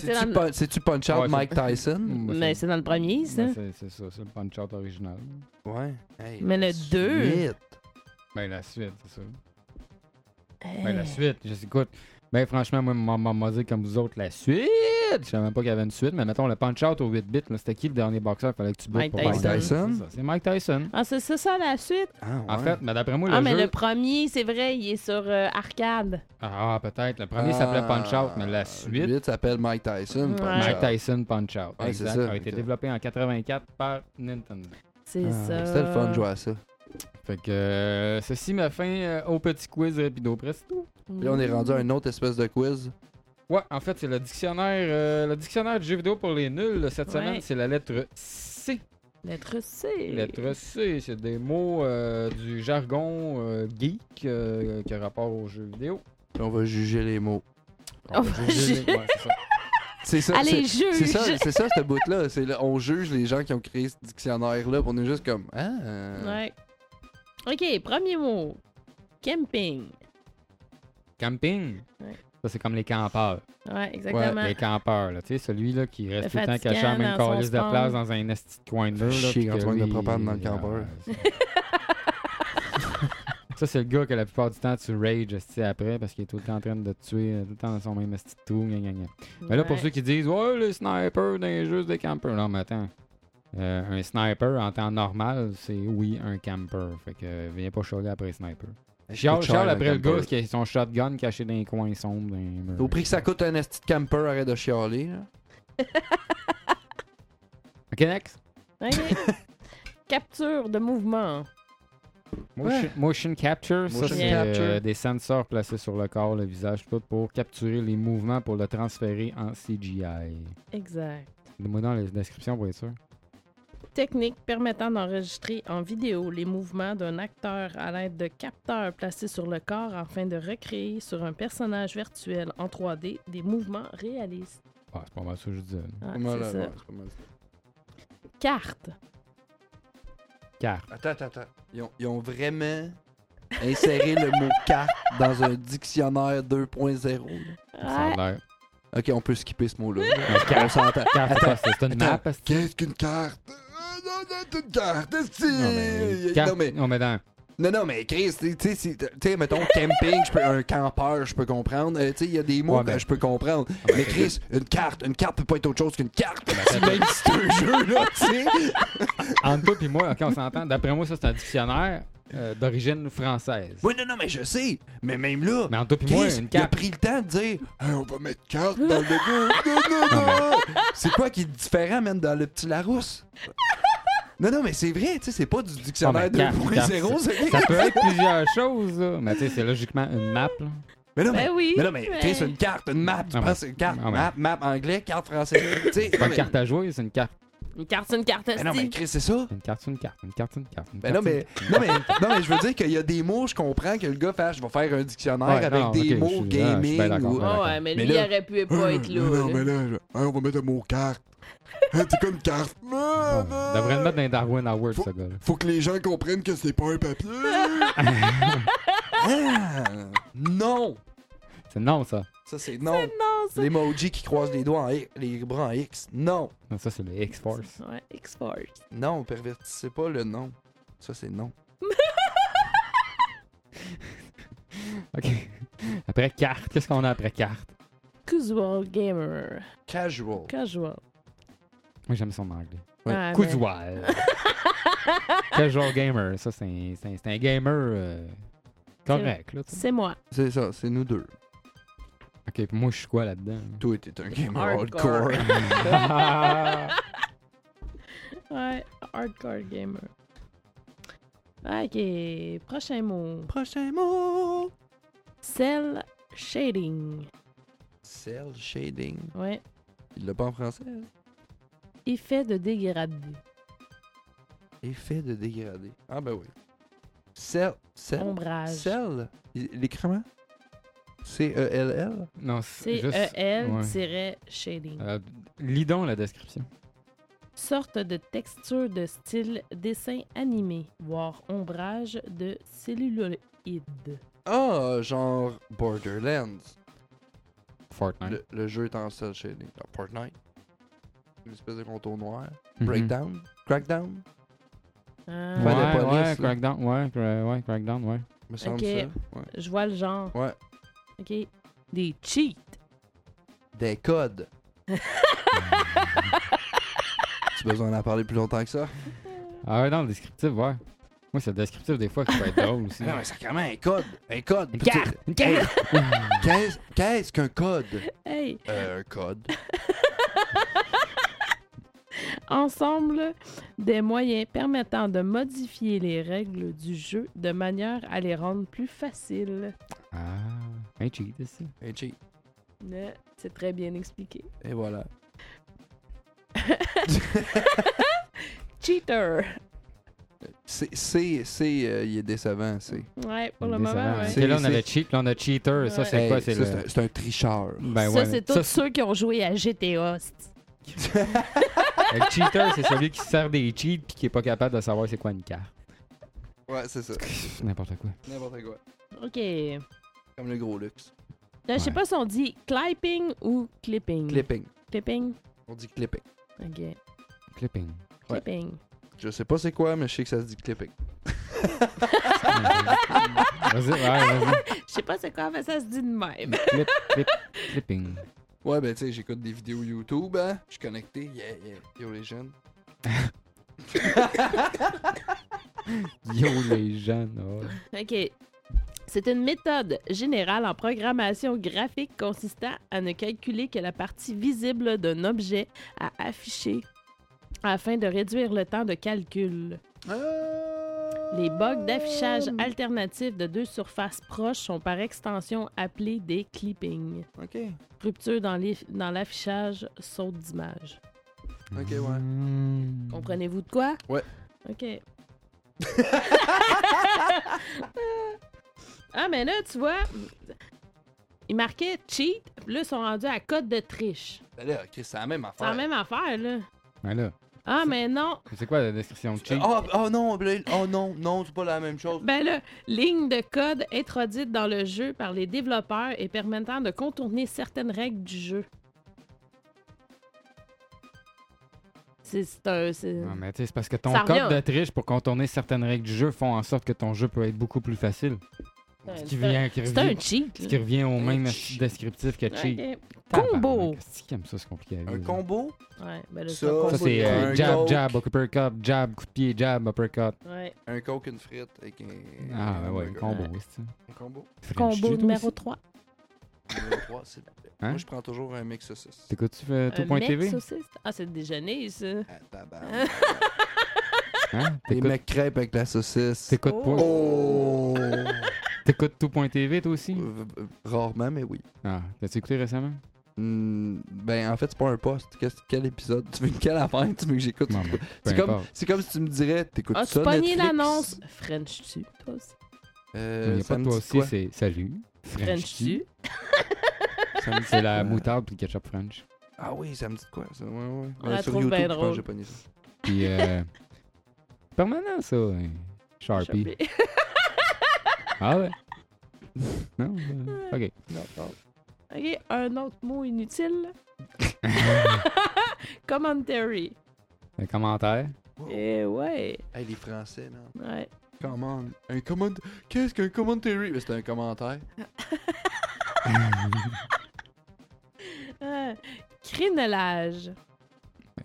c'est
C'est-tu
dans,
pun- C'est-tu Punch Out
Ouais,
Mike Tyson?
Hmm,
mais ben, c'est dans le premier, ça.
ben, C'est c'est ça, c'est le Punch Out original.
Ouais. Hey,
Mais le
la
deux.
suite.
Ben la suite, c'est ça.
Hey.
Ben la suite, je sais, écoute. Ben franchement, moi, m'a- m'a m'a dit comme vous autres, la suite. Je savais même pas qu'il y avait une suite, mais mettons le Punch Out au 8 bits, là, c'était qui le dernier boxeur Fallait que tu butes
Mike
pour battre?
Mike Tyson.
C'est ça, C'est Mike Tyson.
Ah, c'est c'est ça la suite?
Ah, ouais.
En fait, mais d'après moi,
ah,
le
mais
jeu.
le premier, c'est vrai, il est sur euh, arcade.
Ah, peut-être. Le premier s'appelait Punch Out, mais la suite.
Le 8 s'appelle Mike Tyson. Punch
Ouais.
Mike
Out.
Tyson Punch Out.
Ah, Ouais,
exact.
c'est ça.
a été
Ok.
développé en 84 par Nintendo.
C'est
Ah,
ça.
C'était le fun de jouer à ça.
Fait que euh, ceci me fait au petit quiz Rapido Presto.
Puis là, on
Mm-hmm.
est rendu à une autre espèce de quiz.
Ouais, en fait, c'est le dictionnaire euh, le dictionnaire du jeu vidéo pour les nuls là, cette
Ouais.
semaine, c'est la lettre C.
Lettre C.
Lettre E. C, c'est des mots euh, du jargon euh, geek euh, qui a rapport aux jeux vidéo.
Puis on va juger les mots.
On va
juger les- ouais, c'est ça.
C'est ça.
Allez,
c'est-
juge!
c'est ça, c'est ça, ce bout-là. C'est là, on juge les gens qui ont créé ce dictionnaire-là. puis On est juste comme. Ah.
Ouais. OK, premier mot. Camping.
Camping.
Ouais.
Ça, c'est comme les campeurs.
Ouais, exactement.
Les campeurs, là. Tu sais, celui-là qui reste tout
Le
le temps
fatigant
caché à la même
dans son
calice de
stand.
place dans un esti de coin de mur, là,
Chier
puis
quand
que
tu manques de
lui,
propane dans le
il-
campeur.
Ah, c'est- Ça, c'est le gars que la plupart du temps tu rages esti, après parce qu'il est tout le temps en train de te tuer, euh, tout le temps dans son même esti de trou. gna, gna, gna. Mais là, pour
Ouais.
ceux qui disent Ouais, les snipers dans les jeux, c'est des campeurs. Non, mais attends. Euh, un sniper en temps normal, c'est oui, un camper. Fait que euh, viens pas chialer après sniper.
Ben,
Chiale, chiale après le gars qui a son shotgun caché dans les coins sombres. dans les murs.
Au prix que ça coûte un esti de camper, arrête de chialer. là.
Ok, next.
OK. Capture de mouvement.
Motion, motion capture, ça
Motion
c'est
capture.
euh, des sensors placés sur le corps, le visage, tout pour capturer les mouvements pour le transférer en CGI.
Exact.
Dis-moi dans la description pour être sûr.
Technique permettant d'enregistrer en vidéo les mouvements d'un acteur à l'aide de capteurs placés sur le corps afin de recréer sur un personnage virtuel en 3D des mouvements réalistes.
Ah, c'est pas mal ça que je disais. là.
Ouais,
Ouais,
Ah, c'est
ouais,
ça.
ouais, c'est pas mal ça.
Carte.
Carte.
Attends, attends, attends. Ils ont, ils ont vraiment inséré le mot carte dans un dictionnaire 2.0. là.
Ça a
Ouais.
l'air.
Ok, on peut skipper ce mot-là.
Une
on
carte,
s'entend.
carte, c'est pas- c'est une map.
Attends, Qu'est-ce qu'une carte? Ah, Non, non, c'est une carte, c'est...
Non, mais, carte-
Non, mais...
non, mais dans-
Non, non, mais Chris, tu sais, tu sais, c'est- tu sais, mettons, camping, je peux, un campeur, je peux comprendre. Euh, tu sais, il y a des mots
Ouais,
que
mais-
je peux comprendre.
ben,
mais Ben,
c'est
Chris, une carte, une carte peut pas être autre chose qu'une carte.
c'est-
Même si c'est un jeu, là, tu sais.
entre toi et moi, ok, on s'entend. D'après moi, ça, c'est un dictionnaire euh, d'origine française.
Oui, non, non, mais je sais. Mais même là,
Mais entre toi et
Chris,
moi, une
il a
carte.
pris le temps de dire Hey, on va mettre carte dans le jeu. Non, non, non. c'est quoi qui est différent, même dans le petit Larousse? Non, non, mais c'est vrai, tu sais, c'est pas du dictionnaire
Ah, mais carte,
2.0,
carte,
c'est
Ça peut être plusieurs choses, là. Mais tu sais, c'est logiquement une map, là.
Mais non, mais
Ben oui.
Mais non, mais, Chris, c'est une carte, une map. Tu
Ah,
prends
mais-
c'est une carte,
ah, mais-
map, map anglais, carte français. tu sais,
C'est pas
mais-
une carte à jouer, c'est une carte.
Une carte, c'est une carte,
Mais non, mais
esti.
Chris, c'est ça.
Une carte, c'est une carte. Une carte, c'est une carte. une
Mais
carte,
Ben non,
c'est une
mais, non, mais, non, mais je veux dire qu'il y a des mots, je comprends que le gars fait, je vais faire un dictionnaire
Ouais,
avec
non,
des
ok, je
mots
suis- ah, je suis
gaming.
bien d'accord,
ou-
ouais.
Ah
d'accord.
ouais, mais
Mais
lui,
là-
il aurait pu pas être là. là.
là, hein, on va mettre un mot carte. tu comme carte. Ah,
Bon, devrait le mettre dans les Darwin Awards, ce gars-là.
Faut que les gens comprennent que c'est pas un papier. Ah, non!
C'est non, ça.
Ça, c'est non.
Non, ça.
L'emoji qui croise les doigts en X- les bras en X. Non!
Non, ça, c'est le X-Force.
Ouais, X-Force.
Non, pervertissez pas le nom. Ça, c'est non.
OK. Après carte, qu'est-ce qu'on a après carte?
Casual gamer.
Casual.
Casual.
Moi, j'aime son anglais.
Ouais,
Ah,
Coup
ben-
de joueur. Casual gamer. Ça, c'est un, c'est un- c'est un gamer euh, correct, là. tu sais.
C'est moi.
C'est ça, c'est nous deux.
OK, puis moi, je suis quoi là-dedans?
Toi, t'es un gamer
Hardcore.
hardcore.
Ouais, hardcore gamer. Ok, prochain mot.
Prochain mot.
Cell shading.
Cell shading.
Ouais,
Il l'a pas en français. hein?
effet de dégradé.
Effet de dégradé. Ah ben oui. Cell. Cell.
Ombrage.
Cell. Il- E L'écrivain. C-E-L-L.
non, c'est
E
juste...
euh, C-E-L-shading.
Euh, lis donc la description.
Sorte de texture de style dessin animé, voire ombrage de celluloïd.
Ah, genre Borderlands.
Fortnite.
Le, le jeu est en cell shading. Ah, Fortnite. Une espèce de contour noir.
Mhm.
Breakdown. Crackdown.
Ah,
Ouais,
Fin de police, là.
ouais, crackdown, ouais, cra- ouais, crackdown, ouais.
Me semble
Ok.
ça. Ouais.
Je vois le genre.
Ouais.
Ok. Des cheats.
Des codes. Tu as besoin d'en parler plus longtemps que ça?
Ah ouais, dans le descriptif, ouais. Moi, c'est le descriptif des fois qui peut être drôle aussi.
Non, mais sacrément, un code. Un code.
Une
Puis tu-
carte! Une carte!
Qu'est-ce qu'est-ce qu'un code?
Hey!
Euh, un code.
Ensemble, des moyens permettant de modifier les règles du jeu de manière à les rendre plus faciles.
Ah, un cheat aussi.
Un cheat.
Ne- C'est très bien expliqué.
Et voilà.
Cheater!
C'est, c'est, c'est, euh, il est décevant, c'est.
Ouais, pour
Décevant.
le moment, ouais.
Ok,
C'est-
là, on
c'est-
avait cheat, là, on a cheater. Ça, c'est
Hey,
quoi? C'est
ça,
le...
c'est, un, c'est un tricheur.
Ben
ça,
ouais,
c'est
mais-
tous
ça,
ceux qui ont joué à GTA. c'ti.
Le cheater, c'est celui qui se sert des cheats puis qui est pas capable de savoir c'est quoi une carte.
Ouais, c'est ça.
N'importe quoi.
N'importe quoi.
OK. Là,
Comme le gros luxe.
Je sais
Ouais.
pas si on dit clipping ou clipping.
Clipping.
Clipping?
On dit clipping.
OK.
Clipping.
Ouais.
Clipping.
Je sais pas c'est quoi, mais je sais que ça se dit clipping.
vas-y, ouais, vas-y.
Je sais pas c'est quoi, mais ça se dit de même.
Clip, clip, clipping.
Ouais, ben tu sais, j'écoute des vidéos YouTube, hein. Je suis connecté. Yeah, yeah. Yo les jeunes.
Yo, les jeunes. ouais.
OK. C'est une méthode générale en programmation graphique consistant à ne calculer que la partie visible d'un objet à afficher afin de réduire le temps de calcul.
Euh,
Les bugs d'affichage
Hmm.
alternatif de deux surfaces proches sont par extension appelés des clippings.
Ok.
Rupture dans les- dans l'affichage, saut d'image.
Ok, ouais.
Hmm.
Comprenez-vous de quoi?
Ouais.
OK. ah, mais là, tu vois, ils marquaient cheat, puis là, ils sont rendus à code de triche.
Ben là, Chris, c'est la même
C'est
affaire.
la même affaire, là.
Ouais, Ben là.
Ah, mais non.
C'est quoi la description de cheat?
Oh, oh non, ben, oh non, non, c'est pas la même chose.
Ben là, ligne de code introduite dans le jeu par les développeurs et permettant de contourner certaines règles du jeu.
C'est c'est un.
Oh!
c'est-
Non, mais tu sais, c'est parce que ton
Ça
code
revient.
de triche pour contourner certaines règles du jeu font en sorte que ton jeu peut être beaucoup plus facile.
Ouais,
Ce qui,
c'est
vient, qui,
C'est
revient,
un cheat.
ce
là.
qui revient au même
cheat.
descriptif que cheat.
Ok.
Tabarnak,
Combo!
qu'est-ce qui aime ça, c'est compliqué à
Un
vivre.
combo
Ouais, ben là,
Ça,
c'est un combo
Ça, c'est
de
euh,
Un Oh
coke.
jab,
coke.
jab, uppercut, jab, coup de pied, jab, uppercut.
Ouais.
Un coke, une frite avec un.
Ah, ouais, ouais, un combo,
Ouais.
oui, c'est ça.
Un combo
French Jew, toi
Combo
aussi?
numéro 3.
Numéro 3, s'il te plaît.
Hein?
Moi, je prends toujours un mix saucisse.
T'écoutes-tu euh,
Un mec
tout.tv?
saucisse? Ah, c'est déjeuner, ça.
Ah, tabarnak.
Hein?
Les
T'écoutes-
mecs crêpes avec la saucisse.
T'écoutes pas-
Oh!
T'écoutes tout.tv, toi aussi?
Euh, euh, Rarement, mais oui.
Ah, t'as-tu écouté récemment?
Hmm, ben, en fait, c'est pas un poste. Qu'est-ce- Quel épisode Tu veux quelle affaire Tu veux que j'écoute
Non, mais
C'est
peu
comme,
importe.
c'est comme si tu me dirais, t'écoutes
As-tu
ça.
pogné
Netflix?
l'annonce? French-tu, toi aussi?
Il
Euh,
n'y a
ça
pas
me
de toi
dit
aussi,
quoi?
c'est salut. French-tu?
French-tu?
Ça me dit
C'est la
quoi?
moutarde puis le ketchup French.
Ah oui, ça me dit de quoi ça? Ouais, ouais.
On
Ouais,
la
sur
Ah, trouve
YouTube,
bien
je pense que
drôle.
j'ai pogné ça.
Puis, euh, permanent, ça. hein. Sharpie.
Chopé.
Ah ouais. non? euh, OK.
Non, non.
OK, un autre mot inutile. Commentary.
Un commentaire.
Eh ouais,
Hey, les Français, man.
ouais.
Comment? Un comment? Qu'est-ce qu'un commentary? Ben, c'est un commentaire.
Ah, crénelage.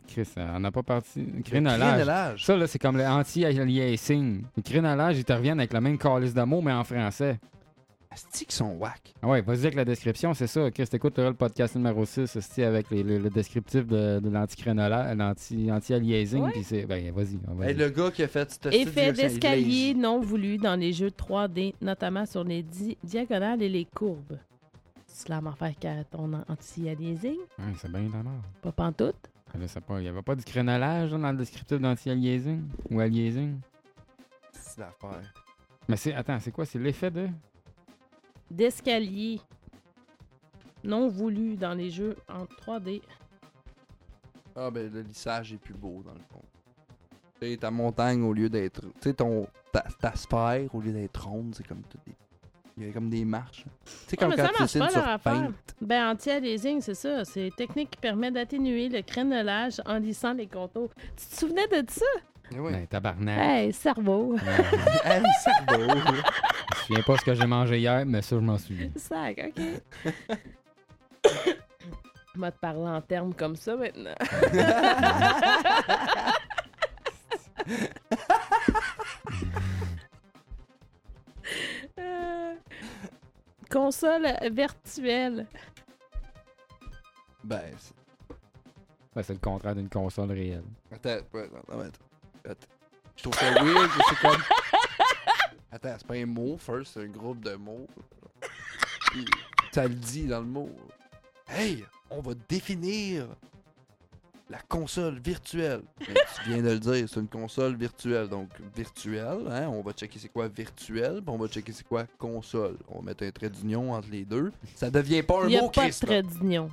Chris, euh, on n'a pas parti. Crénolage. Ça, là, c'est comme le anti-aliasing. Le crénolage, ils te reviennent avec la même calice de mots, mais en français.
Asti qu'ils sont whack.
Ah ouais, vas-y avec la description, c'est ça. Chris, t'écoutes le podcast numéro 6, aussi, avec les- le, le descriptif de, de l'anti-crénolage, l'anti- l'anti-aliasing,
Ouais.
puis c'est... Ben, vas-y, on va
Hey, le gars qui a fait cette
Effet d'escalier non voulu dans les jeux 3D, notamment sur les di- diagonales et les courbes. Slam en fait qu'à ton anti-aliasing,
Ouais, c'est bien de la mort.
pas pantoute.
Ah, Je sais pas, il n'y avait pas du crénolage là, dans le descriptif d'anti-aliasing ou aliasing.
C'est l'affaire.
Mais c'est, attends, c'est quoi? C'est l'effet de...
D'escalier non voulu dans les jeux en 3D.
Ah, ben, le lissage est plus beau, dans le fond. Tu sais, ta montagne au lieu d'être. Tu sais, ton. Ta, ta sphère au lieu d'être ronde, c'est comme tout des. Il y a comme des marches. Tu sais, comme
Ah, mais
quand
ça
tu
marche
dessines
pas, leur
sur
affaire.
Paint.
Ben, anti-aliasing, c'est ça. C'est une technique qui permet d'atténuer le crénelage en lissant les contours. Tu te souvenais de ça?
Eh oui.
Ben, tabarnak.
Hey, cerveau!
Ouais, je
hey, c'est beau.
me souviens pas ce que j'ai mangé hier, mais ça, je m'en souviens.
Sac, OK. Moi, te parler en termes comme ça maintenant. Euh, Console virtuelle.
ben, c'est-
Ben, c'est le contraire d'une console réelle.
attends, ouais, non, non, mais attends, attends. Je trouve ça weird, mais c'est comme. Attends, c'est pas un mot, first, c'est un groupe de mots. Puis, ça le dit dans le mot. Hey, on va définir la console virtuelle. Mais tu viens de le dire, c'est une console virtuelle. Donc, virtuelle, hein, on va checker c'est quoi virtuel, puis on va checker c'est quoi console. On va mettre un trait d'union entre les deux. Ça devient pas un
Il n'y a
mot,
pas de
Chris, là.
trait d'union.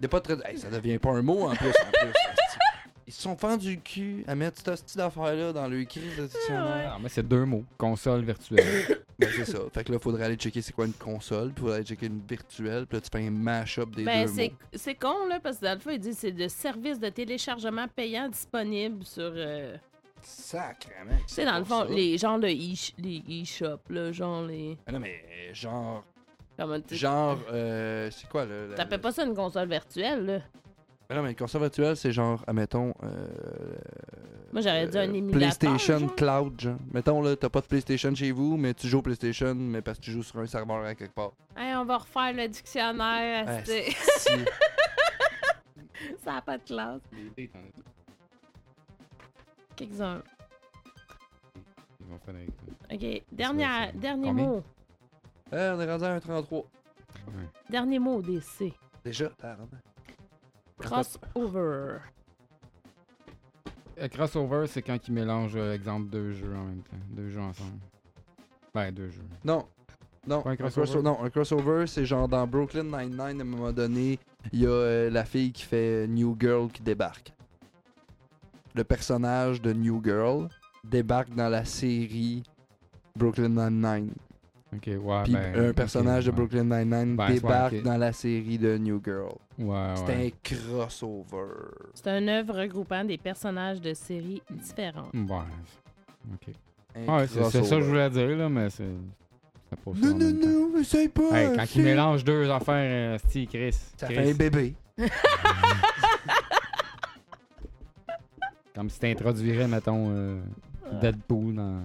Des pas très. Hey, ça devient pas un mot en plus. En plus asti. Ils se sont fendus du cul à mettre cette style d'affaire-là dans le crise de dictionnaire.
Ah, mais c'est deux mots. Console virtuelle.
Ben, c'est ça. Fait que là, faudrait aller checker c'est quoi une console, puis faudrait aller checker une virtuelle, puis là, tu fais un mash-up des
Ben,
deux
c'est-
mots.
c'est con, là, parce que dans le fond, il dit que c'est le service de téléchargement payant disponible sur. euh,
Sacrément.
tu sais, dans le fond, les genre le e- les e-shop, là, genre les.
Ah non, mais genre.
Comment tu
Genre. Euh, c'est quoi, là? la-
T'appelles pas ça une console virtuelle, là?
Ah non, mais une console virtuelle, c'est genre, admettons. Euh,
Moi, j'aurais dit un émulateur,
PlayStation
genre.
Cloud, genre. Mettons, là, t'as pas de PlayStation chez vous, mais tu joues au PlayStation, mais parce que tu joues sur un serveur à quelque part.
Hey, on va refaire le dictionnaire.
Ah,
asti.
si.
ça n'a pas de classe. Quelques-uns.
Ils vont finir avec ça.
OK. Dernière,
c'est-
dernier
combien?
mot.
Eh, on est rendu à un 33.
Ouais.
Dernier mot des C.
Déjà? tabarnak.
Crossover.
Euh, crossover, c'est quand ils mélangent, euh, exemple, deux jeux en même temps. Deux jeux ensemble. Ben, deux jeux.
Non. Non,
Pas un
un
crossover?
crossover, non, un crossover, c'est genre dans Brooklyn Nine-Nine, à un moment donné, il y a euh, la fille qui fait New Girl qui débarque. Le personnage de New Girl débarque dans la série Brooklyn Nine-Nine.
Ok, ouais,
Puis
ben,
un
ok,
personnage
ouais.
de Brooklyn Nine-Nine
Ben,
débarque
ouais, ok.
dans la série de New Girl.
Ouais,
C'est
ouais.
un crossover.
C'est une œuvre regroupant des personnages de séries différentes.
Ouais. Ok.
Un
Ah, Ouais, c'est c'est ça que je voulais dire, là, mais c'est. Ça pose ça
Non,
en
non,
même temps.
non, essaye pas.
Hey, quand
c'est-
il mélange deux affaires, euh, sti, Chris.
Ça
Chris,
fait un bébé.
Comme si t'introduirais, mettons, euh, Deadpool dans euh,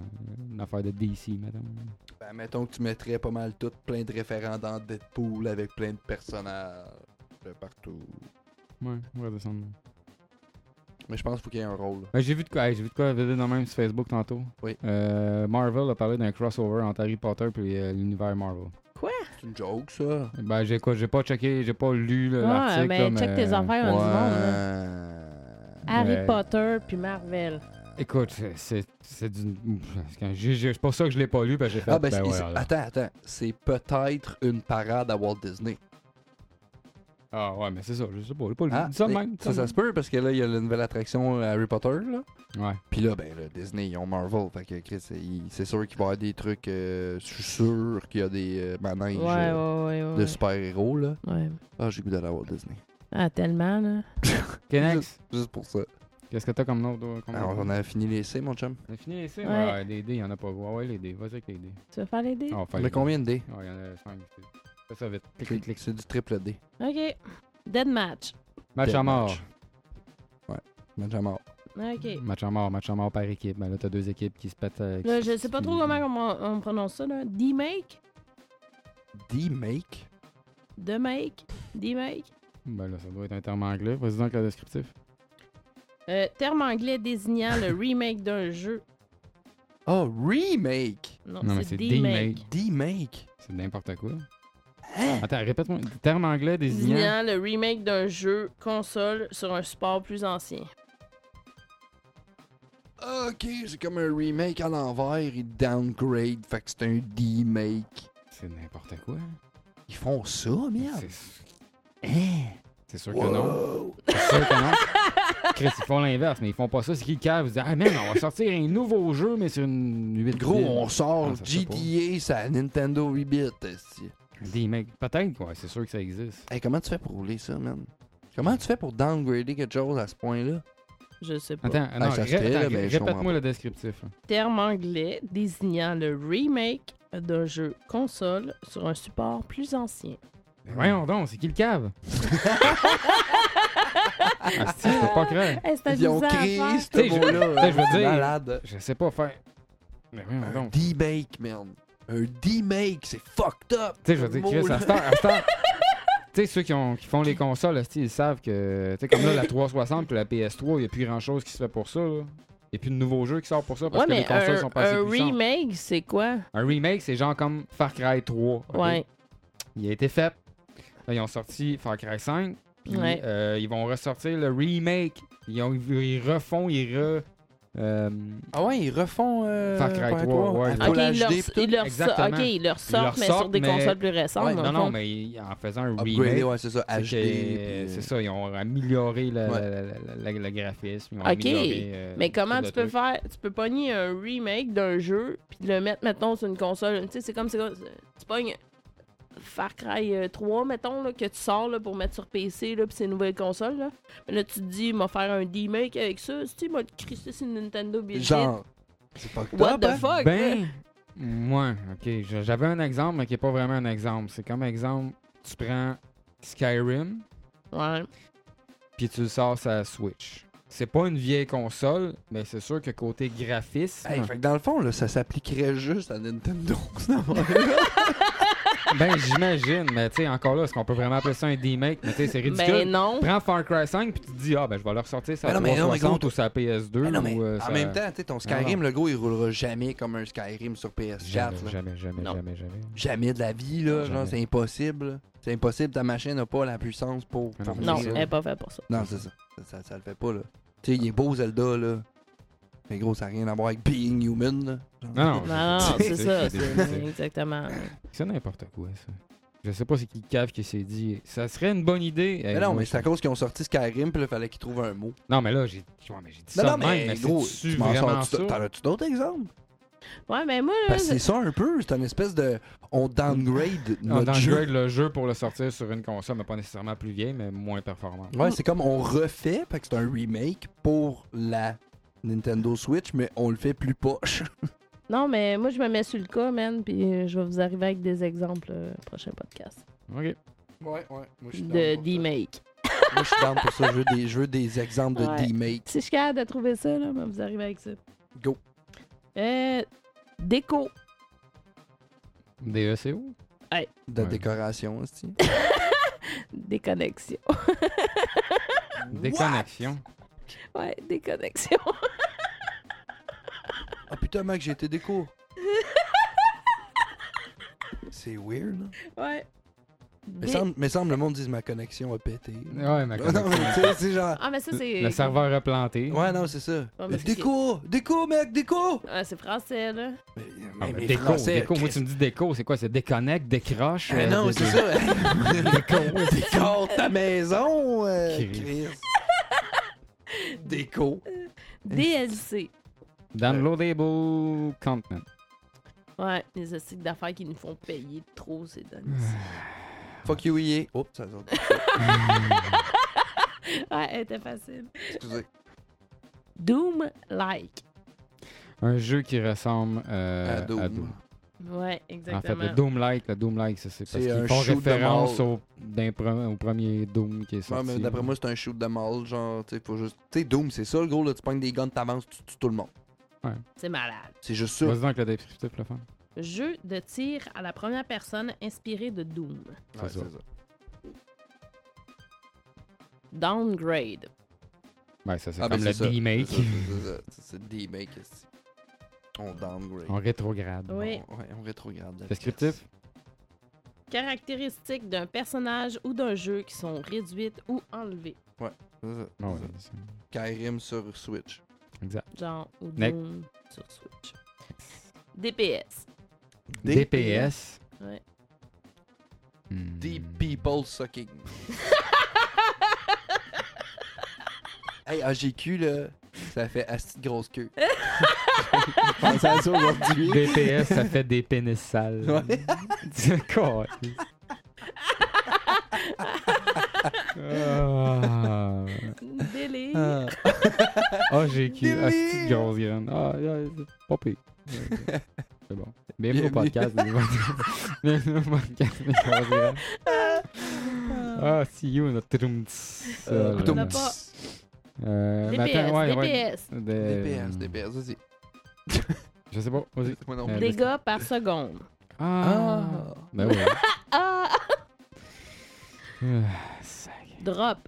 une affaire de DC, mettons.
Ben, mettons que tu mettrais pas mal tout plein de référents dans Deadpool avec plein de personnages de partout.
Ouais, on va descendre.
Mais je pense qu'il faut qu'il y ait un rôle.
Ben, j'ai vu de quoi, hey, j'ai vu de quoi vidéo dans même sur Facebook tantôt.
Oui.
Euh, Marvel a parlé d'un crossover entre Harry Potter et l'univers Marvel.
C'est une joke, ça.
Ben, j'ai quoi, j'ai pas checké, j'ai pas lu là,
Ouais,
l'article.
mais
ben,
là,
check tes affaires. Ouais, on dit bon,
Euh,
Harry
Ouais.
Potter puis Marvel.
Écoute, c'est- c'est c'est du. c'est- j'ai- j'ai- C'est pour ça que je l'ai pas lu, parce que j'ai fait.
Ah, ben, c'est-
ouais,
c'est-
alors.
attends, attends. C'est peut-être une parade à Walt Disney.
Ah, ouais, mais c'est ça, je sais pas, j'ai pas lu.
Ah,
Dis ça de
et-
même. dis
Ça,
de
ça se peut parce que là, il y a la nouvelle attraction Harry Potter, là.
même. Ouais.
Puis là, ben, là, Disney, ils ont Marvel. Fait que Chris, il- c'est sûr qu'il va y avoir des trucs. euh, je suis sûr qu'il y a des euh, manèges
Ouais, ouais,
euh,
ouais. ouais,
de super-héros, là.
ouais.
Ah, j'ai le goût d'aller à Walt Disney.
Ah, tellement, là.
Ok, next.
Juste pour ça.
Qu'est-ce que t'as comme nom? toi, comme
Alors,
nom?
Ah, on a fini les C, mon chum.
On a fini les C? Ouais.
Ouais.
ouais, les dés, il y en a pas. Ouais, ouais, les dés. Vas-y avec les dés.
Tu vas faire les dés?
Ah,
On
fait
a
les
combien de D
dés. Ouais, il y en a 5. Fais ça vite. Clic, clic, clic.
C'est du triple D.
OK. Dead match.
Match à
Dead
Ah, mort.
match. Ouais, match à mort.
OK.
Match à mort, match à mort par équipe. Ben là, t'as deux équipes qui se pètent. euh,
Là,
qui-
je sais pas
qui-
trop comment on, on prononce ça, là. D-make?
D-Make
De make? D-make?
Ben là, ça doit être un terme anglais. Vas-y donc le descriptif.
Euh, terme anglais désignant le remake d'un jeu.
Oh, Remake
Non,
Non, mais c'est
c'est
D-make.
D-make.
D-Make
C'est n'importe quoi.
Hein?
Attends, répète-moi. Terme anglais désignant.
Désignant le remake d'un jeu console sur un support plus ancien.
Ok, c'est comme un remake à l'envers. Ils downgrade. Fait que c'est un D-Make.
C'est n'importe quoi.
Ils font ça, merde
C'est-
Hein?
C'est sûr que non.
Wow.
C'est sûr que non. Chris, ils font l'inverse, mais ils font pas ça. C'est qu'ils cavent. Ils disent Ah, man, on va sortir un nouveau jeu, mais sur une 8
Gros, on sort
Ah, ça se fait
GTA, ça Nintendo 8-bit. esti.
Des mecs. Peut-être, quoi. C'est sûr que ça existe.
Hey, comment tu fais pour rouler ça, man Comment tu fais pour downgrader quelque chose à ce point-là
Je sais pas.
Attends, non,
ça se
ré-
fait,
attends,
là, mais je comprends
répète-moi le descriptif.
Terme anglais désignant le remake d'un jeu console sur un support plus ancien.
Ben
Mais voyons donc, c'est qui le cave? Asti, je peux pas croire.
Hey, c'est
Ils ont
amusant à
créé
faire.
T'sais,
ce
je-
mot-là.
t'sais, je veux
hein.
dire- Ah,
Malade.
Je sais pas faire. Mais voyons
Un
donc.
D-make, man. Un D-make, c'est fucked up.
Tu sais, je veux dire, Chris, hein. à cette heure- à cette heure- Tu sais, ceux qui, ont, qui font les consoles, asti, ils savent que. Tu sais, comme là, la 360 puis la PS3, il n'y a plus grand chose qui se fait pour ça. Là. Il n'y a plus de nouveaux jeux qui sortent pour ça parce
Ouais,
que les
mais
consoles
un,
sont passées
un
puissantes.
remake, c'est quoi?
Un remake, c'est genre comme Far Cry 3. ok?
Ouais.
Il a été fait. Là, ils ont sorti Far Cry 5. Puis
Ouais.
euh, ils vont ressortir le remake. Ils, ont- ils refont, ils re. euh,
Ah ouais, ils refont euh,
Far Cry 3, ouais.
à
Faut
Ah, Ok,
Full
ils leur,
HD pis tout.
ils leur so-
Exactement.
ok, ils leur sortent, mais sur
sortent,
des
mais-
consoles plus récentes.
Ouais,
dans
Non,
le
non,
font.
mais ils- en faisant un
Upgradé,
remake.
ouais, c'est ça,
c'est
HD.
que-
pis-
C'est ça, ils ont amélioré la-
euh, Ouais.
la- la- la- la- le graphisme. ils ont
Ok,
amélioré, euh,
Mais comment
tout le
tu peux
truc.
faire Tu peux pogner un remake d'un jeu puis le mettre mettons sur une console. Tu sais, c'est comme c'est comme- tu pognes Far Cry euh, 3 mettons là, que tu sors là, pour mettre sur PC là puis c'est une nouvelle console là. Mais là tu te dis m'a faire un remake avec ça, tu sais m'a crissé sur une Nintendo Bill
Genre. C'est fucked
What
up.
the
hein?
fuck
Ben,
là?
ouais, ok. je- J'avais un exemple, mais qui n'est pas vraiment un exemple. C'est comme exemple, tu prends Skyrim,
Ouais.
puis tu le sors sur la Switch. C'est pas une vieille console, mais c'est sûr que côté graphisme.
Hey, fait que dans le fond, là, ça s'appliquerait juste à Nintendo. cette affaire-là.
ben, j'imagine, mais tu sais, encore là, est-ce qu'on peut vraiment appeler ça un remake? Mais tu sais, c'est
Ben
ridicule.
non.
Prends Far Cry 5 puis tu te dis, ah, ben, je vais le ressortir sur
Ben
la
non, mais non, mais
360
gros,
ou sur la PS2.
Mais non, mais
ou, euh,
en
sur-
même temps, tu sais, ton
Non,
Skyrim,
non.
le gros, il roulera jamais comme un Skyrim sur PS4.
Jamais,
là.
jamais, jamais,
Non.
jamais, jamais.
Jamais de la vie, là. Genre,
Jamais.
c'est impossible. C'est impossible. Ta machine n'a pas la puissance pour.
Mais non,
pour
mais
Non,
c'est
ça.
elle est pas faite pour ça.
Non, c'est ça. ça. ça- ça le fait pas, là. Tu sais, il est beau, Zelda, là. Mais gros, ça n'a rien à voir avec Being Human, là. Genre.
Non, non,
Non, non, c'est ça,
c'est-
c'est exactement.
C'est n'importe quoi, ça. Je sais pas c'est qui le cave qui s'est dit. Ça serait une bonne idée.
Mais
Hey,
Ben non,
moi,
mais
je-
c'est à cause qu'ils ont sorti Skyrim, puis là, fallait qu'ils trouvent un mot.
Non, mais là, j'ai ouais, mais j'ai dit ça
Non, Ben non,
de même, mais
gros,
c'est-tu
tu m'en
vraiment
sors-
ça?
Euh, T'en as-tu d'autres exemples?
Ouais, mais moi là,
Parce que c'est ça un peu. C'est une espèce de. on downgrade
On
notre jeu.
downgrade le jeu pour le sortir sur une console, mais pas nécessairement plus vieille, mais moins performante.
Ouais, c'est comme on refait, fait que c'est un remake pour la Nintendo Switch, mais on le fait plus poche.
Non, mais moi, je me mets sur le cas, man, puis euh, je vais vous arriver avec des exemples euh, prochain podcast.
Ok.
Ouais, ouais. Moi,
De D-Make.
Moi, je suis down pour ça. Je veux des, je veux des exemples de
Ouais.
D-Make.
Si je suis capable de trouver ça, là, je vais vous arriver avec ça.
Go.
Euh, déco.
DECO
De
Ouais.
décoration, aussi.
Déconnexion.
Déconnexion.
Ouais, déconnexion.
Ah putain, mec, j'ai été déco. C'est weird, là.
Ouais.
Mais
Dé-
semble, mais semble le monde dise ma connexion a pété.
Ouais, ma
Non, mais tu
connexion.
sais, c'est genre.
Ah, mais ça, c'est.
Le serveur a planté.
Ouais, non, c'est ça.
Ouais, mais c'est-
déco, déco, mec, déco.
Ah, c'est français, là.
Mais,
Ah,
mais
mais déco,
français,
déco. Moi, tu me dis déco, c'est quoi C'est déconnecte, décroche.
Mais
euh,
non,
dé-
c'est
dé-
ça. Déco. Décore ta maison, euh,
Chris.
Chris. Déco.
DLC.
Downloadable content.
Ouais, les astuces d'affaires qui nous font payer trop ces données.
Fuck you, EA. Oups, ça saute.
ouais, elle était facile.
Excusez.
Doom Like.
Un jeu qui ressemble euh,
À Doom.
Ouais,
En fait,
exactement.
le Doom Light, le Doom Light, ça, c'est parce
C'est un
qu'ils font
shoot de
référence
mort.
au, d'un pre- au premier Doom qui est
Ouais,
sorti.
mais d'après moi, c'est un shoot de mal. Genre, tu sais, faut juste. Tu sais, Doom, c'est ça, le gros, là, tu pognes des guns, t'avances, tu tues tout le monde.
C'est malade.
C'est juste ça.
Vas-y donc le descriptif, le fun.
Jeu de tir à la première personne inspiré de Doom.
c'est ça.
Downgrade.
Ouais, ça, c'est
Ah, ben,
comme le
ça.
remake.
C'est ça, c'est ça. C'est- C'est D-Make. c'est- On downgrade.
En rétrograde.
Oui.
On, ouais, on rétrograde.
Descriptif
Caractéristiques d'un personnage ou d'un jeu qui sont réduites ou enlevées.
C'est ça, c'est
Ah ouais,
ça.
c'est-
Skyrim sur Switch.
Exact.
Genre, ou
Next.
Doom sur Switch. DPS.
DPS.
Ouais.
Hmm.
Deep People Sucking. hey, AGQ, là, ça fait asti de grosse queue. Je pensais à ça aujourd'hui.
DPS, ça fait des pénis sales.
Ouais.
D'accord. Ah,
Délire.
Ah.
Ah, j'ai cul.
Délire.
Ah, c'est une grosse graine. Ah, ah, c'est pas pire. Ouais, C'est bon. Bienvenue au
Bienvenue.
podcast. des grosses graines. Bienvenue au podcast. des grosses graines. Ah, si you, notre troum tss.
Euh,
Ah,
On n'a
là,
pas.
là. Euh, mais
DPS,
attends, ouais, ouais.
DPS.
Des-
DPS, DPS, vas-y.
Je sais pas, vas-y.
Moi non
Euh,
plus.
Des-
Dégâts par seconde.
Ah!
Ah.
Ben ouais.
Ah!
Ah, sac.
Drop.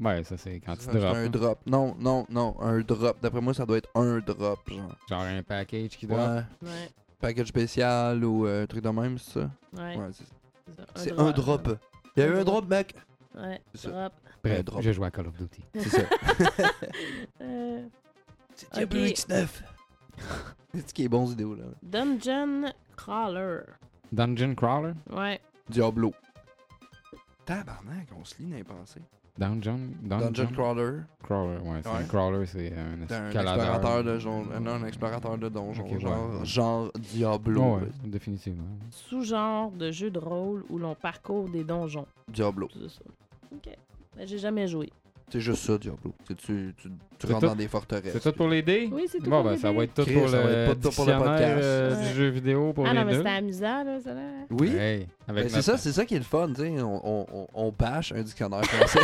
Ouais, ça c'est quand tu hein.
C'est un
drops.
drop. Non, non, non, un drop. D'après moi, ça doit être un drop, genre.
Genre un package qui drop.
Ouais.
Ouais.
Package spécial ou euh, un truc de même, c'est ça?
Ouais.
Ouais, c'est ça.
c'est ça,
C'est un drop. Il y a eu un drop, mec.
Ouais.
C'est ça.
Drop.
Bref,
Un drop.
je joue à Call of Duty.
C'est ça.
Euh,
C'est
Ok.
Diablo X9. C'est ce qui est bon, cette vidéo, là.
Dungeon Crawler.
Dungeon Crawler?
Ouais.
Diablo. Tabarnak, on se lit dans les pensées.
Dungeon? Dungeon,
Dungeon Crawler.
Crawler, ouais. C'est un
Ouais.
crawler, c'est un
T'es un
escaladeur.
explorateur de genre, euh, non, un explorateur de donjon,
Ok,
genre,
ouais.
genre Diablo.
Oh, ouais, définitivement.
Sous-genre de jeu de rôle où l'on parcourt des donjons.
Diablo.
C'est ça. OK. Ben, j'ai jamais joué.
C'est juste ça, Diablo. Tu, tu, tu, tu
C'est
rentres
tout-
dans des forteresses.
C'est tout pour les dés?
Oui, c'est tout
Bon,
pour
ben,
les
ça
dés.
va être tout
Chris,
pour
ça va
le
être tout pour le
dictionnaire
podcast.
euh,
Ouais.
du jeu vidéo pour
ah
les
non, mais
deux.
c'était amusant, là, ça, là.
Oui.
Hey,
Ben,
avec
c'est ça,
notre-
c'est ça qui est le fun, tu sais. On, on, on, on bâche un dictionnaire français.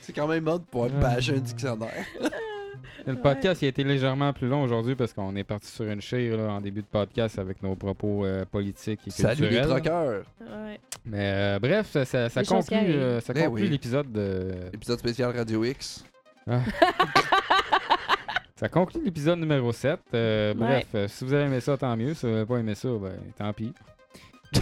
c'est quand même mode pour bâcher un dictionnaire.
Le podcast il a été légèrement plus long aujourd'hui parce qu'on est parti sur une chire là, en début de podcast avec nos propos euh, politiques et
Salut les
culturels.
troqueurs.
Ouais.
Mais euh, bref, ça, ça, ça
Des choses qui
conclut,
arrivent.
euh, ça
Ben
conclut
oui.
l'épisode euh, de...
Épisode spécial Radio X.
Ça conclut l'épisode numéro 7.
Ouais.
Bref, euh, si vous avez aimé ça, tant mieux. Si vous n'avez pas aimé ça, ben, tant pis.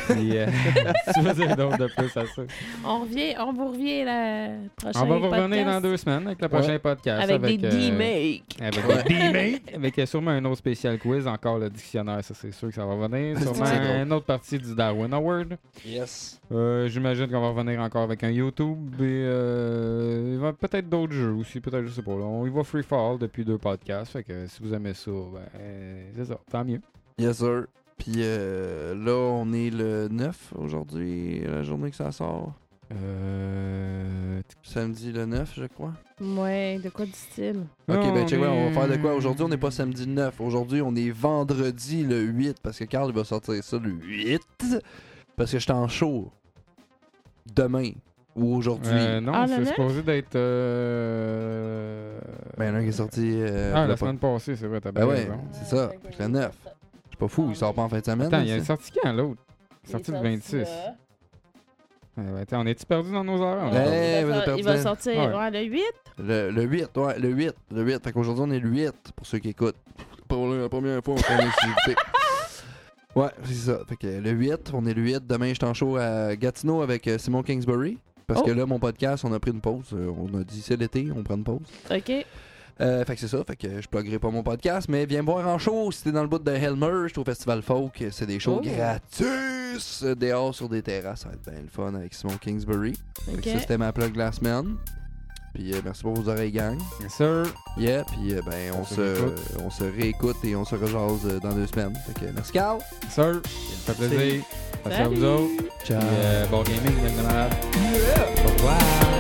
Puis, euh, si vous avez d'autres de plus à ça.
On revient, on vous revient la prochaine
On va vous revenir dans deux semaines avec le prochain podcast.
Avec, des
euh,
D-Make.
Avec
Ouais.
des D-Make. Avec euh, sûrement un autre spécial quiz, encore le dictionnaire, ça c'est sûr que ça va revenir.
C'est
Sûrement
drôle.
une autre partie du Darwin Award.
Yes.
Euh, J'imagine qu'on va revenir encore avec un YouTube et euh, il va- peut-être d'autres jeux aussi, peut-être, je sais pas. là. On y va free fall depuis deux podcasts. Fait que si vous aimez ça, ben, euh, c'est ça, tant mieux.
Yes, sir. Puis euh, là, on est le 9 aujourd'hui, la journée que ça sort.
Euh...
Samedi le 9, je crois.
Ouais, de quoi dit-il?
Ok,
Non,
ben check, ouais, on va faire de quoi
mais-
aujourd'hui? On n'est pas samedi le 9. Aujourd'hui, on est vendredi le 8 parce que Carl il va sortir ça le 8 parce que je suis en show demain ou aujourd'hui.
Euh, non,
Ah, le
c'est
neuf?
supposé d'être. Euh...
Ben là, il est sorti. euh,
ah,
le
la
pas-
semaine passée, c'est vrai, t'as
Ben
bien
ouais,
raison.
c'est ça. Fait que le 9. C'est pas fou, il sort pas en fin de semaine.
Attends,
là,
il est
ça.
sorti quand l'autre Il est sorti le 26. Euh, ben, attends, on est-tu perdu dans nos horaires?
Ouais.
Ah, On est
Eh,
il,
vous
va,
avez perdu
il va
la-
sortir
Ouais.
ouais, le 8.
Le, le 8, ouais, le 8, le 8. Fait qu'aujourd'hui, on est le 8, pour ceux qui écoutent. Pour la première fois, on fait une activité. Ouais, c'est ça. Fait que le 8, on est le 8. Demain, je suis en show à Gatineau avec euh, Simon Kingsbury. Parce que là, mon podcast, on a pris une pause. Euh, On a dit c'est l'été, on prend une pause.
OK.
Euh, fait que c'est ça, fait que je pluggerai pas mon podcast, mais viens me voir en show si t'es dans le bout de Helmer, je suis au Festival Folk, c'est des shows
Oh.
gratuits euh, dehors sur des terrasses, ça va être bien le fun avec Simon Kingsbury. Fait que
Ok.
ça c'était ma plug de la semaine. Puis euh, merci pour vos oreilles gang.
Yes, sir.
Yeah, puis euh, ben on
Ça
se,
s'écoute.
on se réécoute et on se rejase euh, dans deux semaines. Fait que merci Carl.
Yes, sir. Ça fait plaisir. Merci à vous
Salut.
er- autres. Puis, euh, bon gaming, même de malade. Au revoir.